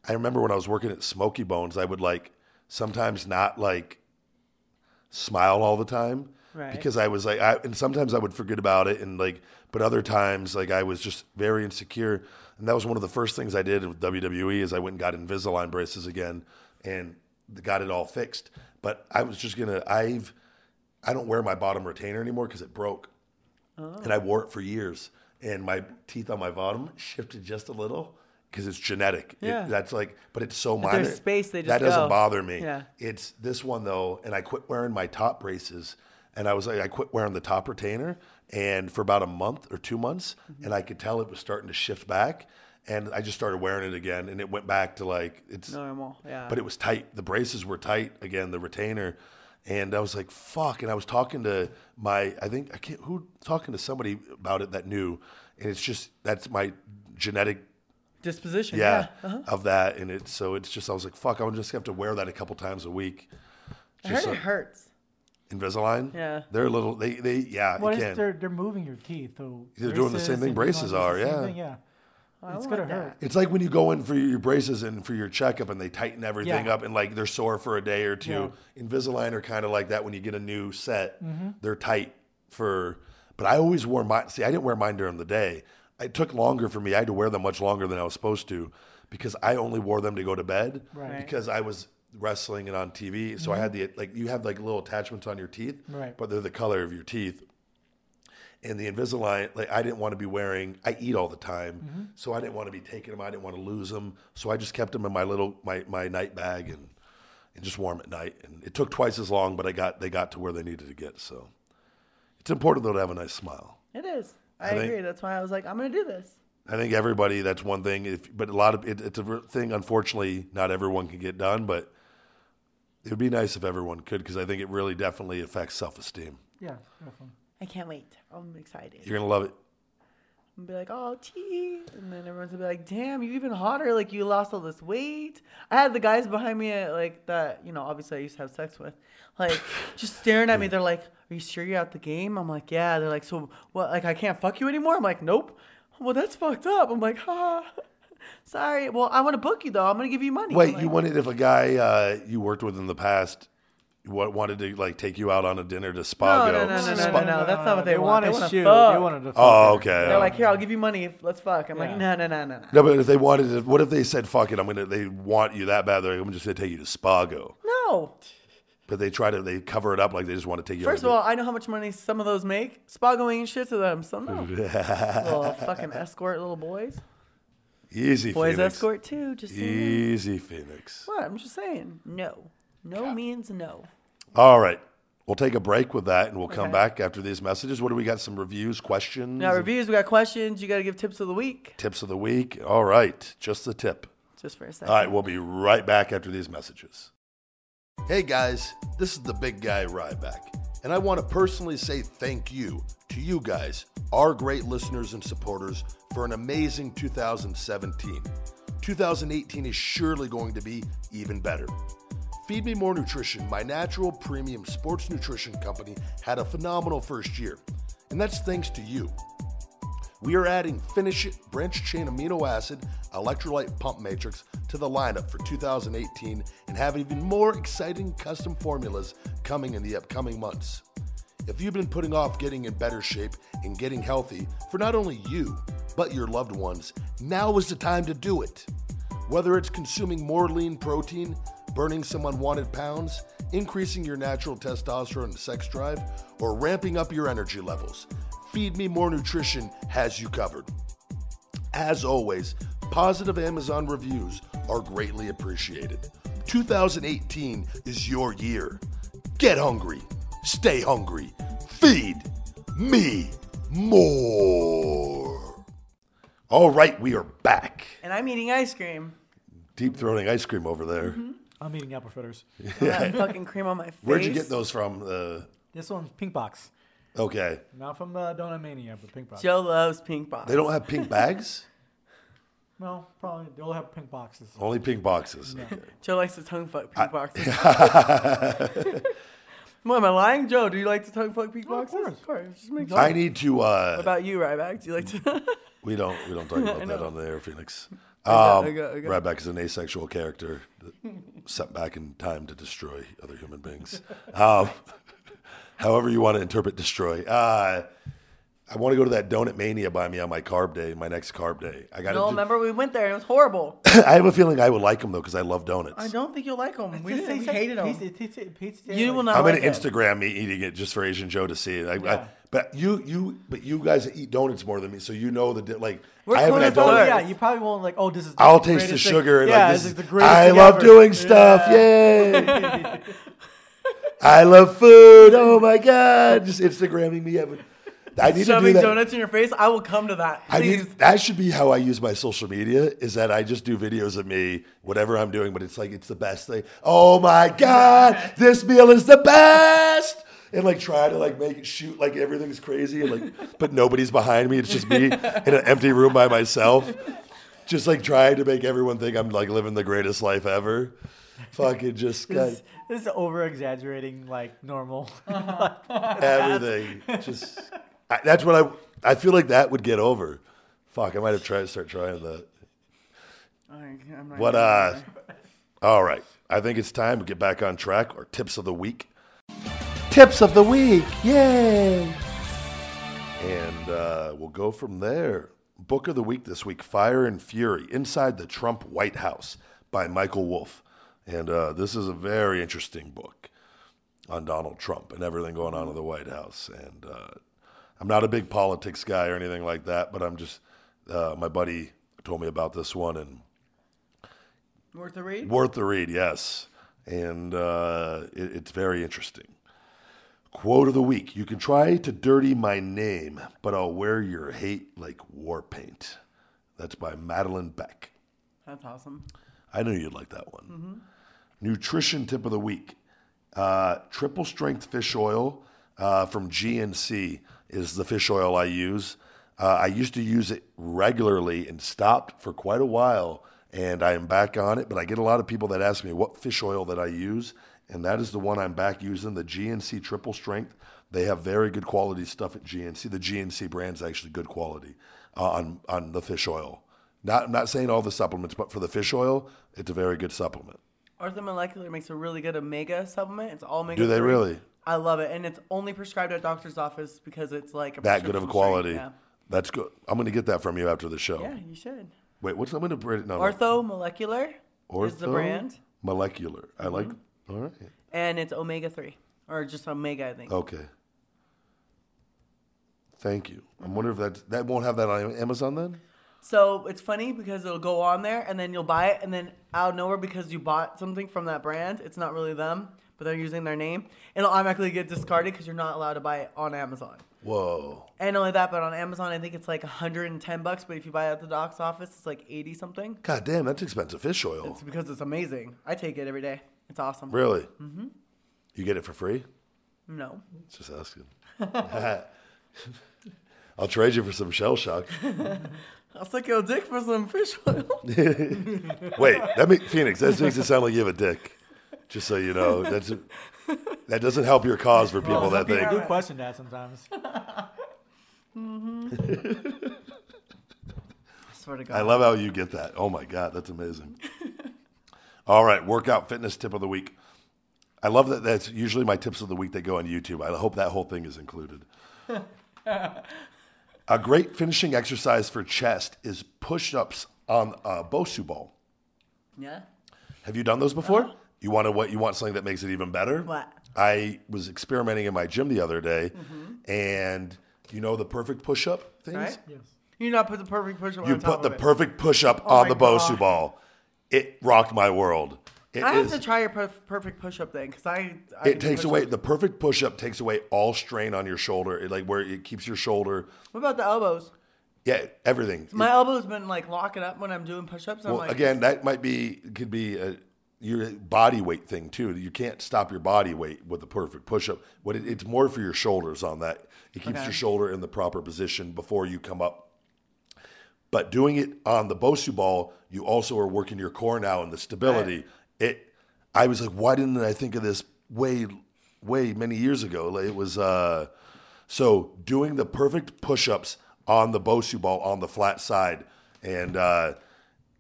S1: I remember when I was working at Smoky Bones, I would like sometimes not like smile all the time
S2: Right.
S1: because I was like, I, and sometimes I would forget about it, and like, but other times like I was just very insecure, and that was one of the first things I did with WWE is I went and got Invisalign braces again, and got it all fixed. But I was just gonna, I've, I don't wear my bottom retainer anymore because it broke,
S2: Oh.
S1: and I wore it for years, and my teeth on my bottom shifted just a little. Because it's genetic. It-
S2: Yeah.
S1: that's like, but it's so
S2: there's
S1: minor.
S2: space, they just
S1: that doesn't
S2: go.
S1: bother me.
S2: Yeah.
S1: It's this one though, and I quit wearing my top braces, and I was like, I quit wearing the top retainer, and for about a month or two months,
S2: Mm-hmm.
S1: and I could tell it was starting to shift back, and I just started wearing it again, and it went back to like it's
S2: Normal, yeah.
S1: but it was tight. The braces were tight again, the retainer, and I was like, fuck. And I was talking to my, I think I can't who talking to somebody about it that knew, and it's just that's my genetic
S2: Disposition.
S1: yeah,
S2: uh-huh.
S1: of that. And it so it's just I was like, fuck, I'm just gonna have to wear that a couple times a week.
S2: I heard
S1: Just
S2: it
S1: so-
S2: hurts.
S1: Invisalign.
S2: Yeah.
S1: they're a little. They they yeah.
S3: What
S1: you
S3: is
S1: can.
S3: they're they're moving your teeth though.
S1: They're doing the same thing
S3: and
S1: braces
S3: implants, it's the
S1: are,
S3: same
S1: yeah.
S3: thing, yeah.
S2: I
S3: it's
S2: don't
S3: gonna
S2: like
S3: hurt.
S2: that.
S1: It's like when you go in for your braces and for your checkup, and they tighten everything
S3: Yeah.
S1: up, and like they're sore for a day or two.
S3: Yeah. Mm-hmm.
S1: Invisalign are kind of like that when you get a new set. They're tight for. But I always wore mine. See, I didn't wear mine during the day. It took longer for me. I had to wear them much longer than I was supposed to, because I only wore them to go to bed.
S3: Right. Mm-hmm.
S1: Because I was wrestling and on TV, so I had the like you have like little attachments on your teeth,
S3: Right.
S1: but they're the color of your teeth and the Invisalign, like I didn't want to be wearing. I eat all the time, so I didn't want to be taking them. I didn't want to lose them, so I just kept them in my little my my night bag and and just wore them at night. And it took twice as long, but I got they got to where they needed to get. So it's important though to have a nice smile.
S2: It is. I,
S1: I think-
S2: agree. That's why I was like, I'm gonna do this.
S1: I think everybody that's one thing, if, but a lot of it, it's a re- thing. Unfortunately, not everyone can get done, but it would be nice if everyone could because I think it really definitely affects self esteem.
S3: Yeah, definitely.
S2: I can't wait. I'm excited.
S1: You're gonna love it.
S2: and be like, "Oh, gee," and then everyone's gonna be like, "Damn, you even hotter! Like you lost all this weight." I had the guys behind me, uh, like that, you know, obviously I used to have sex with, like just staring at me. They're like, "Are you sure you're out the game?" I'm like, "Yeah." They're like, "So what? Like I can't fuck you anymore?" I'm like, "Nope." Well, that's fucked up. I'm like, "Ha." Sorry. Well, I want to book you though. I'm gonna give you money.
S1: Wait,
S2: I'm
S1: you
S2: like,
S1: wanted if a guy uh, you worked with in the past wa- wanted to like take you out on a dinner to
S2: No,
S1: Spago?
S2: no, no, no, no,
S1: Spa-
S2: no, no. That's not what they, want. They
S3: They want to
S2: wanna
S3: shoot. They
S2: fuck.
S3: wanted to.
S1: Oh,
S3: fuck her.
S1: okay.
S2: They're like, "Here, I'll give you money. if- Let's fuck." I'm like,
S3: Yeah.
S2: "No, no, no, no, no."
S1: no, but if they wanted, to, what if they said, "Fuck it," I'm gonna. They want you that bad. They're like, I'm just gonna take you to Spago.
S2: No.
S1: But they try to, they cover it up like they just want to take you.
S2: First of all, I know how much money some of those make. Spagoing and shit to them, so no.
S1: all,
S2: little fucking escort little boys.
S1: easy
S2: Boys
S1: Phoenix.
S2: escort too, just saying.
S1: Easy Phoenix.
S2: What? I'm just saying. No. No means no.
S1: All right, we'll take a break with that, and we'll come
S2: Okay.
S1: back after these messages. What do we got? Some reviews, questions,
S2: Now reviews, we got questions, you gotta give tips of the week.
S1: tips of the week. All right, just the tip.
S2: Just for a second.
S1: All right, we'll be right back after these messages. Hey guys, this is the big guy Ryback. And I want to personally say thank you to you guys, our great listeners and supporters, for an amazing 2017. 2018 is surely going to be even better. Feed Me More Nutrition, my natural premium sports nutrition company, had a phenomenal first year. And that's thanks to you. We are adding Finish It branched chain amino acid electrolyte pump matrix to the lineup for 2018 and have even more exciting custom formulas coming in the upcoming months. If you've been putting off getting in better shape and getting healthy for not only you, but your loved ones, now is the time to do it. Whether it's consuming more lean protein, burning some unwanted pounds, increasing your natural testosterone and sex drive, or ramping up your energy levels, Feed Me More Nutrition has you covered. As always, positive Amazon reviews are greatly appreciated. 2018 is your year. Get hungry, stay hungry, feed me more. All right, we are back.
S2: And I'm eating ice cream.
S1: Deep throating ice cream over there.
S2: Mm-hmm.
S3: I'm eating apple fritters.
S2: I have fucking cream on my face.
S1: Where'd you get those from? Uh,
S3: This one's Pink Box.
S1: okay,
S3: Not from uh, Donut Mania, but Pink Box.
S2: Joe loves pink box.
S1: they don't have pink bags.
S3: No, probably they'll have pink boxes.
S1: Only pink boxes. Okay.
S2: Joe likes to tongue fuck pink boxes. what am I lying, Joe? Do you like to tongue fuck pink
S3: Oh, of
S2: boxes?
S3: course.
S2: Just make
S1: I need to. Uh,
S2: about you, Ryback. Do you like to?
S1: We don't we don't talk about that on the air, Phoenix. Um,
S2: got- I got- I got-
S1: Ryback is an asexual character that sent back in time to destroy other human beings. Um, however you want to interpret destroy. Uh, I want to go to that donut mania by me on my carb day, my next carb day. I got.
S2: no,
S1: to
S2: remember we went there and it was horrible.
S1: I have a feeling I would like them though because I love donuts.
S2: I don't think you'll like them. We,
S3: Just
S2: didn't, we
S3: taste like
S2: hated them.
S3: pizza- pizza- pizza-
S2: You
S3: like-
S2: will not.
S1: I'm
S2: like
S1: gonna
S2: them.
S1: Instagram me eating it just for Asian Joe to see it. I, I,
S3: Yeah.
S1: but you you but you guys eat donuts more than me, so you know the di- like.
S2: We're
S1: I haven't had
S2: clean as
S1: donuts.
S3: Oh
S2: Alright.
S3: yeah, you probably won't like. Oh, this is.
S1: I'll taste the
S3: greatest thing."
S1: sugar and
S3: yeah,
S1: like
S3: this
S1: this.
S3: is the
S1: is-
S3: greatest.
S1: I
S3: thing
S1: love
S3: ever.
S1: doing stuff. Yay! I love food. Oh my god! Just Instagramming me. I would- I need to do
S2: Shoving
S1: that.
S2: donuts in your face. I will come to that.
S1: I
S2: Please.
S1: need, that should be how I use my social media. Is that I just do videos of me, whatever I'm doing, but it's like it's the best thing. Oh my god, this meal is the best, and like try to like make it shoot like everything's crazy, and like but nobody's behind me. It's just me in an empty room by myself, just like trying to make everyone think I'm like living the greatest life ever. Fucking just got
S3: This, this is over exaggerating, like normal.
S1: everything. Just I, that's what I I feel like that would get over. Fuck, I might have tried start trying that.
S2: I'm not
S1: What
S2: gonna-
S1: uh all right. I think it's time to get back on track or tips of the week. Tips of the week. Yay. And uh, we'll go from there. Book of the week this week, Fire and Fury, Inside the Trump White House by Michael Wolff. And uh, this is a very interesting book on Donald Trump and everything going on in the White House. And uh, I'm not a big politics guy or anything like that, but I'm just, uh, my buddy told me about this one and
S2: worth a read?
S1: Worth the read, yes. And uh, it- it's very interesting. Quote of the week You can try to dirty my name, but I'll wear your hate like war paint. That's by Madeline Beck.
S2: That's awesome.
S1: I knew you'd like that one. Nutrition tip of the week: uh, triple strength fish oil uh, from GNC is the fish oil I use. Uh, I used to use it regularly and stopped for quite a while, and I am back on it. But I get a lot of people that ask me what fish oil that I use, and that is the one I'm back using, the GNC triple strength. They have very good quality stuff at GNC. The GNC brand's actually good quality uh, on on the fish oil. Not I'm not saying all the supplements, but for the fish oil, it's a very good supplement.
S2: Ortho Molecular makes a really good omega supplement. It's all omega.
S1: Do they
S2: three.
S1: really?
S2: I love it, and it's only prescribed at doctor's office because it's like a
S1: That good of a
S2: prescription
S1: quality.
S2: strength.
S1: That's good. I'm gonna get that from you after the show.
S2: Yeah. yeah, you should.
S1: Wait, what's I'm gonna brand? No, no.
S2: Ortho Molecular is the
S1: Ortho
S2: brand, Mm-hmm.
S1: Molecular. I like. All right.
S2: and it's omega three or just omega, I think.
S1: Okay. Thank you. I'm wondering if that that won't have that on Amazon then.
S2: So it's funny because it'll go on there, and then you'll buy it, and then out of nowhere because you bought something from that brand, it's not really them, but they're using their name. It'll automatically get discarded because you're not allowed to buy it on Amazon.
S1: Whoa.
S2: And not only that, but on Amazon, I think it's like 110 bucks. But if you buy it at the doc's office, it's like 80 something.
S1: God damn, that's expensive fish oil.
S2: It's because it's amazing. I take it every day. It's awesome.
S1: Really? Mm-hmm. You get it for free?
S2: No.
S1: Just asking. I'll trade you for some shell shock.
S2: I'll suck your dick for some fish oil.
S1: Wait, that makes Phoenix. That makes it sound like you have a dick. Just so you know, that's that doesn't help your cause for people. that
S3: Some people
S1: thing.
S3: do question that sometimes.
S2: I swear to God.
S1: I love how you get that. Oh my God, that's amazing. All right, workout fitness tip of the week. I love that that's usually my tips of the week that go on YouTube. I hope that whole thing is included. a great finishing exercise for chest is push ups on a Bosu ball.
S2: yeah.
S1: Have you done those before? You want to what you want something that makes it even better?
S2: What?
S1: I was experimenting in my gym the other day and you know the perfect push up things?
S2: Mm-hmm. Right? Yes. You not put the perfect push on
S1: You
S2: top
S1: put
S2: of
S1: the
S2: it.
S1: perfect push up
S2: Oh
S1: on
S2: my
S1: the Bosu
S2: God.
S1: ball. It rocked my world. It
S2: I have
S1: is-
S2: to try your perf- perfect push up thing because I, I.
S1: It
S2: can
S1: takes
S2: push
S1: away
S2: up.
S1: the perfect push up takes away all strain on your shoulder. It like where it keeps your shoulder,
S2: What about the elbows?
S1: yeah, everything.
S2: My elbows been like locking up when I'm doing push ups.
S1: well,
S2: I'm like,
S1: again, that might be could be a, your body weight thing too. You can't stop your body weight with the perfect push up. What it, it's more for your shoulders on that. It keeps
S2: Okay.
S1: your shoulder in the proper position before you come up. But doing it on the Bosu ball, you also are working your core now and the stability. It, I was like, why didn't I think of this way, way many years ago? Like it was. Uh, so doing the perfect push-ups on the Bosu ball on the flat side, and uh,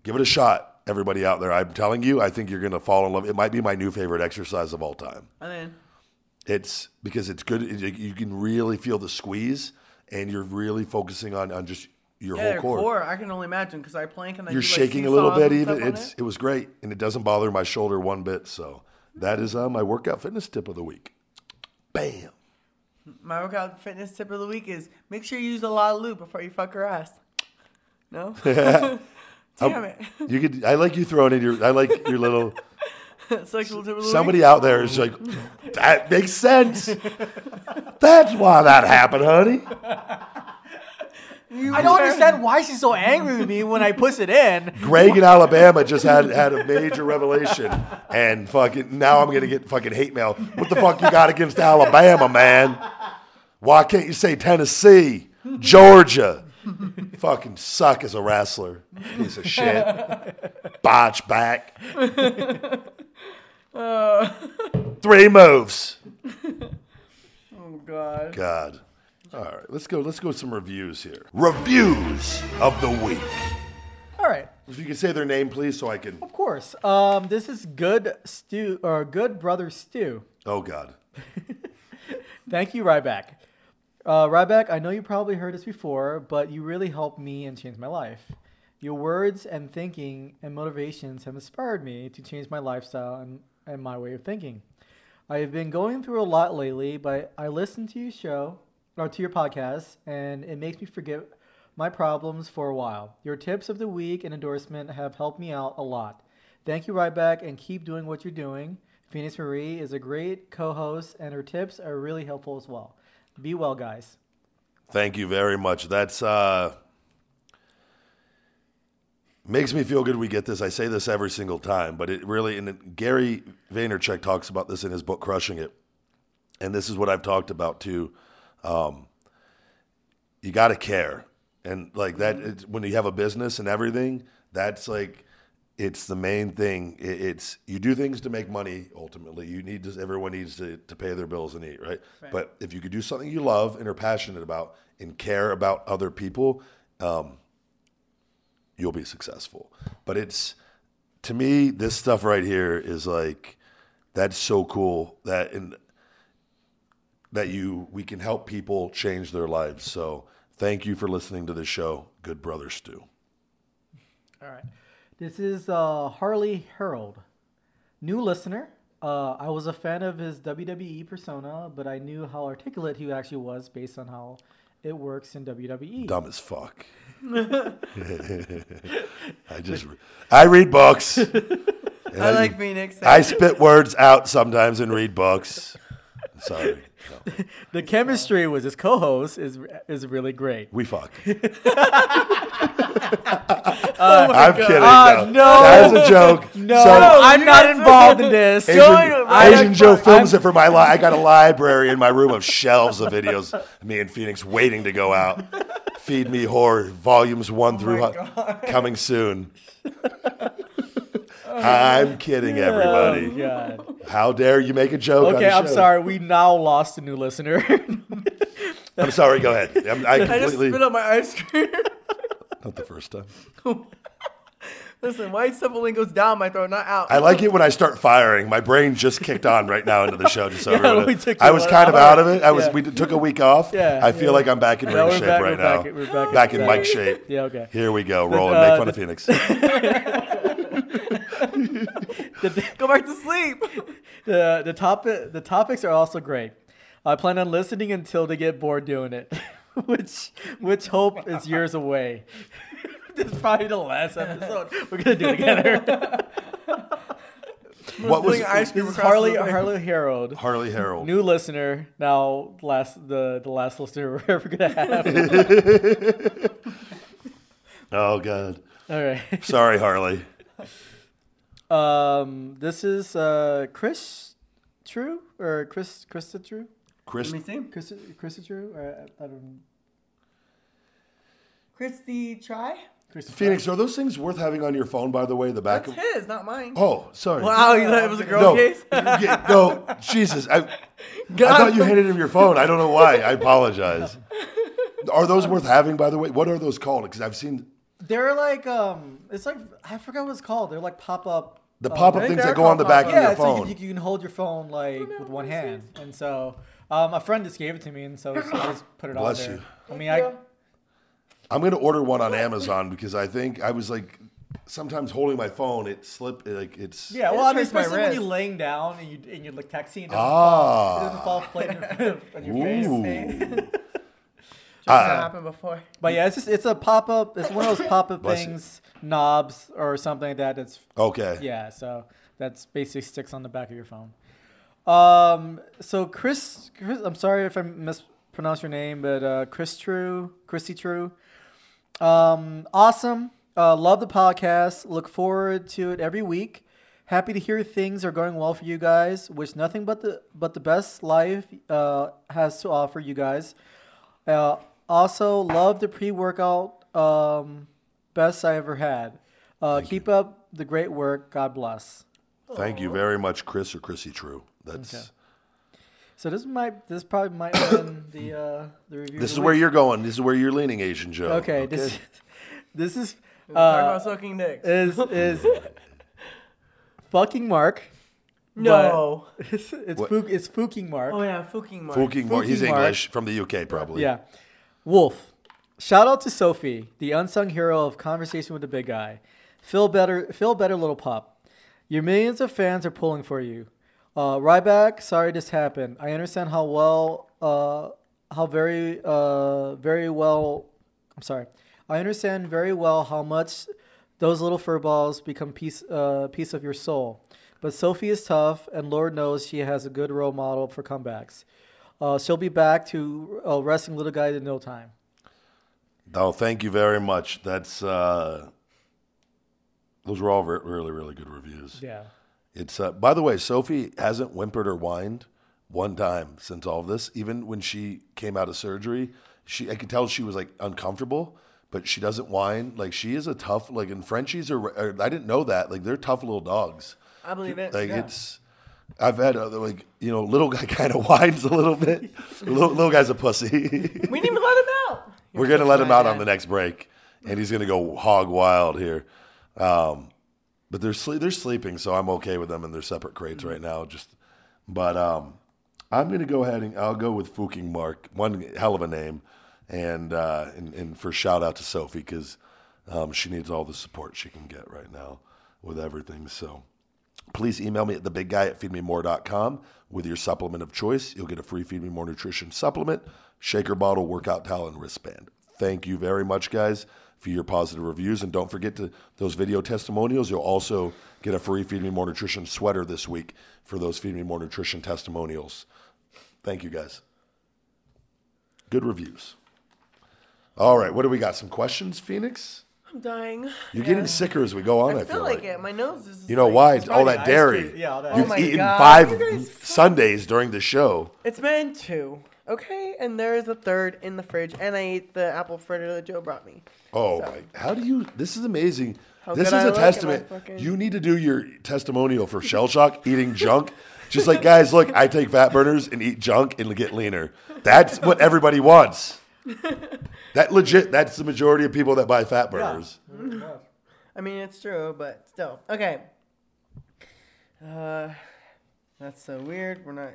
S1: give it a shot, everybody out there. I'm telling you, I think you're gonna fall in love. It might be my new favorite exercise of all time.
S2: And then
S1: It's because it's good. It, you can really feel the squeeze, and you're really focusing on on just your
S2: yeah,
S1: whole
S2: your core. I can only imagine because I plank and I
S1: you're
S2: do, like,
S1: shaking a little
S2: seesaws
S1: bit
S2: and
S1: even
S2: stuff on
S1: it's
S2: it.
S1: it was great and it doesn't bother my shoulder one bit so that is uh, my workout fitness tip of the week bam
S2: My workout fitness tip of the week is make sure you use a lot of lube before you fuck her ass. No. Damn it.
S1: Oh, you could i like you throwing in your i like your little
S2: Sexual tip of the week.
S1: somebody out there is like that makes sense that's why that happened honey
S3: I don't understand why she's so angry with me when I push it in.
S1: greg in alabama just had had a major revelation and fucking now i'm gonna get fucking hate mail what the fuck you got against alabama man why can't you say tennessee georgia fucking suck as a wrestler. Piece of shit. Botch back. Three moves.
S2: Oh God.
S1: God. All right, let's go. Let's go with some reviews here. Reviews of the week.
S3: All right,
S1: If you could say their name, please, so I can.
S3: of course. Um, this is good stew or good brother stew.
S1: Oh God.
S3: Thank you, Ryback. Uh, Ryback, I know you probably heard this before, but you really helped me and changed my life. Your words and thinking and motivations have inspired me to change my lifestyle and, and my way of thinking. I have been going through a lot lately, but I listen to your show or to your podcast, and it makes me forget my problems for a while. Your tips of the week and endorsement have helped me out a lot. Thank you, Ryback, and keep doing what you're doing. Phoenix Marie is a great co host, and her tips are really helpful as well. Be well, guys.
S1: Thank you very much. That's uh makes me feel good we get this. I say this every single time, but it really and Gary Vaynerchuk talks about this in his book Crushing It. And this is what I've talked about too. Um you got to care. And like that it's, when you have a business and everything, that's like it's the main thing. It, it's you do things to make money. Ultimately, you need to, everyone needs to, to pay their bills and eat, right? But if you could do something you love and are passionate about and care about other people, um, you'll be successful. But it's to me, this stuff right here is like that's so cool that and that you we can help people change their lives. So thank you for listening to the show, Good Brother Stu.
S3: All right. This is uh, Harley Harold, new listener. Uh, I was a fan of his WWE persona, but I knew how articulate he actually was based on how it works in E. WWE.
S1: dumb as fuck. I just I read books. And
S2: I like Phoenix.
S1: I spit words out sometimes and read books. Sorry. No.
S3: The chemistry with his co-host is is really great.
S1: We fucked.
S3: Oh
S1: I'm kidding. No.
S3: Ah, no.
S1: That was a joke.
S3: No,
S1: So,
S3: I'm
S2: you
S3: not
S2: guys-
S3: involved in this.
S1: Asian,
S2: Join right
S1: Asian
S2: up
S1: Joe
S2: front.
S1: films it for my life. I got a library in my room of shelves of videos. of Me and Phoenix waiting to go out. Feed me horror volumes
S3: Oh
S1: one through
S2: my
S1: hun- coming soon. I'm kidding, everybody.
S3: Oh, God.
S1: How dare you make a joke? on
S3: Okay,
S1: the
S3: I'm
S1: show.
S3: sorry. We now lost a new listener.
S1: I'm sorry. Go ahead. I'm, I
S2: I just
S1: completely
S2: spit on my ice cream.
S1: not the first time.
S2: Listen, white stuff only goes down my throat, not out.
S1: I like it when I start firing. My brain just kicked on right now into the show. Just so
S3: Yeah,
S1: everyone-
S3: we took
S1: I was
S3: a
S1: kind of
S3: lot.
S1: out of it. I was.
S3: Yeah.
S1: We d- took a week off.
S3: Yeah,
S1: I feel
S3: yeah.
S1: like I'm back in
S3: No,
S1: ring
S3: we're
S1: shape
S3: back,
S1: right
S3: we're
S1: now.
S3: back, we're back
S1: Back in
S3: exactly.
S1: Mike shape.
S3: yeah. Okay.
S1: Here we go. Rolling.
S3: uh,
S1: Make fun of
S3: the-
S1: Phoenix.
S2: Go back to sleep.
S3: The the topic the topics are also great. I plan on listening until they get bored doing it, which which hope is years away. this is probably the last episode we're gonna do together.
S1: what was
S2: Fling ice cream
S3: This is
S2: across
S3: Harley
S2: the room.
S3: Harley Harold.
S1: Harley Harold?
S3: New listener, now last the, the last listener we're ever gonna have.
S1: oh God.
S3: All right.
S1: Sorry, Harley.
S3: Um, this is uh Chris True or Chris Krista True?
S1: Chris.
S2: Let me see.
S3: Chris Krista True or I, I don't
S2: Christy Try?
S3: Krista
S1: Phoenix. Are those things worth having on your phone? By the way, the back.
S2: That's
S1: of...
S2: his, not mine.
S1: Oh, sorry.
S2: Wow, you thought it was a girl
S1: No,
S2: case?
S1: Yeah, no, Jesus. I, I
S2: God.
S1: thought you handed him your phone. I don't know why. I apologize. Are those worth having, by the way? What are those called? Because I've seen
S3: They're like um, it's like I forgot what it's called. They're like pop up.
S1: the pop up
S2: think
S1: things
S2: Oh, they're
S1: that go on the
S2: called
S1: back of
S2: pop-up.
S1: your
S3: Yeah, so you
S1: phone.
S3: can, you can hold your phone like with one hand, and so um, a friend just gave it to me, and so, so I just put it
S1: Bless
S3: on there.
S1: you.
S3: I mean, I
S1: I'm going to order one on Amazon because I think I was like, sometimes holding my phone, it slipped. Like it's
S3: yeah,
S2: It
S3: well, I mean,
S2: hurts my
S3: especially when you're
S2: wrist.
S3: laying down and you and you're like texting, it doesn't, it doesn't
S1: ah.
S3: fall flat on your, on your face.
S1: Ooh. Ah,
S2: Just
S3: uh,
S2: happened before.
S3: But yeah, it's just it's a pop up. It's one of those pop up
S1: Bless you.
S3: things, knobs or something like that. That's
S1: Okay.
S3: Yeah, so that's basically sticks on the back of your phone. Um, so Chris, Chris I'm sorry if I mispronounce your name, but uh, Chris True, Christy True. Um, awesome. Uh, love the podcast. Look forward to it every week. Happy to hear things are going well for you guys. Wish nothing but the but the best life uh, has to offer you guys. Uh, also, love the pre workout um, best I ever had. Uh, keep up the great work. God bless.
S1: Thank you very much, Chris or Chrissy True. That's
S3: So this might this probably might win the uh, the review.
S1: this
S3: of
S1: is
S3: the
S1: where
S3: week.
S1: you're going. This is where you're leaning, Asian Joe.
S3: okay. This this is
S2: Talk
S3: uh,
S2: about sucking dicks.
S3: is is fucking Mark.
S2: no.
S3: It's it's,
S1: What?
S3: fook, it's fucking Mark.
S2: Oh, yeah, fucking Mark.
S1: Fooking Mar- he's
S3: Fooking Mark.
S1: English from the UK, probably.
S3: Yeah. Wolf. Shout out to Sophie, the unsung hero of Conversation with the Big Guy. Feel better, feel better, little pop. Your millions of fans are pulling for you. Uh, Ryback, sorry this happened. I understand how well, uh, how very, uh, very well. I'm sorry. I understand very well how much those little furballs become piece, uh, piece of your soul. But Sophie is tough, and Lord knows she has a good role model for comebacks. Uh, she'll be back to uh, wrestling little guys in no time.
S1: Oh, thank you very much. That's uh, those were all re- really, really good reviews.
S3: Yeah.
S1: It's uh, by the way, Sophie hasn't whimpered or whined one time since all of this. Even when she came out of surgery, she I could tell she was like uncomfortable, but she doesn't whine. Like she is a tough like, and Frenchies are. are I didn't know that. Like they're tough little dogs.
S2: I believe it.
S1: Like it's, I've had other like you know little guy kind of whines a little bit. little, little guy's a pussy.
S2: we didn't even let him out.
S1: We're gonna let him
S2: my
S1: out on
S2: dad.
S1: the next break, and he's gonna go hog wild here. Um, but they're sle- they're sleeping, so I'm okay with them in their separate crates right now. Just, but um, I'm gonna go ahead and I'll go with Fuking Mark, one hell of a name, and uh, and, and for shout out to Sophie because um, she needs all the support she can get right now with everything. So please email me at thebigguy at feedmemore.com with your supplement of choice. You'll get a free Feed Me More Nutrition supplement, shaker bottle, workout towel, and wristband. Thank you very much, guys, for your positive reviews. And don't forget to those video testimonials. You'll also get a free Feed Me More Nutrition sweater this week for those Feed Me More Nutrition testimonials. Thank you guys. Good reviews. All right, what do we got? Some questions, Phoenix?
S2: I'm dying.
S1: You're getting sicker as we go on. I,
S2: I feel like it. My nose is.
S1: You know why? all
S3: probably
S1: that
S3: ice
S1: dairy.
S3: cream. Yeah, all that
S1: You've
S3: ice
S2: cream.
S1: eaten
S2: Oh my God. You
S1: five
S2: guys
S1: Sundays during the show.
S2: It's meant to. Okay, and there is a third in the fridge, and I ate the apple fritter that Joe brought me.
S1: Oh,
S2: So-
S1: my, how do you? This is amazing.
S2: How
S1: this is
S2: good I
S1: a
S2: look, am I
S1: testament.
S2: fucking-
S1: You need to do your testimonial for shell shock eating junk. Just like guys, look, I take fat burners and eat junk and get leaner. That's what everybody wants. That legit. That's the majority of people that buy fat burners.
S2: I mean, it's true, but still. Okay. Uh, that's so weird. We're not.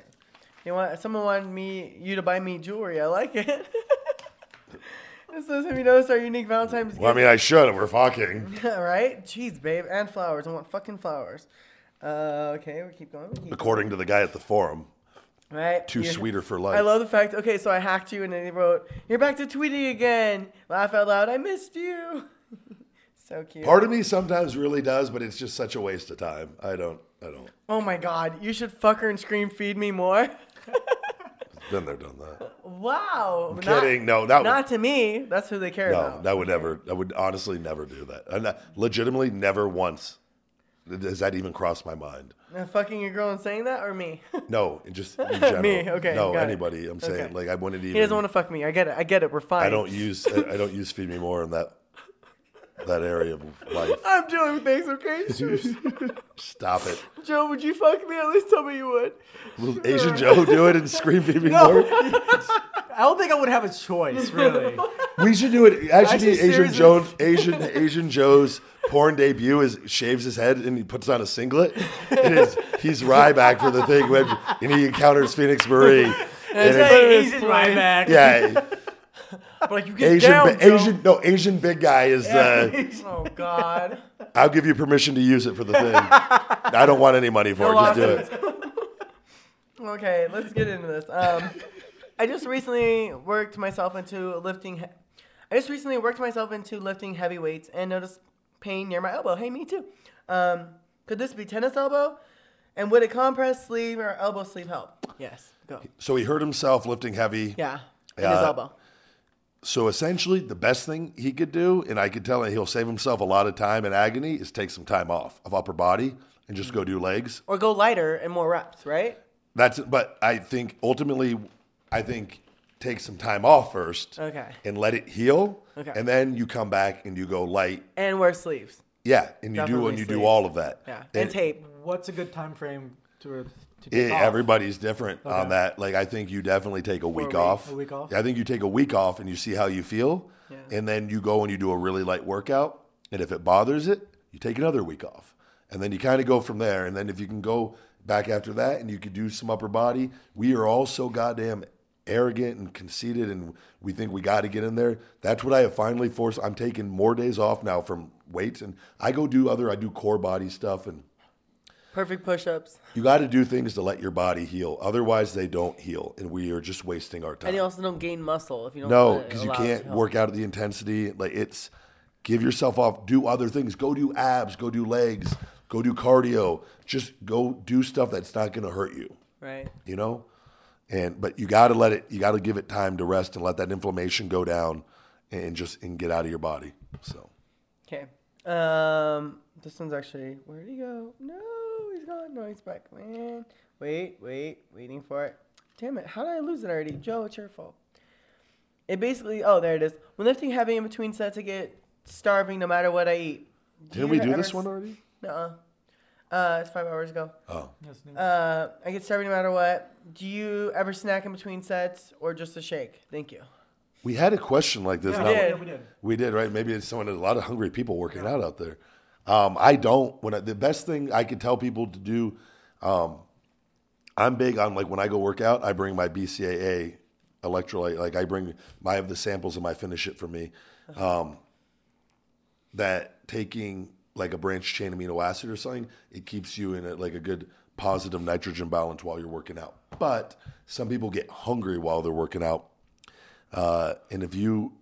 S2: You know what? Someone wanted me you to buy me jewelry. I like it. This says, have you noticed our unique Valentine's
S1: Well, I mean, I should. We're fucking.
S2: gift? right? Jeez, babe, and flowers. I want fucking flowers. Uh, okay, we keep going. We keep
S1: According to the guy at the forum,
S2: Right.
S1: too
S2: You-
S1: sweeter for life.
S2: I love the fact. Okay, so I hacked you, and then he wrote, "You're back to tweeting again." Laugh out loud. I missed you. so cute.
S1: Part of me sometimes really does, but it's just such a waste of time. I don't. I don't.
S2: oh my god, you should fuck her and scream, "Feed me more."
S1: Been there, done that.
S2: Wow. I'm
S1: kidding. No, that would-
S2: not to me. That's who they care
S1: No,
S2: about.
S1: that would never. I would honestly never do that. And I- legitimately, never once does that even cross my mind.
S2: Uh, fucking your girl and saying that, or me?
S1: No, it just in general.
S2: Me, okay,
S1: No,
S2: got it.
S1: anybody. I'm saying
S2: Okay.
S1: like I wouldn't even.
S2: he doesn't want to fuck me. I get it. I get it. We're fine.
S1: I don't use. I, I don't use feed me more in that that area of life.
S2: I'm doing things, okay?
S1: Stop it.
S2: Joe, would you fuck me? At least tell me you would.
S1: Will Asian Joe do it and scream feed me more?
S3: I don't think I would have a choice, really.
S1: We should do it. Actually,
S3: Actually,
S1: Asian
S3: seriously.
S1: Joe, Asian Asian Joe's porn debut is shaves his head and he puts on a singlet. And is, he's Ryback for the thing, when, and he encounters Phoenix Marie. And
S2: That's
S1: it's-
S2: it is
S3: Asian
S2: plain.
S3: Ryback.
S1: yeah,
S2: But like, you get
S1: Asian,
S2: down,
S1: bi-
S2: Joe.
S1: Asian, no, Asian big guy is. Uh,
S2: Oh God.
S1: I'll give you permission to use it for the thing. I don't want any money for
S2: No
S1: it. Just do
S2: lawsuits.
S1: it.
S2: Okay, let's get into this. Um, I just recently worked myself into lifting. He- I just recently worked myself into lifting heavy weights and noticed pain near my elbow. Hey, me too. Um, could this be tennis elbow? And would a compressed sleeve or elbow sleeve help? Yes. Go.
S1: So he hurt himself lifting heavy.
S2: Yeah. In his
S1: Yeah.
S2: elbow.
S1: So essentially, the best thing he could do, and I could tell him he'll save himself a lot of time and agony, is take some time off of upper body and just go do legs.
S2: Or go lighter and more reps, right?
S1: That's but I think ultimately, I think take some time off first,
S2: Okay.
S1: and let it heal,
S2: Okay.
S1: and then you come back and you go light,
S2: And wear sleeves.
S1: yeah, and you do
S2: Definitely
S1: and you do
S2: sleeves.
S1: all of that,
S2: Yeah. And, tape.
S3: What's a good time frame to, to
S1: it-
S3: take off?
S1: everybody's different on that. Like I think you definitely take a week
S2: week.
S1: off.
S3: A week off?
S1: I think you take a week off and you see how you feel,
S2: Yeah.
S1: and then you go and you do a really light workout, and if it bothers it, you take another week off, and then you kind of go from there. And then if you can go back after that, and you could do some upper body. We are all so goddamn arrogant and conceited, and we think we got to get in there. That's what I have finally forced. I'm taking more days off now from weights, and I go do other. I do core body stuff and.
S2: Perfect push-ups.
S1: You got to do things to let your body heal. Otherwise, they don't heal, and we are just wasting our
S2: And you
S1: time.
S2: also don't gain muscle if you don't.
S1: No,
S2: let it
S1: because you
S2: allow it
S1: can't
S2: to help.
S1: work out at the intensity. Like it's give yourself off. Do other things. Go do abs. Go do legs. Go do cardio. Just go do stuff that's not going to hurt you.
S2: Right.
S1: You know, and but you got to let it. You got to give it time to rest and let that inflammation go down, and just and get out of your body. So
S2: Okay. Um, this one's actually. Where would he go? No, he's gone. No, he's back. Man, wait, wait, waiting for it. Damn it! How did I lose it already? Joe, it's your fault. It basically. Oh, there it is. When lifting heavy in between sets, I get starving no matter what I eat.
S1: didn't we
S2: you
S1: do
S2: ever
S1: this one
S2: s-
S1: already?
S2: Nuh-uh. Uh, it's five hours ago.
S1: Oh,
S3: That's new.
S2: Uh, I get starving no matter what. Do you ever snack in between sets or just a shake? Thank you.
S1: we had a question like this. not-
S2: did.
S3: Oh, we did.
S1: We did, right? Maybe it's someone, there's a lot of hungry people working out out there. Um, I don't. When I, the best thing I could tell people to do, um, I'm big on like when I go work out, I bring my BCAA electrolyte. Like I bring, I have the samples and I finish it for me. Um, that taking like a branched chain amino acid or something, it keeps you in a, like a good positive nitrogen balance while you're working out. But some people get hungry while they're working out. Uh, and if you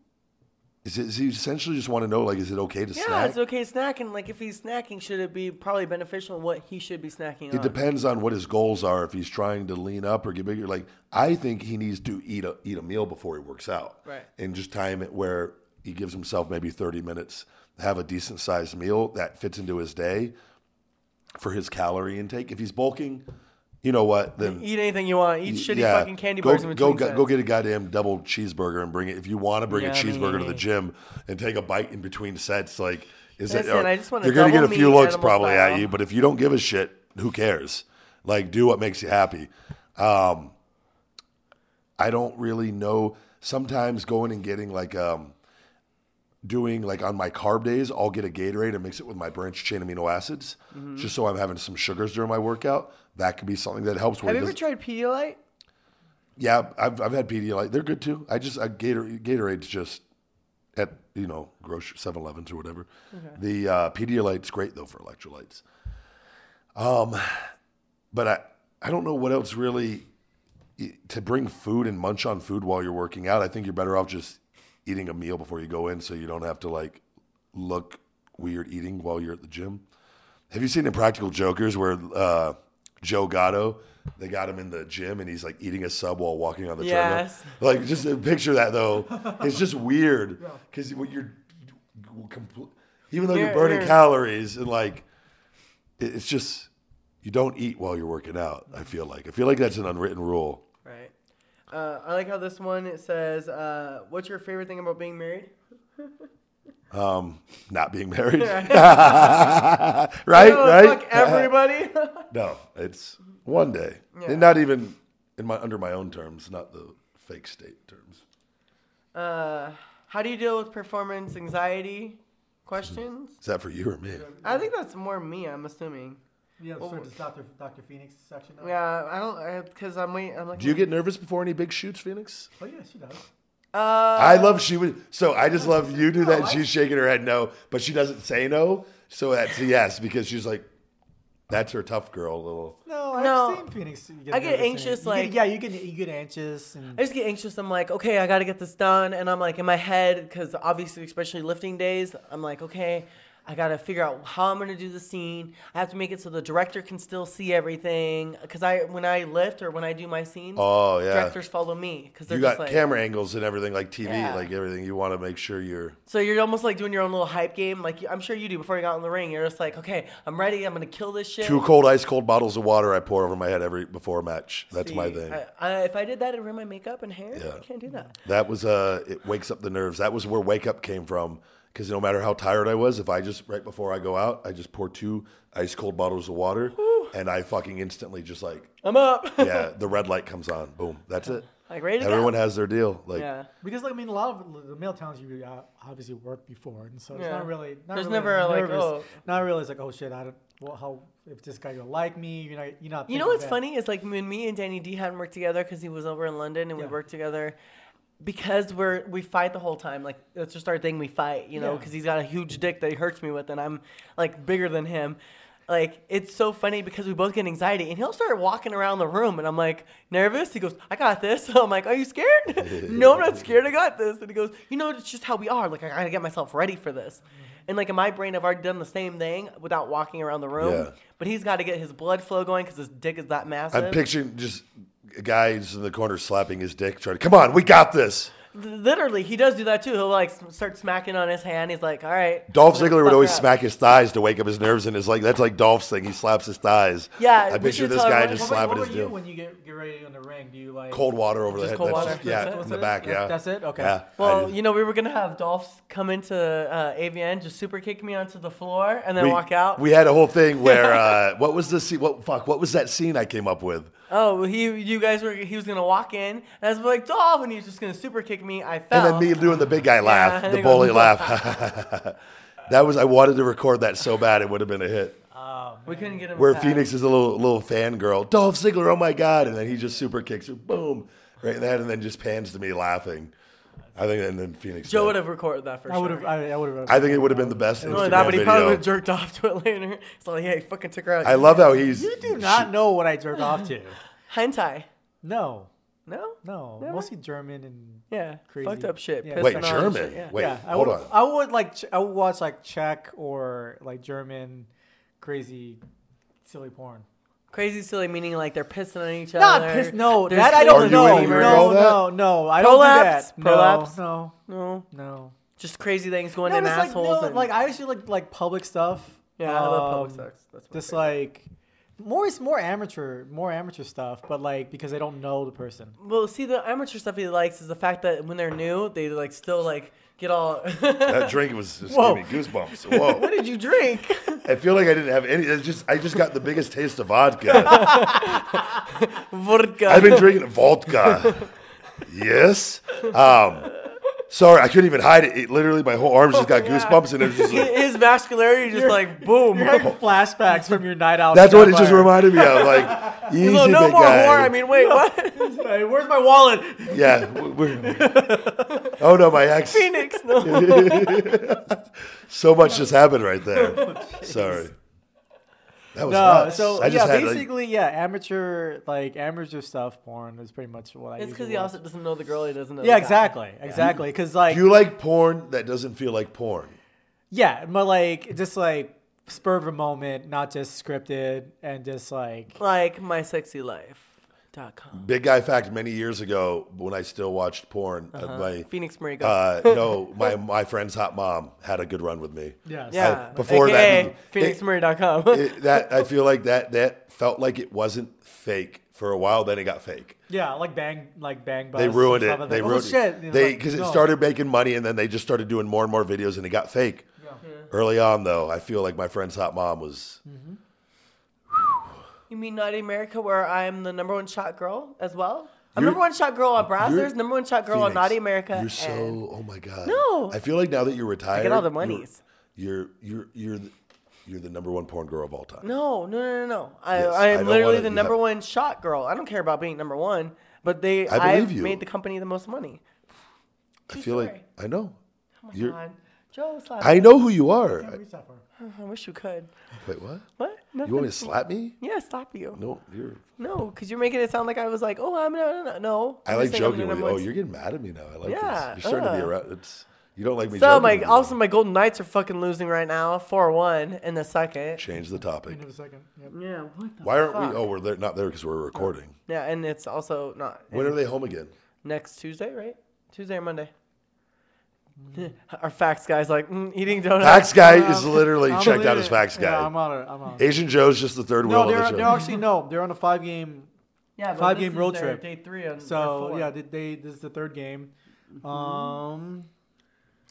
S1: Is, it, is he essentially just want to know like is it okay to
S2: Yeah,
S1: snack?
S2: it's okay snacking. Like if he's snacking, should it be probably beneficial? What he should be snacking
S1: It
S2: on?
S1: depends on what his goals are. If he's trying to lean up or get bigger, like I think he needs to eat a eat a meal before he works out,
S2: Right.
S1: And just time it where he gives himself maybe thirty minutes, have a decent sized meal that fits into his day for his calorie intake. If he's bulking, you know what? Then
S2: Eat anything you want. Eat
S1: Mm,
S2: shitty
S1: yeah,
S2: fucking candy
S1: go,
S2: bars in
S1: Go
S2: between.
S1: go,
S2: sets.
S1: go get a goddamn double cheeseburger and bring it. If you want to bring a cheeseburger to the
S3: Yummy.
S1: gym and take a bite in between sets, like is it?
S2: Listen, I just want a
S1: you're gonna get a
S2: double
S1: few
S2: meat
S1: looks
S2: animal
S1: probably at
S2: style.
S1: you, but if you don't give a shit, who cares? Like do what makes you happy. Um, I don't really know. Sometimes going and getting like um, doing like on my carb days, I'll get a Gatorade and mix it with my branched chain amino acids,
S2: Mm-hmm.
S1: just so I'm having some sugars during my workout. That could be something that helps. where
S2: Have
S1: it
S2: you ever
S1: doesn't-
S2: tried Pedialyte?
S1: yeah, I've I've had Pedialyte. They're good too. I just I Gatorade, Gatorade's just at you know grocery 7-Elevens or whatever. The uh, Pedialyte's great though for electrolytes. Um, but I I don't know what else really to bring food and munch on food while you're working out. I think you're better off just eating a meal before you go in, so you don't have to like look weird eating while you're at the gym. Have you seen Impractical Jokers where uh, Joe Gatto, they got him in the gym and he's like eating a sub while walking on the
S2: Yes.
S1: treadmill? Like, just uh, picture that though. It's just weird because what you're, compl- even though you're
S2: Yeah,
S1: burning
S2: yeah.
S1: calories and like, it- it's just you don't eat while you're working out. I feel like I feel like that's an unwritten rule.
S2: Right. Uh, I like how this one it says, uh, "What's your favorite thing about being married?"
S1: um, Not being married, right?
S2: Oh,
S1: right?
S2: Fuck everybody.
S1: No, it's one day, and not even in my under my own terms, not the fake state terms.
S2: uh, how do you deal with performance anxiety? Questions.
S1: Is that for you or me?
S2: I think that's more me. I'm assuming.
S3: Yeah, oh. this Dr. Dr. Phoenix section.
S2: Yeah, I don't because I'm waiting. I'm like,
S1: Do you get nervous before any big shoots, Phoenix?
S3: Oh yeah, she does.
S2: uh,
S1: I love she would. So I just love you do that. and she's shaking her head no, but she doesn't say no. So that's a yes because she's like, that's her tough girl little.
S3: No, I've
S2: No.
S3: seen Phoenix. get
S2: I get
S3: nervous and-
S2: anxious,
S3: you
S2: like-
S3: get, yeah, you get you get anxious and
S2: I just get anxious. I'm like, okay, I got to get this done. And I'm like, in my head, because obviously, especially lifting days, I'm like, okay, I got to figure out how I'm going to do the scene. I have to make it so the director can still see everything. Because I, when I lift or when I do my scenes,
S1: Oh yeah,
S2: directors follow me. Because they're
S1: you
S2: just
S1: got
S2: like,
S1: camera angles and everything like TV,
S2: Yeah.
S1: like everything. You want to make sure you're.
S2: so you're almost like doing your own little hype game. Like, I'm sure you do before you got in the ring. You're just like, okay, I'm ready. I'm going to kill this shit.
S1: Two cold, ice cold bottles of water I pour over my head every before a match. That's my
S2: See,
S1: thing.
S2: I, I, if I did that, it'd ruin my makeup and hair.
S1: Yeah.
S2: I can't do that.
S1: That was uh, it wakes up the nerves. That was where wake up came from. Because no matter how tired I was, if I just right before I go out, I just pour two ice cold bottles of water, and I fucking instantly just like
S2: I'm up.
S1: yeah, the red light comes on, boom, that's it.
S2: like, ready to
S1: Everyone
S2: go.
S1: has their deal. Like
S2: yeah.
S3: because like I mean a lot of the male towns you uh, obviously work before and so it's
S2: Yeah.
S3: not really not
S2: There's
S3: really
S2: never, like,
S3: nervous.
S2: oh.
S3: not really it's like oh shit I don't well, how if this guy gonna like me you're not you're not
S2: You know
S3: thinking
S2: what's
S3: that.
S2: funny is like when me and Danny D hadn't worked together because he was over in London and we
S3: Yeah.
S2: worked together because we're we fight the whole time. Like that's just our thing. We fight, you know,
S3: Yeah.
S2: because he's got a huge dick that he hurts me with, and I'm like bigger than him. Like it's so funny because we both get anxiety, and he'll start walking around the room, and I'm like nervous. He goes, "I got this." I'm like, "Are you scared?" no, I'm not scared. I got this. And he goes, "You know, it's just how we are. Like I gotta get myself ready for this."
S3: Mm-hmm.
S2: And like in my brain, I've already done the same thing without walking around the room.
S1: Yeah.
S2: But he's got to get his blood flow going because his dick is that massive.
S1: I'm picturing just guys in the corner slapping his dick, trying to come on, we got this.
S2: Literally, he does do that too. He'll like s- start smacking on his hand. He's like, "All right."
S1: Dolph
S2: shut the
S1: Ziggler would
S2: fuck
S1: always
S2: up."
S1: smack his thighs to wake up his nerves, and it's like that's like Dolph's thing. He slaps his thighs.
S2: Yeah,
S1: I
S2: we
S1: picture
S2: should
S1: this
S2: tell
S1: guy
S2: everyone-
S1: just
S2: What about-
S1: slapping
S3: What about
S1: his
S3: you
S1: deal.
S3: when you get get ready on the ring do you like
S1: cold water over the
S2: Just
S1: head.
S2: cold
S1: that's
S2: water?
S1: Just, yeah,
S2: That's it?
S1: in the back. Yeah,
S3: That's it? Okay.
S1: Yeah. I
S2: Well,
S1: just-
S2: you know, we were gonna have Dolph come into uh, AVN, just super kick me onto the floor, and then
S1: we,
S2: walk out.
S1: We had a whole thing where uh, what was the scene? What fuck? What was that scene I came up with?
S2: oh, he, you guys were. He was gonna walk in, and I was like, "Dolph," and he was just gonna super kick me. I fell.
S1: And then me doing the big guy laugh,
S2: and
S1: the
S2: they go,
S1: bully laugh. that was I wanted to record that so bad it would have been a hit.
S2: We couldn't get him.
S1: Where
S2: back.
S1: Phoenix is a little little fangirl, Dolph Ziggler, oh my god, and then he just super kicks her, boom, right in the head, and then just pans to me laughing. I think, and then Phoenix.
S2: Joe
S1: did.
S2: would have recorded that for
S3: I
S2: sure.
S3: would have I, I would have
S1: I think it would have been the best.
S2: Not only
S1: Instagram
S2: that, but he probably
S1: video.
S2: would have jerked off to it later. It's like, yeah, he fucking took her out.
S1: I love how he's.
S3: You do not know what I jerk off to.
S2: hentai.
S3: No.
S2: No?
S3: No,
S2: Never?
S3: mostly German and
S2: Yeah.
S3: Crazy.
S2: Fucked up shit.
S3: Yeah.
S2: pissing
S1: Wait,
S2: off
S1: German?
S2: shit, yeah.
S1: Wait,
S3: yeah. I
S1: hold
S3: would,
S1: on.
S3: I would like ch- I would watch like Czech or like German crazy silly porn.
S2: Crazy silly meaning like they're pissing on each
S3: Not
S2: other.
S3: piss. No,
S2: There's
S3: that I
S1: Are
S3: don't
S1: you
S3: know.
S1: anywhere near
S3: No,
S1: all that?
S3: no, no. I don't
S2: Prolapse?
S3: do that.
S2: Prolapse?
S3: No,
S2: No.
S3: no, no.
S2: Just crazy things going
S3: No,
S2: in
S3: just like
S2: assholes.
S3: no,
S2: and,
S3: like I actually like like public stuff.
S2: yeah, I love public
S3: Um,
S2: sex. That's my
S3: Just
S2: favorite.
S3: like more is more amateur, more amateur stuff, but like because I don't know the person.
S2: Well, see, the amateur stuff he likes is the fact that when they're new, they like still like get all.
S1: That drink was just
S3: Whoa.
S1: giving me goosebumps. Whoa.
S2: what did you drink?
S1: I feel like I didn't have any. It's just I just got the biggest taste of vodka.
S2: Vodka.
S1: I've been drinking vodka. Yes. Um, sorry, I couldn't even hide it. It literally, my whole arms just got goosebumps, and it was just like,
S2: His vascularity just like boom.
S3: You're having flashbacks from your night out.
S1: that's what it just
S3: somewhere.
S1: reminded me of. Like, easy,
S2: No, no
S1: big
S2: more
S1: guy.
S2: whore. I mean, wait, what?
S3: Hey, where's my wallet?
S1: yeah. we- we're- oh no, my ex.
S2: Phoenix. No.
S1: So much just happened right there. Sorry. That was
S3: No,
S1: nuts.
S3: so
S1: I just
S3: yeah,
S1: had like,
S3: basically, yeah, amateur like amateur stuff porn is pretty much what I.
S2: It's because
S3: usually
S2: he
S3: watch.
S2: also doesn't know the girl. He doesn't know.
S3: Yeah,
S2: the guy.
S3: exactly, exactly. Because like,
S1: do you like porn that doesn't feel like porn?
S3: yeah, but like just like spur of a moment, not just scripted, and just like
S2: Like mysexylife.com.
S1: Big guy fact. Many years ago, when I still watched porn, uh
S2: Uh-huh.
S1: my
S2: Phoenix Marie. Go.
S1: uh, no, my my friend's hot mom had a good run with me.
S3: yes,
S2: yeah.
S1: before
S2: AKA
S1: that-
S2: PhoenixMurray.com.
S1: It- that I feel like that that felt like it wasn't fake for a while. Then it got fake.
S3: yeah, like bang, like bang. Bus
S1: They
S3: and
S1: ruined
S3: stuff
S1: it.
S3: like
S1: They
S3: that. oh,
S1: ruined
S3: shit.
S1: it.
S3: And,
S1: They
S3: like,
S1: because it
S3: no.
S1: started making money, and then they just started doing more and more videos, and it got fake. Early on, though, I feel like my friend's hot mom was
S2: You mean Naughty America, where I'm the number one shot girl as well? I'm number one shot girl on Brazzers, number one shot girl on
S1: Phoenix,
S2: Naughty America.
S1: You're so
S2: and-
S1: oh my god.
S2: No.
S1: I feel like now that you're retired,
S2: all the
S1: you're-
S2: monies.
S1: You're you're you're the, you're the number one porn girl of all time.
S2: no, no, no, no, no. I,
S1: Yes,
S2: I
S1: I
S2: am
S1: don't
S2: literally
S1: wanna-
S2: the
S1: you
S2: number
S1: have-
S2: one shot girl. I don't care about being number one, but they
S1: I believe
S2: I've
S1: you.
S2: made the company the most money.
S1: I feel like I know.
S2: Oh my
S1: You're-
S2: god, Joe, slap
S1: I know who you are. I-
S2: I wish you could.
S1: wait, what?
S2: What?
S1: You want me to slap me?
S2: Yeah, slap you.
S1: No, you're.
S2: No, because you're making it sound like I was like, oh, I'm no, no, no. no.
S1: I
S2: I'm
S1: like
S2: just saying
S1: joking
S2: I'm the
S1: with you.
S2: number
S1: Oh,
S2: one-
S1: you're getting mad at me now. I like
S2: Yeah,
S1: this. You're starting to be
S2: uh.
S1: around. It's you don't like me.
S2: So
S1: joking
S2: my
S1: with you.
S2: also my Golden Knights are fucking losing right now, four one in the second.
S1: change the topic.
S3: a second. Yep.
S2: Yeah, what the
S1: Why aren't
S2: fuck?
S1: we? Oh, we're there, not there because we're recording.
S2: Yeah, and it's also not
S1: When are they home again?
S2: next Tuesday, right? Tuesday or Monday. Our fax guy's like mm, eating donuts.
S1: Fax guy is literally
S3: I'm
S1: checked out
S3: leaving.
S1: as fax guy.
S3: Yeah, I'm on it. I'm on. it.
S1: Asian Joe's just the third
S3: No,
S1: wheel
S3: they're,
S1: of the
S3: they're
S1: show.
S3: actually no. They're on a five game
S2: yeah, but
S3: five
S2: this
S3: game
S2: is
S3: road
S2: their
S3: trip.
S2: Day three on or
S3: So
S2: four. Mm-hmm.
S3: yeah, they, they this is the third game. Um,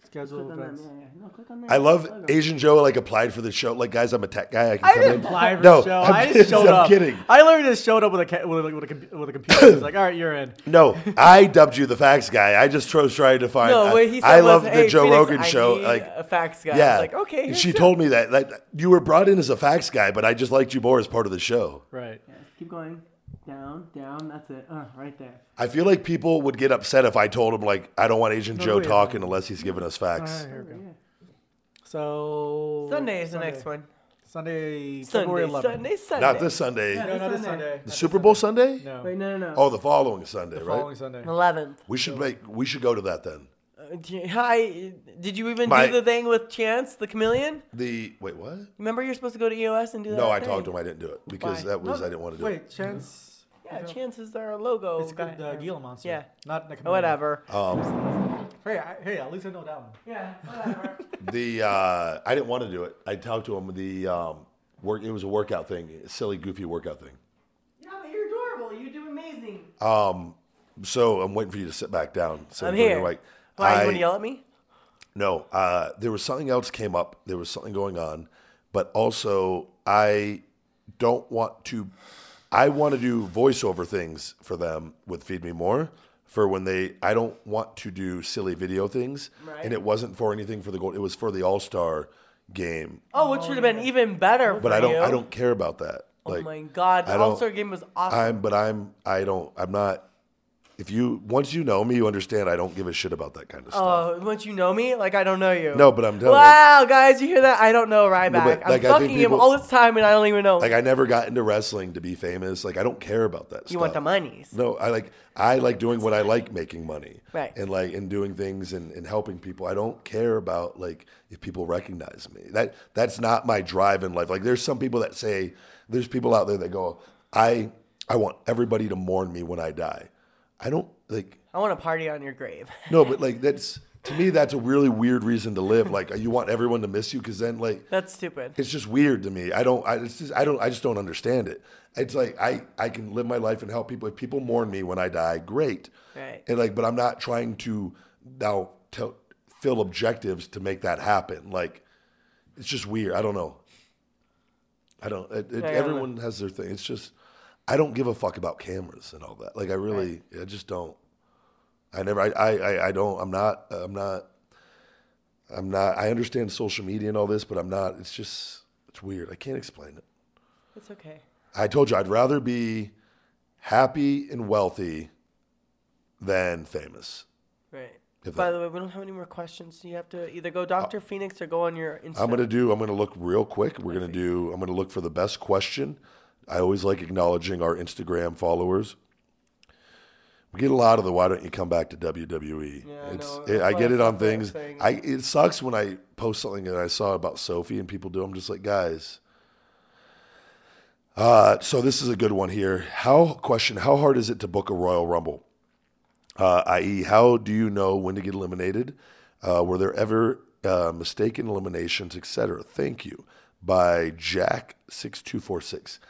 S3: schedule events.
S1: I love Asian Joe. Like applied for the show. Like guys, I'm a tech guy. I can
S3: I
S1: come
S3: didn't
S1: in.
S3: apply for
S1: no,
S3: the show.
S1: I'm
S3: I just
S1: kidding,
S3: showed
S1: I'm
S3: up.
S1: kidding.
S3: I literally just showed up with a ca- with a, with a, com- with a computer. It's like, all right, you're in.
S1: No, I dubbed you the fax guy. I just was trying to find.
S2: No, what he said
S1: I
S2: was,
S1: love
S2: "Hey,
S1: the Joe
S2: Phoenix,
S1: Rogan
S2: I
S1: show.
S2: need
S1: Like,
S2: a fax guy.
S1: yeah,
S2: I was like, okay.
S1: And
S2: here's
S1: she
S2: Joe.
S1: told me that, that you were brought in as a fax guy, but I just liked you more as part of the show.
S3: Right.
S2: Keep going. Down, down. That's it. Uh, right there.
S1: I feel like people would get upset if I told them like I don't want Asian Joe
S3: wait.
S1: talking unless he's giving us
S3: All right,
S1: facts.
S3: here we go. So
S2: Sunday is the next one.
S3: Sunday, February
S2: Sunday,
S3: 11th.
S2: Sunday, Sunday.
S1: Not this Sunday.
S3: No, not
S2: Sunday.
S3: this Sunday.
S1: The Super Bowl Sunday?
S3: No,
S2: Wait, no, no, no.
S1: Oh, the following Sunday, right?
S3: following Sunday.
S2: Eleventh.
S1: We should make. We should go to that then.
S2: Uh, d- Hi. Did you even
S1: My-
S2: do the thing with Chance the Chameleon?
S1: The wait, what?
S2: Remember, you're supposed to go to EOS and do that.
S1: No, I
S2: thing?
S1: talked to him. I didn't do it because
S2: Why?
S1: that was
S3: No,
S1: I didn't want to do
S3: Wait, chance.
S2: Yeah, Chance is our logo.
S3: It's
S2: guy.
S3: good, the Gila monster.
S2: Yeah. Oh,
S3: Not the chameleon.
S2: Whatever.
S1: it. Um,
S3: Hey, I, hey, at least I know that one.
S2: Yeah, whatever.
S1: the uh, I didn't want to do it. I talked to him. The um, work. It was a workout thing. a silly, goofy workout thing.
S2: yeah, but you're adorable. You do amazing.
S1: So I'm waiting for you to sit back down. So
S2: I'm
S1: you're
S2: here.
S1: Like,
S2: Why you
S1: I-
S2: want to yell at me?
S1: No, uh, there was something else came up. There was something going on, but also I don't want to. I want to do voiceover things for them with Feed Me More for when they. I don't want to do silly video things,
S2: Right.
S1: and it wasn't for anything for the gold. It was for the All Star game,
S2: Oh, which would have been even better.
S1: but
S2: for
S1: I don't.
S2: You.
S1: I don't care about that.
S2: Oh
S1: Like
S2: my God,
S1: I
S2: the
S1: don't-
S2: All Star game was awesome.
S1: I'm, but I'm. I don't. I'm not. If you once you know me, you understand I don't give a shit about that kind of stuff.
S2: Oh, once you know me, like I don't know you.
S1: No, but I'm telling you.
S2: Wow, guys, you hear that? I don't know Ryback.
S1: but, like, I
S2: I'm
S1: think
S2: fucking
S1: people-
S2: him all this time, and I don't even know.
S1: Like I never got into wrestling to be famous. Like I don't care about that.
S2: you want the monies?
S1: No, I like I like doing what I like, making money,
S2: Right.
S1: And like and doing things and, and helping people. I don't care about like if people recognize me. That that's not my drive in life. Like there's some people that say there's people out there that go, I I want everybody to mourn me when I die. I don't like
S2: I want to party on your grave.
S1: no, but like that's to me that's a really weird reason to live. Like you want everyone to miss you because then like
S2: That's stupid.
S1: it's just weird to me. I don't. I it's just. I don't. I just don't understand it. It's like I. I can live my life and help people. If people mourn me when I die, great.
S2: Right.
S1: And like, but I'm not trying to now tell, fill objectives to make that happen. Like, it's just weird. I don't know. I don't. It, it,
S2: Yeah, I don't
S1: everyone has their thing. It's just. I don't give a fuck about cameras and all that. Like, I really. I just don't. I never. I. I. I- I don't. I'm not. I'm not. I'm not. I understand social media and all this, but I'm not. It's just. It's weird. I can't explain it.
S2: It's okay.
S1: I told you I'd rather be happy and wealthy than famous.
S2: Right.
S1: If
S2: By
S1: that-
S2: the way, we don't have any more questions. You have to either go Dr. Phoenix or go on your Instagram.
S1: I'm gonna do. I'm gonna look real quick. We're gonna do. I'm gonna look for the best question. I always like acknowledging our Instagram followers. We get a lot of the why don't you come back to WWE?
S2: Yeah, I
S1: it's
S2: know.
S1: it, I
S2: That's
S1: get
S2: why
S1: it
S2: I
S1: on
S2: said that
S1: things.
S2: thing.
S1: I it sucks when I post something that I saw about Sophie and people do. I'm just like, guys. Uh, so this is a good one here. How question? How hard is it to book a Royal Rumble? uh, i.e., how do you know when to get eliminated? Uh, were there ever uh, mistaken eliminations, etc.? Thank you. By Jack six two four six.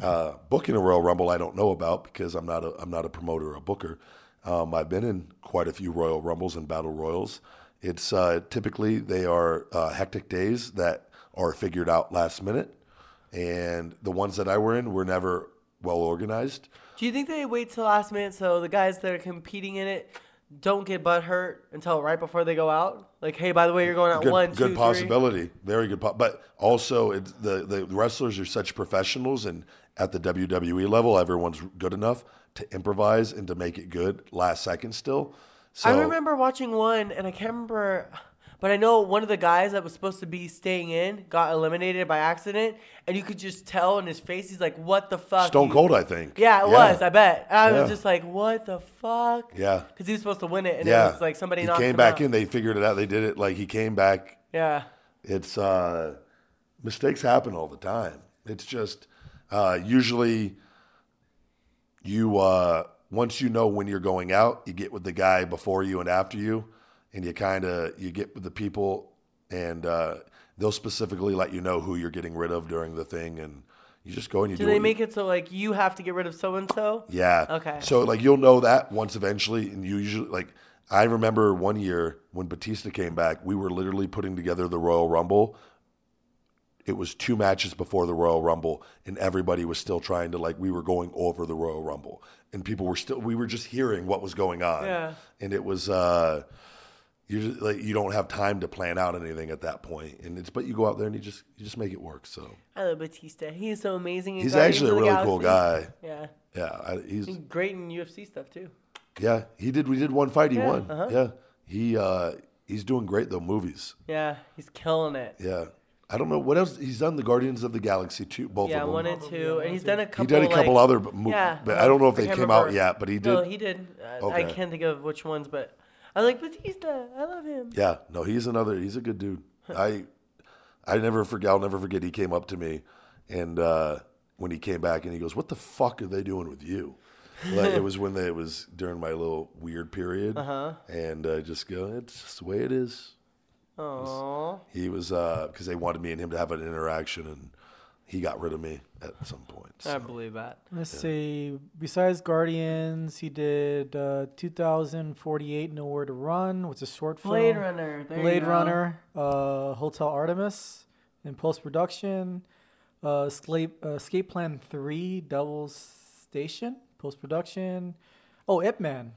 S1: Uh, Booking a Royal Rumble, I don't know about because I'm not a I'm not a promoter or a booker. Um, I've been in quite a few Royal Rumbles and Battle Royals. It's uh, typically they are uh, hectic days that are figured out last minute, and the ones that I were in were never well organized.
S2: Do you think they wait till last minute so the guys that are competing in it don't get butt hurt until right before they go out? Like, hey, by the way, you're going out
S1: good,
S2: one,
S1: good
S2: two, three.
S1: possibility. Very good. Po- but also, it's the, the wrestlers are such professionals, and at the WWE level, everyone's good enough to improvise and to make it good last second still. So,
S2: I remember watching one, and I can't remember, but I know one of the guys that was supposed to be staying in got eliminated by accident, and you could just tell in his face, he's like, "What the fuck?"
S1: Stone
S2: You-
S1: Cold, I think.
S2: Yeah, it was. I bet. And I
S1: Yeah.
S2: was just like, "What the fuck?"
S1: Yeah.
S2: because he was supposed to win it, and
S1: yeah.
S2: it was like somebody
S1: he
S2: knocked
S1: came
S2: him
S1: back
S2: out.
S1: in. They figured it out. They did it. Like he came back
S2: Yeah,
S1: it's uh, mistakes happen all the time. It's just uh, usually you uh, once you know when you're going out, you get with the guy before you and after you, and you kind of you get with the people, and uh, they'll specifically let you know who you're getting rid of during the thing, and you just go and you do.
S2: do
S1: what
S2: they
S1: you-
S2: make it so like you have to get rid of so and so?
S1: yeah.
S2: Okay.
S1: So like you'll know that once eventually, and you usually like I remember one year when Batista came back, we were literally putting together the Royal Rumble. It was two matches before the Royal Rumble, and everybody was still trying to like we were going over the Royal Rumble, and people were still we were just hearing what was going on,
S2: Yeah.
S1: and it was. uh you just, like you don't have time to plan out anything at that point, and it's but you go out there and you just you just make it work. So
S2: I love Batista. He is so amazing. in
S1: he's
S2: Guardians
S1: actually a
S2: of the
S1: really cool
S2: Galaxy.
S1: guy.
S2: Yeah,
S1: Yeah, I, he's
S2: he's great in UFC stuff too.
S1: Yeah, he did. We did one fight. He
S2: Yeah,
S1: won.
S2: uh-huh.
S1: Yeah, he uh, he's doing great though. Movies.
S2: Yeah, he's killing it.
S1: Yeah, I don't know what else he's done. The Guardians of the Galaxy two, both
S2: Yeah,
S1: of them.
S2: one and two, and he's done a couple.
S1: he did a couple
S2: like,
S1: other movies,
S2: yeah,
S1: but I don't know if they
S2: can't
S1: came out
S2: remember.
S1: yet. But he did.
S2: No, he did. Uh, I
S1: Okay.
S2: can't think of which ones, but I like Batista. I love him.
S1: Yeah, no, he's another. He's a good dude. I, I never forget. I'll never forget. He came up to me, and uh, when he came back, and he goes, "What the fuck are they doing with you?" Like it was when they, it was during my little weird period, uh-huh. and I just go, "It's just the way it is."
S2: Aww.
S1: He was because they wanted me and him to have an interaction, and he got rid of me at some point.
S2: I
S3: Uh,
S1: so.
S2: believe that.
S3: Let's see. Besides Guardians, he did uh, 2048 Nowhere to Run, which is a short film.
S2: Blade Runner. there you
S3: Blade
S2: go.
S3: Runner, uh, Hotel Artemis, in post production, uh, Escape, uh, Escape Plan 3, Double Station, post production. Oh, Ip Man,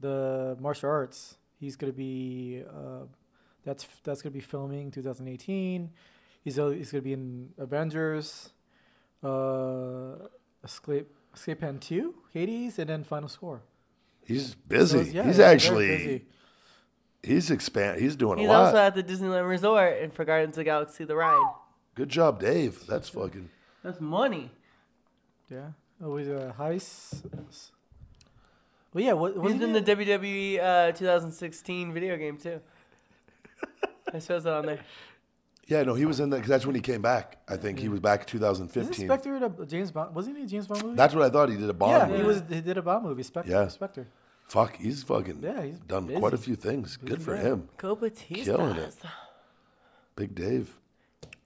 S3: the martial arts. He's going to be, uh, that's that's going to be filming 2018. He's, uh, he's going to be in Avengers, uh, Escape, Escape Plan 2, Hades, and then Final Score.
S1: He's busy.
S3: yeah,
S1: he's
S3: very
S1: actually
S3: busy.
S1: he's expand. He's doing
S2: He's
S1: a lot.
S2: also at the Disneyland Resort and for Guardians of the Galaxy the ride.
S1: Good job, Dave. That's fucking.
S2: That's money.
S3: Yeah. Oh, he's a heist. Well, yeah. What,
S2: He's
S3: wasn't
S2: in
S3: he-
S2: the WWE uh, 2016 video game too. I suppose that on there.
S1: Yeah, no, he was in that because that's when he came back. I think he was back in
S3: Isn't
S1: 2015.
S3: Spectre in a James Bond? Wasn't he in a James Bond movie?
S1: That's what I thought. He did a Bond.
S3: yeah,
S1: movie.
S3: he was. He did a Bond movie. Spectre.
S1: Yeah.
S3: Spectre.
S1: Fuck, he's fucking
S3: Yeah, he's
S1: done
S3: busy.
S1: quite a few things. Good for him.
S2: Go Batista.
S1: Killing it. Big Dave.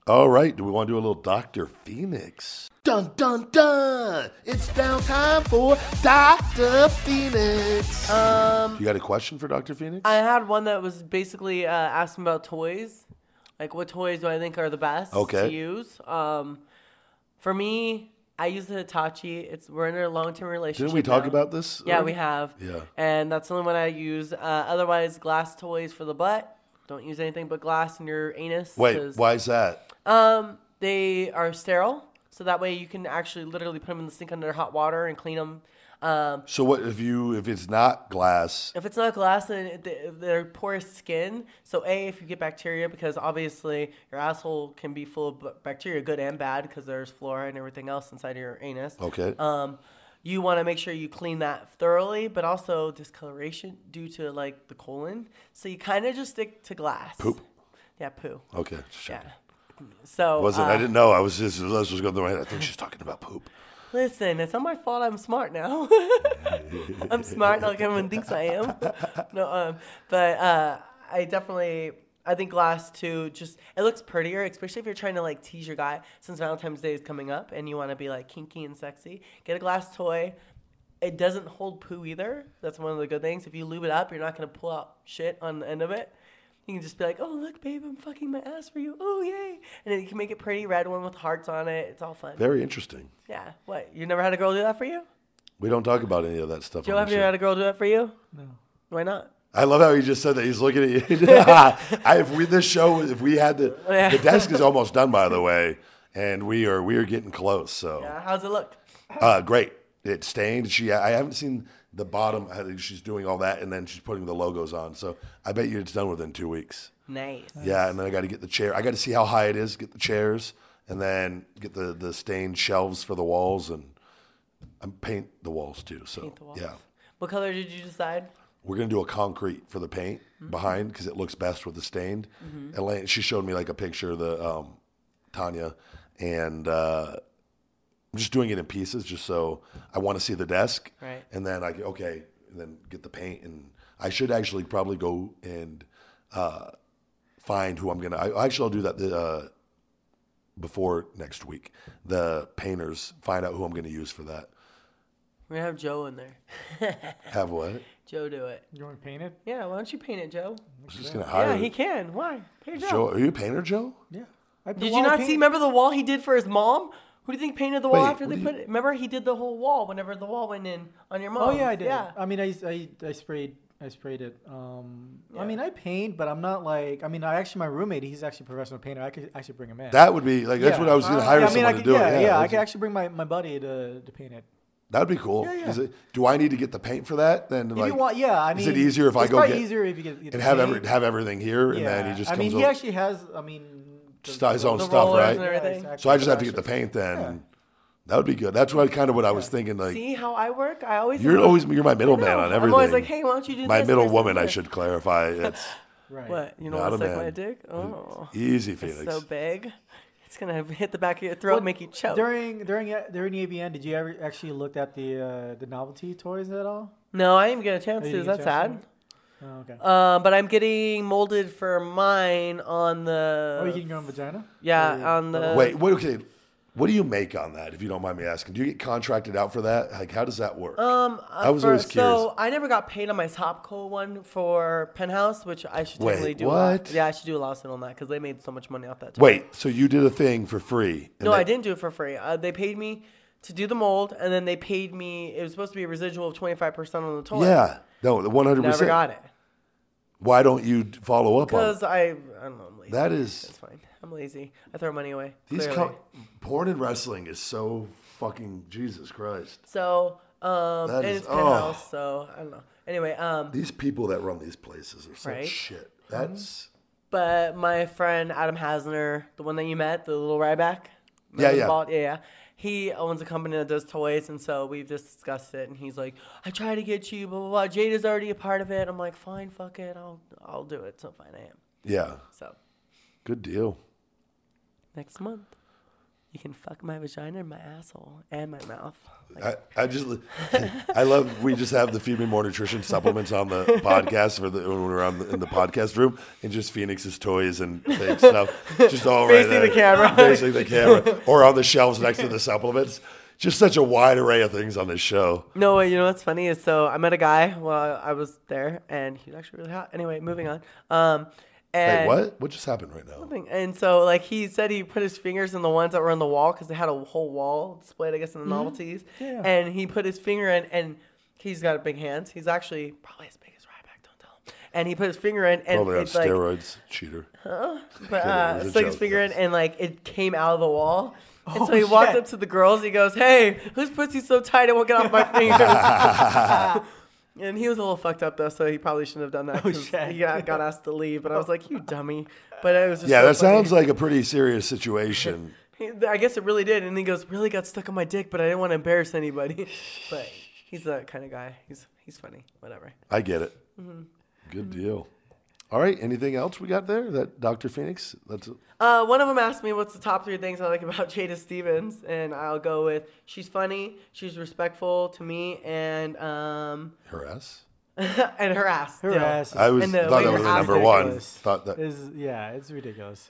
S1: All right, do we want to do a little Dr. Phoenix? Dun, dun, dun! It's now time for Dr. Phoenix! Um, you got a question for Dr. Phoenix?
S2: I had one that was basically uh, asking about toys, like what toys do I think are the best
S1: Okay.
S2: to use. Um, for me, I use the Hitachi. It's we're in a long term relationship.
S1: Didn't we talk
S2: now.
S1: about this?
S2: Yeah,
S1: already?
S2: we have.
S1: Yeah.
S2: And that's the only one I use. Uh, otherwise, glass toys for the butt. Don't use anything but glass in your anus.
S1: Wait,
S2: 'cause,
S1: why is that?
S2: Um, they are sterile, so that way you can actually literally put them in the sink under hot water and clean them. Um,
S1: So what if you if it's not glass?
S2: if it's not glass, then it- they- they're porous skin. So a, if you get bacteria, because obviously your asshole can be full of b- bacteria, good and bad, because there's flora and everything else inside of your anus.
S1: Okay.
S2: Um, you want to make sure you clean that thoroughly, but also discoloration due to like the colon. So you kind of just stick to glass.
S1: Poop. Oh,
S2: Yeah, poo.
S1: okay. Sure.
S2: um, Yeah. So
S1: Wasn't
S2: uh,
S1: I didn't know. I was just I was just going through my head. I think she's talking about poop.
S2: Listen, it's not my fault. I'm smart now. I'm smart like everyone thinks I am. No, um, but uh, I definitely, I think glass too. Just it looks prettier, especially if you're trying to like tease your guy. Since Valentine's Day is coming up and you want to be like kinky and sexy, get a glass toy. It doesn't hold poo either. That's one of the good things. If you lube it up, you're not gonna pull out shit on the end of it. You can just be like, "Oh look, babe, I'm fucking my ass for you. Oh yay!" And then you can make it pretty, red one with hearts on it. It's all fun.
S1: Very interesting.
S2: Yeah. What? You never had a girl do that for you?
S1: We don't talk about any of that stuff.
S2: Joe,
S1: on
S2: have
S1: this
S2: you
S1: show.
S2: had a girl do that for you?
S3: No.
S2: Why not?
S1: I love how he just said that he's looking at you. I, if we this show, if we had the
S2: Yeah.
S1: the desk is almost done by the way, and we are we are getting close. So
S2: Uh, how's it look?
S1: uh, great, it's stained. She I haven't seen the bottom. I think she's doing all that, and then she's putting the logos on. So I bet you it's done within two weeks.
S2: Nice.
S1: Yeah, and then I got to get the chair. I got to see how high it is. Get the chairs, and then get the the stained shelves for the walls, and I'm paint the walls too. So
S2: the walls.
S1: yeah.
S2: What color did you decide?
S1: we're gonna do a concrete for the paint behind because it looks best with the stained.
S2: Mm-hmm.
S1: Elaine, she showed me like a picture of the um, Tanya, and uh, I'm just doing it in pieces just so I want to see the desk,
S2: Right.
S1: And then I okay, and then get the paint, and I should actually probably go and uh, find who I'm gonna. I, actually, I'll do that. The, uh, before next week, the painters find out who I'm going to use for that.
S2: We're gonna have Joe in there.
S1: Have what?
S2: Joe, do it.
S3: You want to paint it?
S2: Yeah. Why don't you paint it, Joe?
S1: I'm just going to
S2: Yeah,
S1: hire
S2: he can. Why? Paint Joe.
S1: Joe. Are you a painter, Joe?
S3: Yeah. I
S2: Did you not see? Remember the wall he did for his mom? Who do you think painted the wall
S1: Wait,
S2: after
S1: what
S2: they
S1: do
S2: put it? Remember he did the whole wall whenever the wall went in on your mom.
S3: Oh yeah, I did.
S2: Yeah.
S3: I mean, I, I, I sprayed I sprayed it. Um, I mean, I paint, but I'm not like I mean, I actually my roommate, he's actually a professional painter. I could I should bring him in.
S1: That would be like that's
S3: Yeah. Uh,
S1: what I was going to hire
S3: yeah, I mean,
S1: someone
S3: I could,
S1: to do
S3: yeah,
S1: it. Yeah,
S3: yeah, I
S1: that's-
S3: could actually bring my, my buddy to, to paint it.
S1: that'd be cool.
S3: Yeah, yeah.
S1: Is it, do I need to get the paint for that? Then
S3: If
S1: like,
S3: you want, yeah, I
S1: is
S3: mean,
S1: it easier if I
S3: it's
S1: go
S3: probably
S1: get-
S3: easier if you get, get
S1: and have
S3: paint.
S1: every, have everything here, and
S3: Yeah.
S1: then he just
S3: I
S1: comes.
S3: mean,
S1: over.
S3: he actually has. I mean, the-
S1: Just his own
S2: The
S1: stuff,
S2: rollers
S1: right?
S2: and everything.
S3: exactly.
S1: so I just have to get the paint then. That would be good. That's what kind of what I was thinking. Like
S2: See how I work? I always.
S1: you're
S2: am-
S1: always you're my
S2: I
S1: middleman
S2: know.
S1: on everything.
S2: I'm always like, hey, why don't you do
S1: my
S2: this
S1: middle
S2: versus
S1: woman, I
S2: this?
S1: should clarify. It's
S3: Right.
S2: What? You know
S1: Not
S2: what's
S1: a
S2: like my
S1: man.
S2: dick? Oh.
S1: easy, Phoenix.
S2: It's so big. It's gonna hit the back of your throat,
S3: Well,
S2: make you choke.
S3: During during uh, during the ABN, did you ever actually look at the uh, the novelty toys at all?
S2: no, I didn't get a chance
S3: Oh, you
S2: to.
S3: didn't
S2: That's
S3: get a
S2: sad.
S3: chance Oh, okay.
S2: Um, but I'm getting molded for mine on the.
S3: Are Oh, you Oh, getting your own vagina?
S2: yeah,
S3: Or-
S2: on the.
S1: Oh, Wait, what? Okay, what do you make on that? If you don't mind me asking, do you get contracted out for that? Like, how does that work?
S3: Uh,
S2: Um,
S1: I was
S2: for-
S1: always curious.
S2: So I never got paid on my Topco one for Penthouse, which I should
S1: Wait,
S2: totally do. a
S1: what?
S2: law- yeah, I should do a lawsuit on that because they made so much money off that. toy.
S1: Wait, so you did a thing for free? and
S2: No, I
S1: that-
S2: didn't do it for free. Uh, they paid me to do the mold, and then they paid me. It was supposed to be a residual of twenty five percent on the toy.
S1: Yeah, no, the one hundred
S2: never
S1: percent.
S2: got it
S1: Why don't you d- follow up on it?
S2: because I. I don't know. I'm lazy.
S1: that? Is
S2: It's fine. I'm lazy. I throw money away.
S1: these
S2: clearly.
S1: co- porn and wrestling is so fucking Jesus Christ?
S2: so Um,
S1: That
S2: and
S1: is-
S2: it's penthouse, so I don't know. Anyway, um,
S1: These people that run these places are such
S2: Right.
S1: shit. That's
S2: but my friend Adam Hasner, the one that you met, the little Ryback.
S1: Yeah,
S2: Remember the
S1: yeah.
S2: bald- yeah, yeah. He owns a company that does toys, and so we've just discussed it. And he's like, "I try to get you, blah blah blah." Jada's already a part of it. I'm like, "Fine, fuck it, I'll I'll do it." So fine, I am.
S1: yeah,
S2: So
S1: good deal.
S2: next month, you can fuck my vagina, and my asshole, and my mouth. Like,
S1: I, I just I love we just have the Phoebe More Nutrition supplements on the podcast for the when we're on the, in the podcast room and just Phoenix's toys and fake stuff just all right
S2: Facing
S1: there.
S2: the camera.
S1: facing the camera or on the shelves next to the supplements. Just such a wide array of things on this show.
S2: No, wait, you know what's funny is so I met a guy while I was there, and he was actually really hot. Anyway, moving on. Um, and
S1: Wait, what? What just happened right now?
S2: Thing. And so, like, he said he put his fingers in the ones that were on the wall because they had a whole wall displayed, I guess,
S1: Mm-hmm.
S2: in the novelties.
S3: Yeah.
S2: And he put his finger in, and he's got big hands. He's actually probably as big as Ryback, don't tell him. And he put his finger in, and
S1: Probably on
S2: it's like,
S1: steroids, cheater.
S2: but,
S1: Kidding, it
S2: uh,
S1: was a
S2: stuck his
S1: joke,
S2: finger in,
S1: guys.
S2: and like, it came out of the wall. And
S3: Oh,
S2: so he walked
S3: shit.
S2: up to the girls. He goes, "Hey, whose pussy's so tight it won't get off my fingers?" and he was a little fucked up though, so he probably shouldn't have done that.
S3: Oh,
S2: 'cause
S3: shit.
S2: He got, got asked to leave, but I was like, "You dummy!" But it was just
S1: Yeah,
S2: so
S1: that
S2: funny.
S1: sounds like a pretty serious situation.
S2: He- I guess it really did. And he goes, really got stuck on my dick, but I didn't want to embarrass anybody. but he's that kind of guy. He's he's funny. Whatever.
S1: I get it.
S2: Mm-hmm.
S1: Good deal. All right. Anything else we got there? That Dr. Phoenix? That's
S2: Uh, one of them asked me what's the top three things I like about Jada Stevens, and I'll go with she's funny, she's respectful to me, and um,
S1: her ass.
S2: and her ass.
S3: Her
S2: still.
S3: ass
S1: I was
S2: And uh, the
S1: thought
S2: way
S1: that
S2: her
S1: was the
S2: ass
S1: number
S2: is
S1: one.
S3: ridiculous.
S1: Thought that
S3: is yeah, it's ridiculous.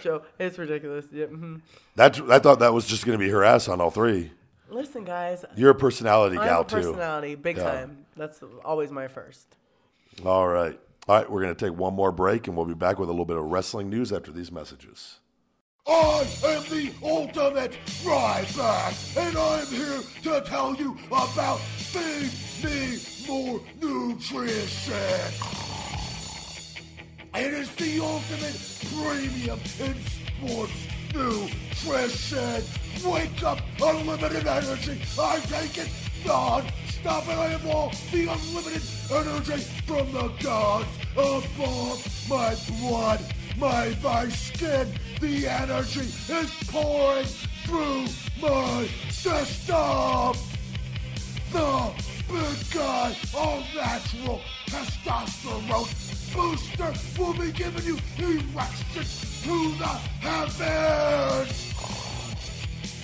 S2: Joe, it's ridiculous. Yeah, mhm.
S1: that's I thought that was just going to be her ass on all three.
S2: Listen, guys,
S1: You're a personality
S2: I
S1: gal
S2: have a
S1: too.
S2: personality, big
S1: Yeah.
S2: time. That's always my first.
S1: All right. All right. We're going to take one more break and we'll be back with a little bit of wrestling news after these messages.
S5: I am the ultimate Ryback, and I'm here to tell you about Feed Me More Nutrition. It is the ultimate premium in sports nutrition. Wake up, unlimited energy. I take it non-stop, and I am all the unlimited energy from the gods above. My blood, my my skin, the energy is pouring through my system the big guy, all natural testosterone booster will be giving you erections to the heavens.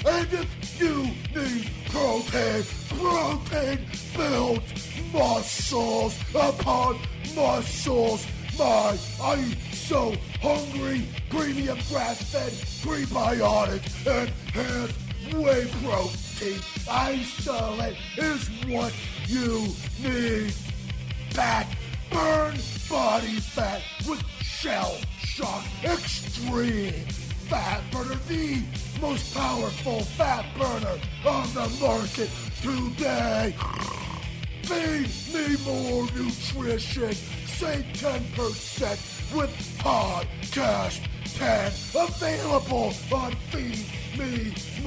S5: And if you need protein, protein builds muscles upon muscles. My, I'm so hungry. Premium grass-fed prebiotic enhanced whey protein isolate is what you need back, burn body fat with shell shock extreme fat burner, the most powerful fat burner on the market today. Feed me more nutrition, save 10% with podcast 10. Available on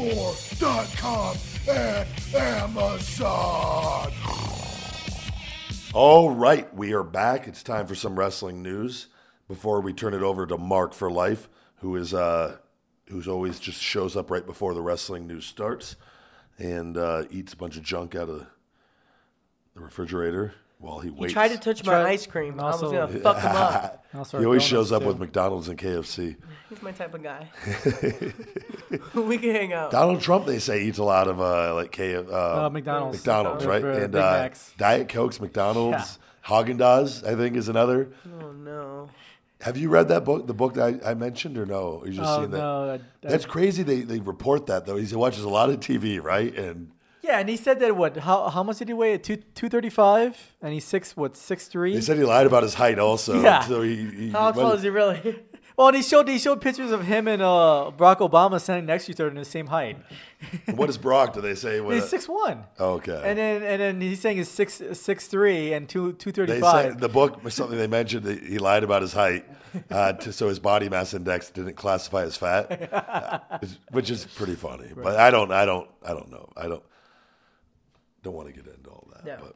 S5: feedmemore.com and Amazon.
S1: All right, we are back. It's time for some wrestling news before we turn it over to Mark for life, who is uh who's always just shows up right before the wrestling news starts and uh, eats a bunch of junk out of the refrigerator while he
S2: He
S1: waits.
S2: tried to touch my
S3: Tried-
S2: ice cream.
S3: and
S2: I was
S3: also-
S2: gonna fuck him up.
S3: And also
S1: he always
S3: donuts,
S1: shows up
S3: too.
S1: with McDonald's and KFC.
S2: He's my type of guy. we can hang out.
S1: Donald Trump, they say, eats a lot of uh, like K uh,
S3: Uh, McDonald's.
S1: McDonald's,
S3: For
S1: right?
S3: Big
S1: And uh,
S3: Macs.
S1: Diet Cokes, McDonald's, Haagen Dazs, I think, is another.
S2: Oh no.
S1: Have you read that book, the book that I, I mentioned, or no? You just
S3: Oh,
S1: seen that?
S3: no, I- I-
S1: That's crazy. They they report that though. He watches a lot of TV, right? And
S3: Yeah, and he said that what? How how much did he weigh? Two two thirty five, and he's six what six three.
S1: they said he lied about his height also.
S3: Yeah.
S1: So he, he
S2: How tall
S1: well,
S2: is he really?
S3: well, and he showed he showed pictures of him and uh, Barack Obama standing next to each other in the same height.
S1: What is Brock? Do they say? What,
S3: He's six one.
S1: uh, Okay.
S3: And then and then he's saying he's six six three and two two
S1: they
S3: thirty
S1: said
S3: five.
S1: the book was something they mentioned. That he lied about his height, uh, to, so his body mass index didn't classify as fat, uh, which is pretty funny. But I don't, I don't, I don't know. I don't. Don't want to get into all that.
S2: No.
S1: But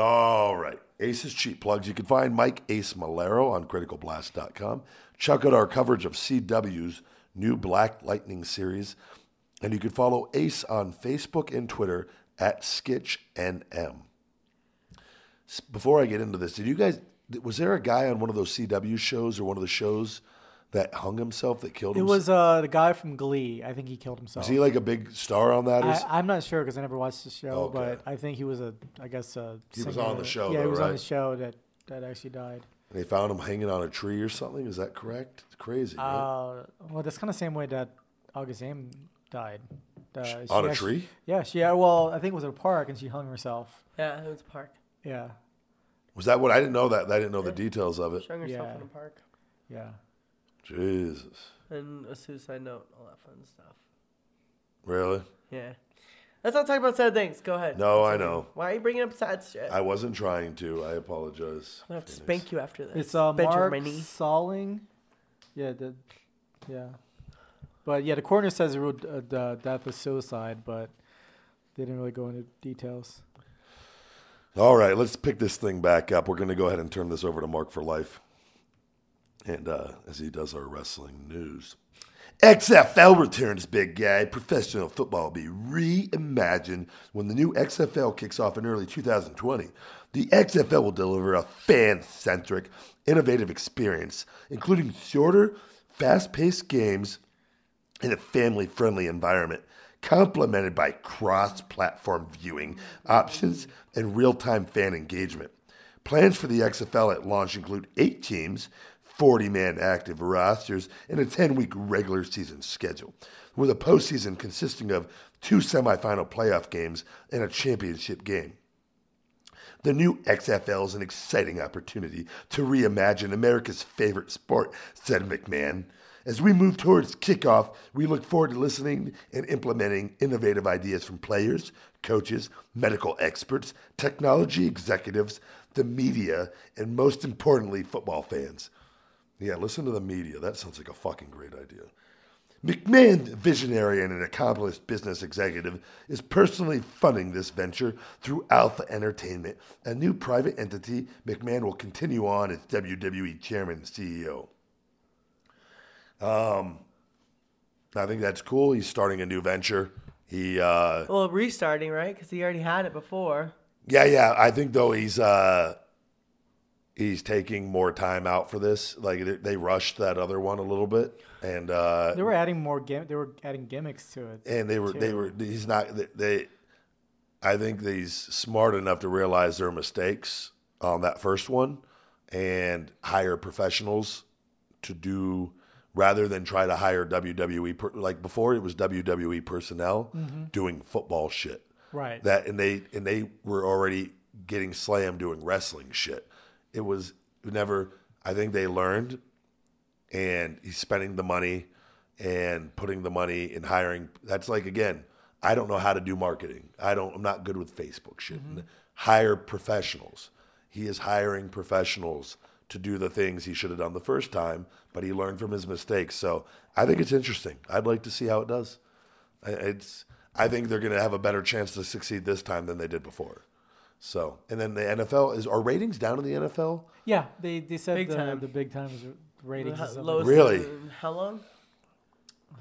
S1: all right. Ace's cheap plugs. You can find Mike Ace Malero on criticalblast.com. Check out our coverage of CW's new Black Lightning series. And you can follow Ace on Facebook and Twitter at SkitchNM. S- Before I get into this, did you guys was there a guy on one of those CW shows or one of the shows that hung himself that killed
S3: It
S1: himself?
S3: was uh, the guy from Glee. I think he killed himself.
S1: Is he like a big star on that? Or s-
S3: I, I'm not sure because I never watched the show,
S1: Okay.
S3: but I think he was a, I guess a.
S1: He was
S3: singer
S1: on the
S3: that-
S1: show,
S3: Yeah,
S1: though,
S3: he was on
S1: right?
S3: the show that that actually died.
S1: they found him hanging on a tree or something. Is that correct? It's crazy. right?
S3: Uh, well, that's kind of the same way that August Aim died. Uh, she
S1: on a
S3: actu-
S1: tree?
S3: Yeah, she. Yeah, well, I think it was at a park, and she hung herself.
S2: Yeah, it was a park.
S3: Yeah,
S1: Was that what? I didn't know that. I didn't know the details of it.
S2: Showing yourself
S3: Yeah.
S2: in a park.
S3: yeah.
S1: Jesus,
S2: And a suicide note, all that fun stuff.
S1: really?
S2: Yeah. Let's not talk about sad things. Go ahead.
S1: No, I know.
S2: Why are you bringing up sad shit?
S1: I wasn't trying to. I apologize.
S2: I'm gonna have to spank you after this.
S3: It's uh,
S2: Bend your
S3: Mark
S2: my knee.
S3: Salling. Yeah, the, yeah. But yeah, the coroner says the, real- uh, the death was suicide, but they didn't really go into details.
S1: All right, let's pick this thing back up. We're going to go ahead and turn this over to Mark for life, and uh, as he does our wrestling news. XFL returns, big guy. Professional football will be reimagined when the new XFL kicks off in early 2020. The XFL will deliver a fan centric, innovative experience, including shorter, fast paced games in a family friendly environment, complemented by cross platform viewing options and real time fan engagement. Plans for the XFL at launch include eight teams, 40 man active rosters, and a 10 week regular season schedule, with a postseason consisting of two semifinal playoff games and a championship game. The new XFL is an exciting opportunity to reimagine America's favorite sport, said McMahon. As we move towards kickoff, we look forward to listening and implementing innovative ideas from players, coaches, medical experts, technology executives, the media, and most importantly, football fans. Yeah, listen to the media. That sounds like a fucking great idea. McMahon, visionary and an accomplished business executive, is personally funding this venture through Alpha Entertainment, a new private entity McMahon will continue on as WWE chairman and E CEO. Um, I think that's cool. He's starting a new venture. He, uh,
S2: Well, restarting, right? Because he already had it before.
S1: yeah, yeah. I think though he's uh, he's taking more time out for this. Like they- they rushed that other one a little bit, and uh,
S3: They were adding more gim- They were adding gimmicks to it.
S1: and they were they were he's not they- they i think that he's smart enough to realize their mistakes on that first one and hire professionals to do rather than try to hire wwe per, like before it was wwe personnel doing football shit
S3: Right.
S1: that and they and they were already getting slammed doing wrestling shit it was never i think they learned and he's spending the money and putting the money in hiring. That's like again, I don't know how to do marketing. I don't. I'm not good with Facebook shit. Hire professionals. He is hiring professionals to do the things he should have done the first time, but he learned from his mistakes. So I think it's interesting. I'd like to see how it does. I- It's. I think they're going to have a better chance to succeed this time than they did before. So, and then the NFL is our ratings down in the NFL?
S3: yeah, they they said
S2: Big
S3: the,
S2: time.
S3: the big time was ratings.
S2: How-
S3: is up.
S2: lowest
S1: Really?
S2: in How long?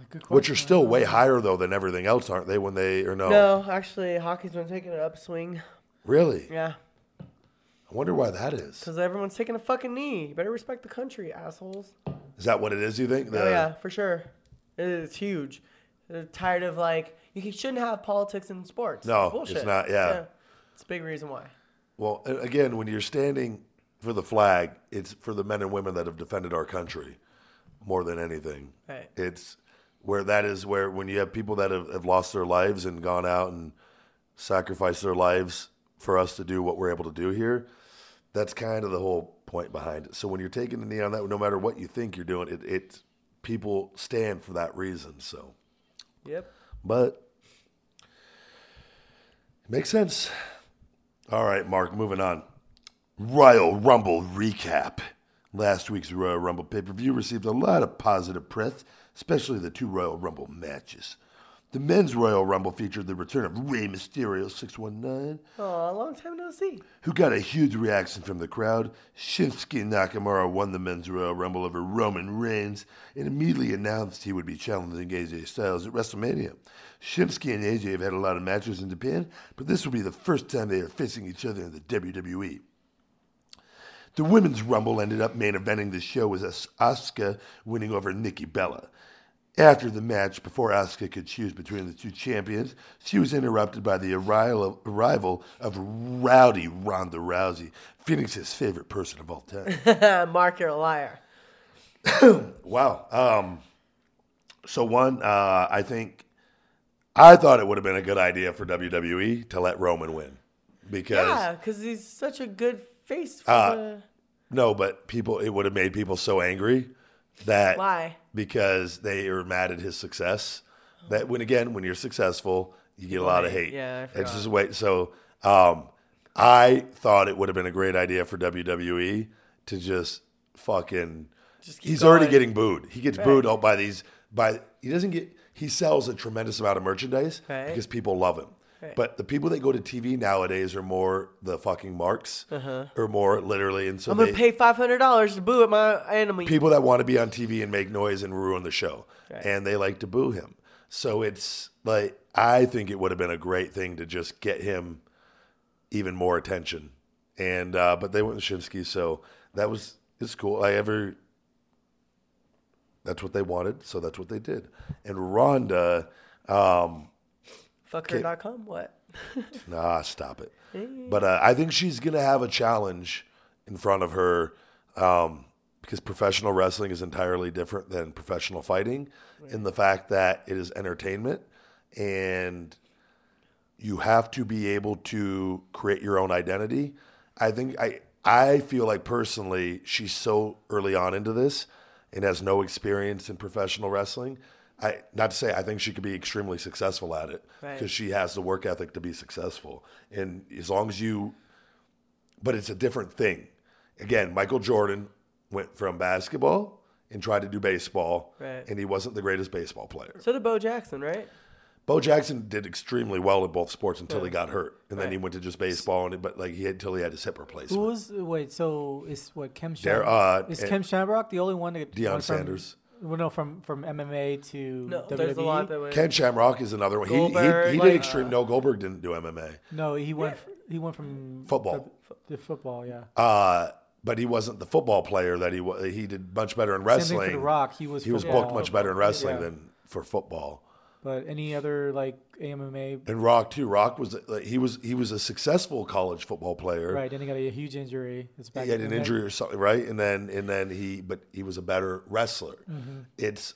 S3: Good
S1: Which are
S3: question.
S1: still way higher though than everything else, aren't they? When they or no?
S2: No, actually, hockey's been taking an upswing.
S1: Really?
S2: Yeah,
S1: I wonder why that is.
S2: because everyone's taking a fucking knee. You better respect the country, assholes.
S1: Is that what it is? You think? The-
S2: Oh yeah, for sure. It's huge. They're tired of like you shouldn't have politics in sports.
S1: No,
S2: it's, bullshit.
S1: it's not, yeah.
S2: it's a big reason why.
S1: Well, a- again, when you're standing for the flag, it's for the men and women that have defended our country more than anything.
S2: Right.
S1: It's where that is where when you have people that have, have lost their lives and gone out and sacrificed their lives for us to do what we're able to do here. That's kind of the whole point behind it. So when you're taking a knee on that, no matter what you think you're doing, it, it people stand for that reason. So.
S2: Yep.
S1: But makes sense. All right, Mark, moving on. Royal Rumble recap. Last week's Royal Rumble pay per view received a lot of positive press, especially the two Royal Rumble matches. The men's Royal Rumble featured the return of Rey Mysterio 619,
S2: Oh, a long time no see.
S1: who got a huge reaction from the crowd. Shinsuke Nakamura won the men's Royal Rumble over Roman Reigns and immediately announced he would be challenging AJ Styles at WrestleMania. Shinsuke and AJ have had a lot of matches in Japan, but this will be the first time they are facing each other in the E. WWE. The women's Rumble ended up main eventing the show with As- Asuka winning over Nikki Bella. After the match, before Asuka could choose between the two champions, she was interrupted by the arrival arrival of rowdy Ronda Rousey, Phoenix's favorite person of all time.
S2: Mark, you're a liar.
S1: Wow. Um, so one, uh, I think I thought it would have been a good idea for WWE to let Roman win because
S2: Yeah, because he's such a good face. For
S1: Uh,
S2: the...
S1: no, but people it would have made people so angry that
S2: Why?
S1: Because they are mad at his success. That when again, when you're successful, you get a lot of hate.
S2: yeah, I
S1: it's just wait. So um, I thought it would have been a great idea for WWE to just fucking.
S2: keep
S1: he's already
S2: going.
S1: getting getting booed. He gets booed all by these by he doesn't get he sells a tremendous amount of merchandise
S2: Right.
S1: because people love him. But the people that go to TV nowadays are more the fucking marks, or more literally, and so
S2: Uh-huh. I'm
S1: they,
S2: gonna pay five hundred dollars to boo at my enemy.
S1: people that want to be on TV and make noise and ruin the show, and they like to boo him. So it's like I think it would have been a great thing to just get him even more attention, and uh, but they went with Shinsky, so that was it's cool. I ever that's what they wanted, so that's what they did. And Rhonda, um,
S2: Fucker.com. What?
S1: Nah, stop it. But uh, I think she's gonna have a challenge in front of her um, because professional wrestling is entirely different than professional fighting in the fact that it is entertainment and you have to be able to create your own identity. I think I I feel like personally she's so early on into this and has no experience in professional wrestling. I not to say I think she could be extremely successful at it
S2: Right.
S1: because she has the work ethic to be successful. And as long as you but it's a different thing. Again, Michael Jordan went from basketball and tried to do baseball
S2: Right.
S1: and he wasn't the greatest baseball player.
S2: So did Bo Jackson, right?
S1: Bo Jackson did extremely well in both sports until he got hurt, and then he went to just baseball. And but like he had until he had his hip
S3: Who
S1: replacement.
S3: was wait? So is what Kim
S1: There,
S3: Shamrock?
S1: uh,
S3: is
S1: and-
S3: Kim Shamrock the only one that
S1: Deion
S3: went from-
S1: Sanders.
S3: Well, no, from from MMA to E?
S2: No,
S1: E
S3: WWE.
S2: there's a lot that went.
S1: Ken Shamrock is another one. He, he,
S2: Goldberg,
S1: he did
S2: like,
S1: extreme.
S3: uh,
S1: no, Goldberg didn't do MMA,
S3: No, he went f- he went from
S1: Football.
S3: The, the football, yeah.
S1: uh, but he wasn't the football player that he was. He did much better in
S3: Same
S1: wrestling.
S3: thing for The Rock. He was
S1: He was
S3: football,
S1: booked much better in wrestling
S3: Yeah.
S1: than for football.
S3: But any other like MMA,
S1: And Rock too. Rock was like, he was he was a successful college football player.
S3: right? And he got a huge injury. It's back
S1: he had
S3: in
S1: an
S3: the neck.
S1: injury or something, right? And then and then he but he was a better wrestler.
S3: Mm-hmm.
S1: It's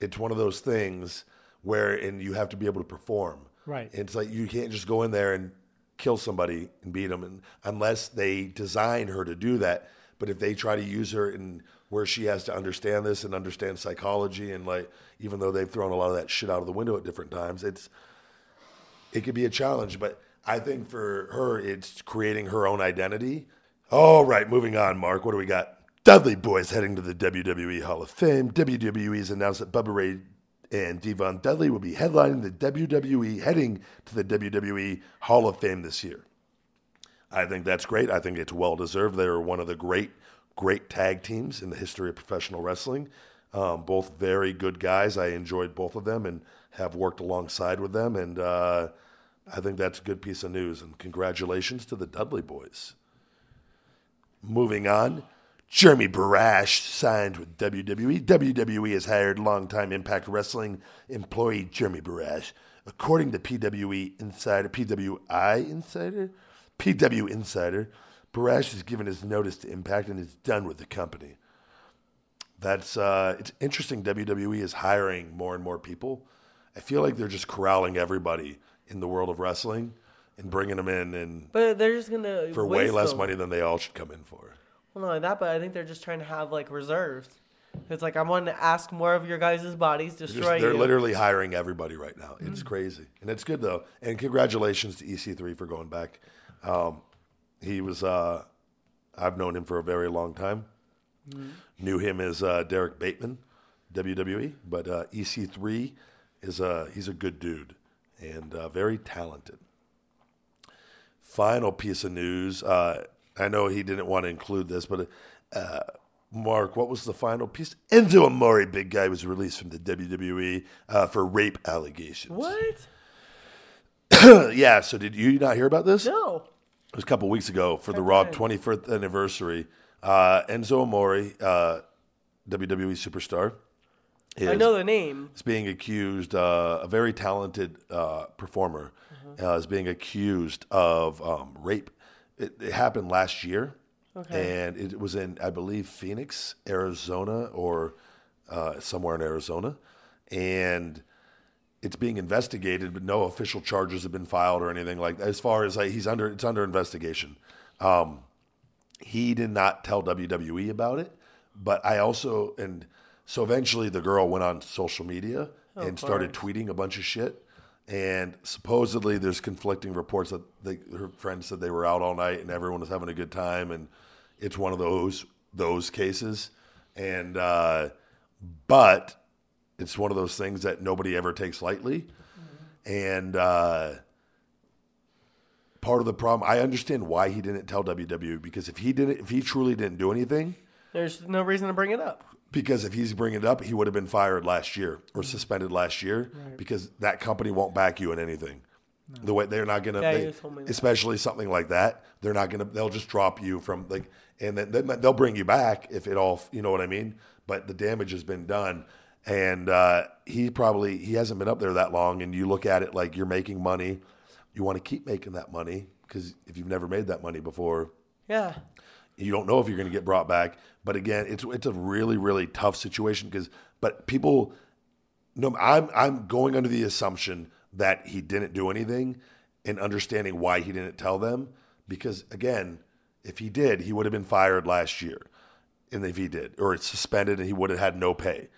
S1: it's one of those things where and you have to be able to perform.
S3: Right.
S1: It's like you can't just go in there and kill somebody and beat them and unless they design her to do that. But if they try to use her in where she has to understand this and understand psychology and like even though they've thrown a lot of that shit out of the window at different times, it's it could be a challenge, but I think for her, it's creating her own identity. All right, moving on, Mark. What do we got? Dudley Boyz heading to the WWE Hall of Fame. WWE's announced that Bubba Ray and Devon Dudley will be headlining the WWE, heading to the WWE Hall of Fame this year. I think that's great. I think it's well deserved. They are one of the great, great tag teams in the history of professional wrestling. Um, both very good guys. I enjoyed both of them and have worked alongside with them. And uh, I think that's a good piece of news. And congratulations to the Dudley boys. Moving on, Jeremy Barash signed with E. WWE. WWE has hired longtime Impact Wrestling employee Jeremy Barash. According to PWE Insider, PWI Insider, PW Insider, Barash has given his notice to Impact and is done with the company. That's uh, it's interesting. WWE is hiring more and more people. I feel like they're just corralling everybody in the world of wrestling and bringing them in, and
S2: But they're just gonna
S1: for way
S2: waste
S1: less
S2: them.
S1: money than they all should come in for.
S2: Well, not only that, but I think they're just trying to have like reserves. It's like I'm wanting to ask more of your guys' bodies,
S1: Just-
S2: destroy
S1: they're
S2: you.
S1: literally hiring everybody right now. It's crazy, and it's good though. And congratulations to EC3 for going back. Um, he was uh, I've known him for a very long time. E, Knew him as uh, Derek Bateman, WWE, but uh, EC3 is a he's a good dude and uh, very talented. Final piece of news. Uh, I know he didn't want to include this, but uh, Mark, what was the final piece? Enzo Amore, big guy, was released from the WWE uh, for rape allegations.
S2: What?
S1: yeah. So did you not hear about this?
S2: No.
S1: it was a couple weeks ago for the Raw 25th anniversary. Uh, Enzo Amore, uh, WWE superstar, is,
S2: I know the name.
S1: is being accused. Uh, a very talented uh, performer uh, is being accused of um, rape. It, it happened last year, and it was in, I believe, Phoenix, Arizona, or uh, somewhere in Arizona, and it's being investigated, but no official charges have been filed or anything like that. As far as like, he's under, it's under investigation. Um, he did not tell WWE about it, but I also and so eventually the girl went on social media and started tweeting a bunch of shit. And supposedly there's conflicting reports that they, her friends said they were out all night and everyone was having a good time, and it's one of those those cases. And uh, but it's one of those things that nobody ever takes lightly. And uh, part of the problem, I understand why he didn't tell WWE because if he didn't, if he truly didn't do anything,
S2: There's no reason to bring it up.
S1: because if he's bringing it up, he would have been fired last year or
S2: Mm.
S1: suspended last year because that company won't back you in anything. The way they're not gonna,
S2: Yeah,
S1: they-
S2: you told me that.
S1: especially something like that, they're not gonna. They'll just drop you from like, and then then they'll bring you back if it all. You know what I mean? But the damage has been done, and uh, he probably he hasn't been up there that long. And you look at it like you're making money, you want to keep making that money because if you've never made that money before,
S2: Yeah.
S1: you don't know if you're going to get brought back. But again, it's it's a really really tough situation because but people, no, I'm I'm going under the assumption that he didn't do anything, and understanding why he didn't tell them because again, if he did, he would have been fired last year, and if he did, or it's suspended, and he would have had no pay.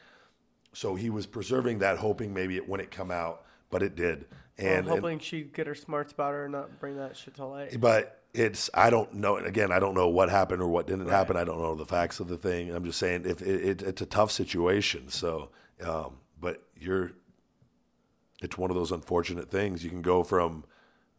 S1: So he was preserving that, hoping maybe it wouldn't come out, but it did. And
S2: I'm hoping she'd get her smarts about her and not bring that shit to light.
S1: but it's I don't know. And again, I don't know what happened or what didn't happen. I don't know the facts of the thing. I'm just saying if it, it, it's a tough situation. So, um, but you're, it's one of those unfortunate things. You can go from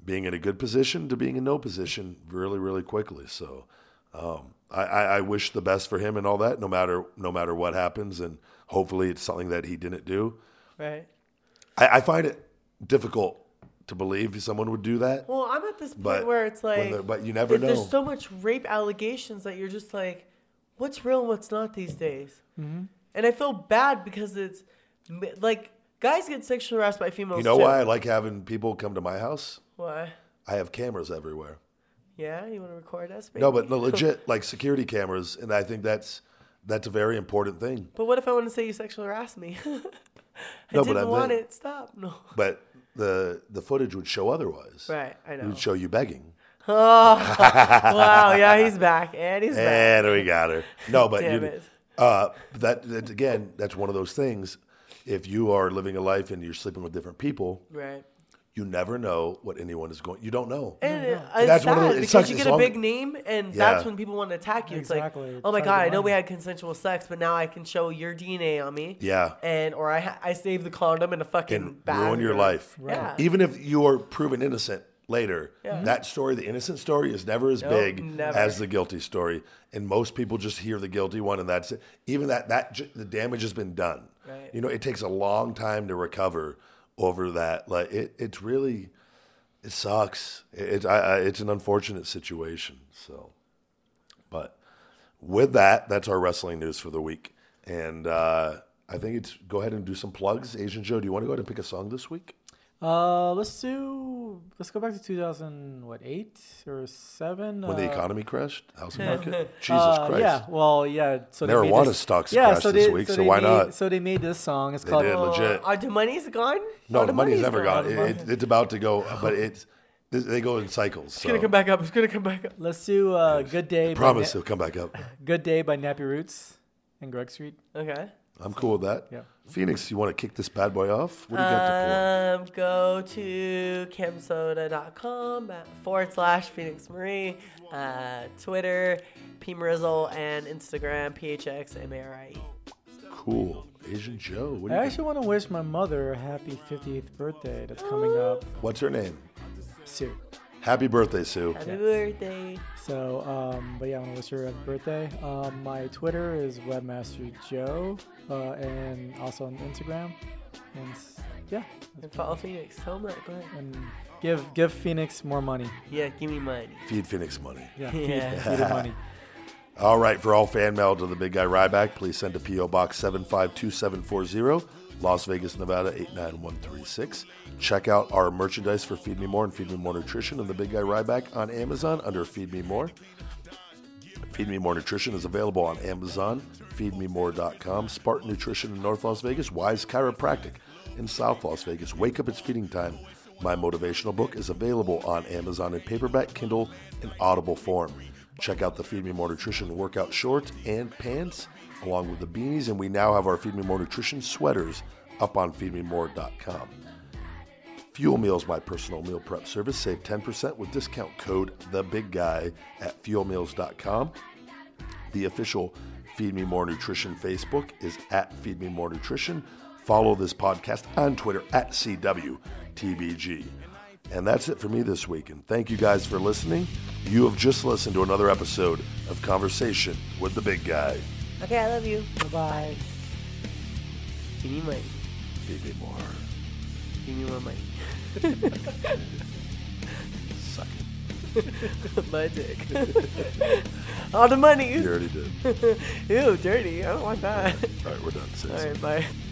S1: being in a good position to being in no position really, really quickly. So, um, I, I, I wish the best for him and all that. No matter no matter what happens, and hopefully it's something that he didn't do.
S2: Right.
S1: I, I find it difficult to believe someone would do that.
S2: Well, I'm at this point
S1: But
S2: where it's
S1: when
S2: like,
S1: the- but you never
S2: if
S1: know.
S2: There's so much rape allegations that you're just like, what's real and what's not these days. And I feel bad because it's m- like guys get sexually harassed by females.
S1: You know
S2: too.
S1: why I like having people come to my house?
S2: Why?
S1: I have cameras everywhere.
S2: Yeah, you want to record us?
S1: No, but
S2: baby?
S1: no, legit, like security cameras, and I think that's that's a very important thing.
S2: But what if I want to say you sexually harassed me? I
S1: but
S2: didn't
S1: I'm
S2: want
S1: not-
S2: it. Stop. No.
S1: But the the footage would show otherwise.
S2: Right, I
S1: It
S2: know.
S1: would show you begging.
S2: Oh, wow. Yeah, he's back. And he's back.
S1: And we got her. No, but
S2: Damn
S1: you,
S2: it.
S1: Uh, that, that again, that's one of those things. If you are living a life and you're sleeping with different people,
S2: Right.
S1: you never know what anyone is going. You don't know.
S2: And it- it's
S1: That's one
S2: sad
S1: of the- it
S2: because
S1: sucks
S2: you
S1: as
S2: get a
S1: long-
S2: big name, and
S1: Yeah.
S2: that's when people want to attack you. It's
S3: Exactly.
S2: like, oh my
S3: Try to
S2: god,
S3: get
S2: I know
S3: on
S2: we
S3: it."
S2: had consensual sex, but now I can show your DNA on me.
S1: Yeah.
S2: And or I ha- I saved the condom in a fucking
S1: can
S2: bag.
S1: ruin your
S2: or-
S1: life.
S2: Yeah.
S1: Even if you are proven innocent later, that story, the innocent story, is never as big
S2: never.
S1: as the guilty story. And most people just hear the guilty one, and that's it. Even that, that ju- the damage has been done.
S2: Right.
S1: You know, it takes a long time to recover over that. Like it, it's really, it sucks. It, it, I, I, it's an unfortunate situation. So, but with that, that's our wrestling news for the week. And uh, I think it's go ahead and do some plugs. Asian Joe, do you want to go ahead and pick a song this week?
S3: Uh, let's do. Let's go back to 2000. What eight or seven?
S1: When the
S3: uh,
S1: economy crashed, housing market. Jesus
S3: uh,
S1: Christ!
S3: Yeah. Well, yeah. So they made
S1: Marijuana
S3: this-
S1: stocks
S3: yeah,
S1: crashed
S3: so
S1: this
S3: they-
S1: week, so
S3: they
S1: why
S3: made-
S1: not?
S3: So they made this song. It's
S1: They
S3: called.
S1: did, legit.
S2: Are Uh, the money's gone?
S1: no,
S2: Our
S1: the money's never gone.
S2: It's
S1: It, it, it's about to go, but it's they- they go in cycles. So.
S2: gonna come back up. It's gonna come back up.
S3: Let's do uh, "Good Day." by
S1: Promise
S3: Na-
S1: it'll come back up.
S3: "Good Day" by Nappy Roots and Greg Street.
S2: Okay.
S1: I'm cool with that.
S3: Yeah.
S1: Phoenix, you want to kick this bad boy off? What do you got to play?
S2: Um, go to kimsoda.com at uh, forward slash Phoenix Marie, uh, Twitter, P Marizzle, and Instagram, PHXMARIE.
S1: cool. Asian Joe. What
S3: I
S1: do you think?
S3: actually want to wish my mother a happy 58th birthday that's coming up
S1: What's her name?
S3: soon.
S1: Happy birthday, Sue.
S2: Happy birthday.
S3: So, um, but yeah, I want to wish her a happy birthday. Um, my Twitter is Webmaster Joe, uh, and also on Instagram. And s- yeah,
S2: And follow Phoenix. Tell him that. Go ahead.
S3: and give give Phoenix more money.
S2: Yeah, give me money.
S1: Feed Phoenix money.
S3: Yeah,
S2: Yeah.
S3: feed, feed her money.
S1: All right, for all fan mail to the big guy Ryback, please send to P.O. Box 752740, Las Vegas, Nevada 89136. Check out our merchandise for Feed Me More and Feed Me More Nutrition and the big guy Ryback on Amazon under Feed Me More. Feed Me More Nutrition is available on Amazon, feedmemore.com, Spartan Nutrition in North Las Vegas, Wise Chiropractic in South Las Vegas. Wake Up, It's Feeding Time. My motivational book is available on Amazon in paperback, Kindle, and Audible form. Check out the Feed Me More Nutrition workout shorts and pants, along with the beanies, and we now have our Feed Me More Nutrition sweaters up on feedmemore.com. Fuel Meals, my personal meal prep service, save 10% with discount code the big guy at fuelmeals.com. The official Feed Me More Nutrition Facebook is at Feed Me More Nutrition. Follow this podcast on Twitter at CWTBG. And that's it for me this week. And thank you guys for listening. You have just listened to another episode of Conversation with the Big Guy.
S2: Okay, I love you.
S3: Bye bye.
S2: Give me money.
S1: Feed me more.
S2: Give me more money.
S1: Suck it.
S2: My dick. All the money.
S1: You already did.
S2: Ew, dirty. I don't want that.
S1: All right, we're done. Sis.
S2: All right, bye.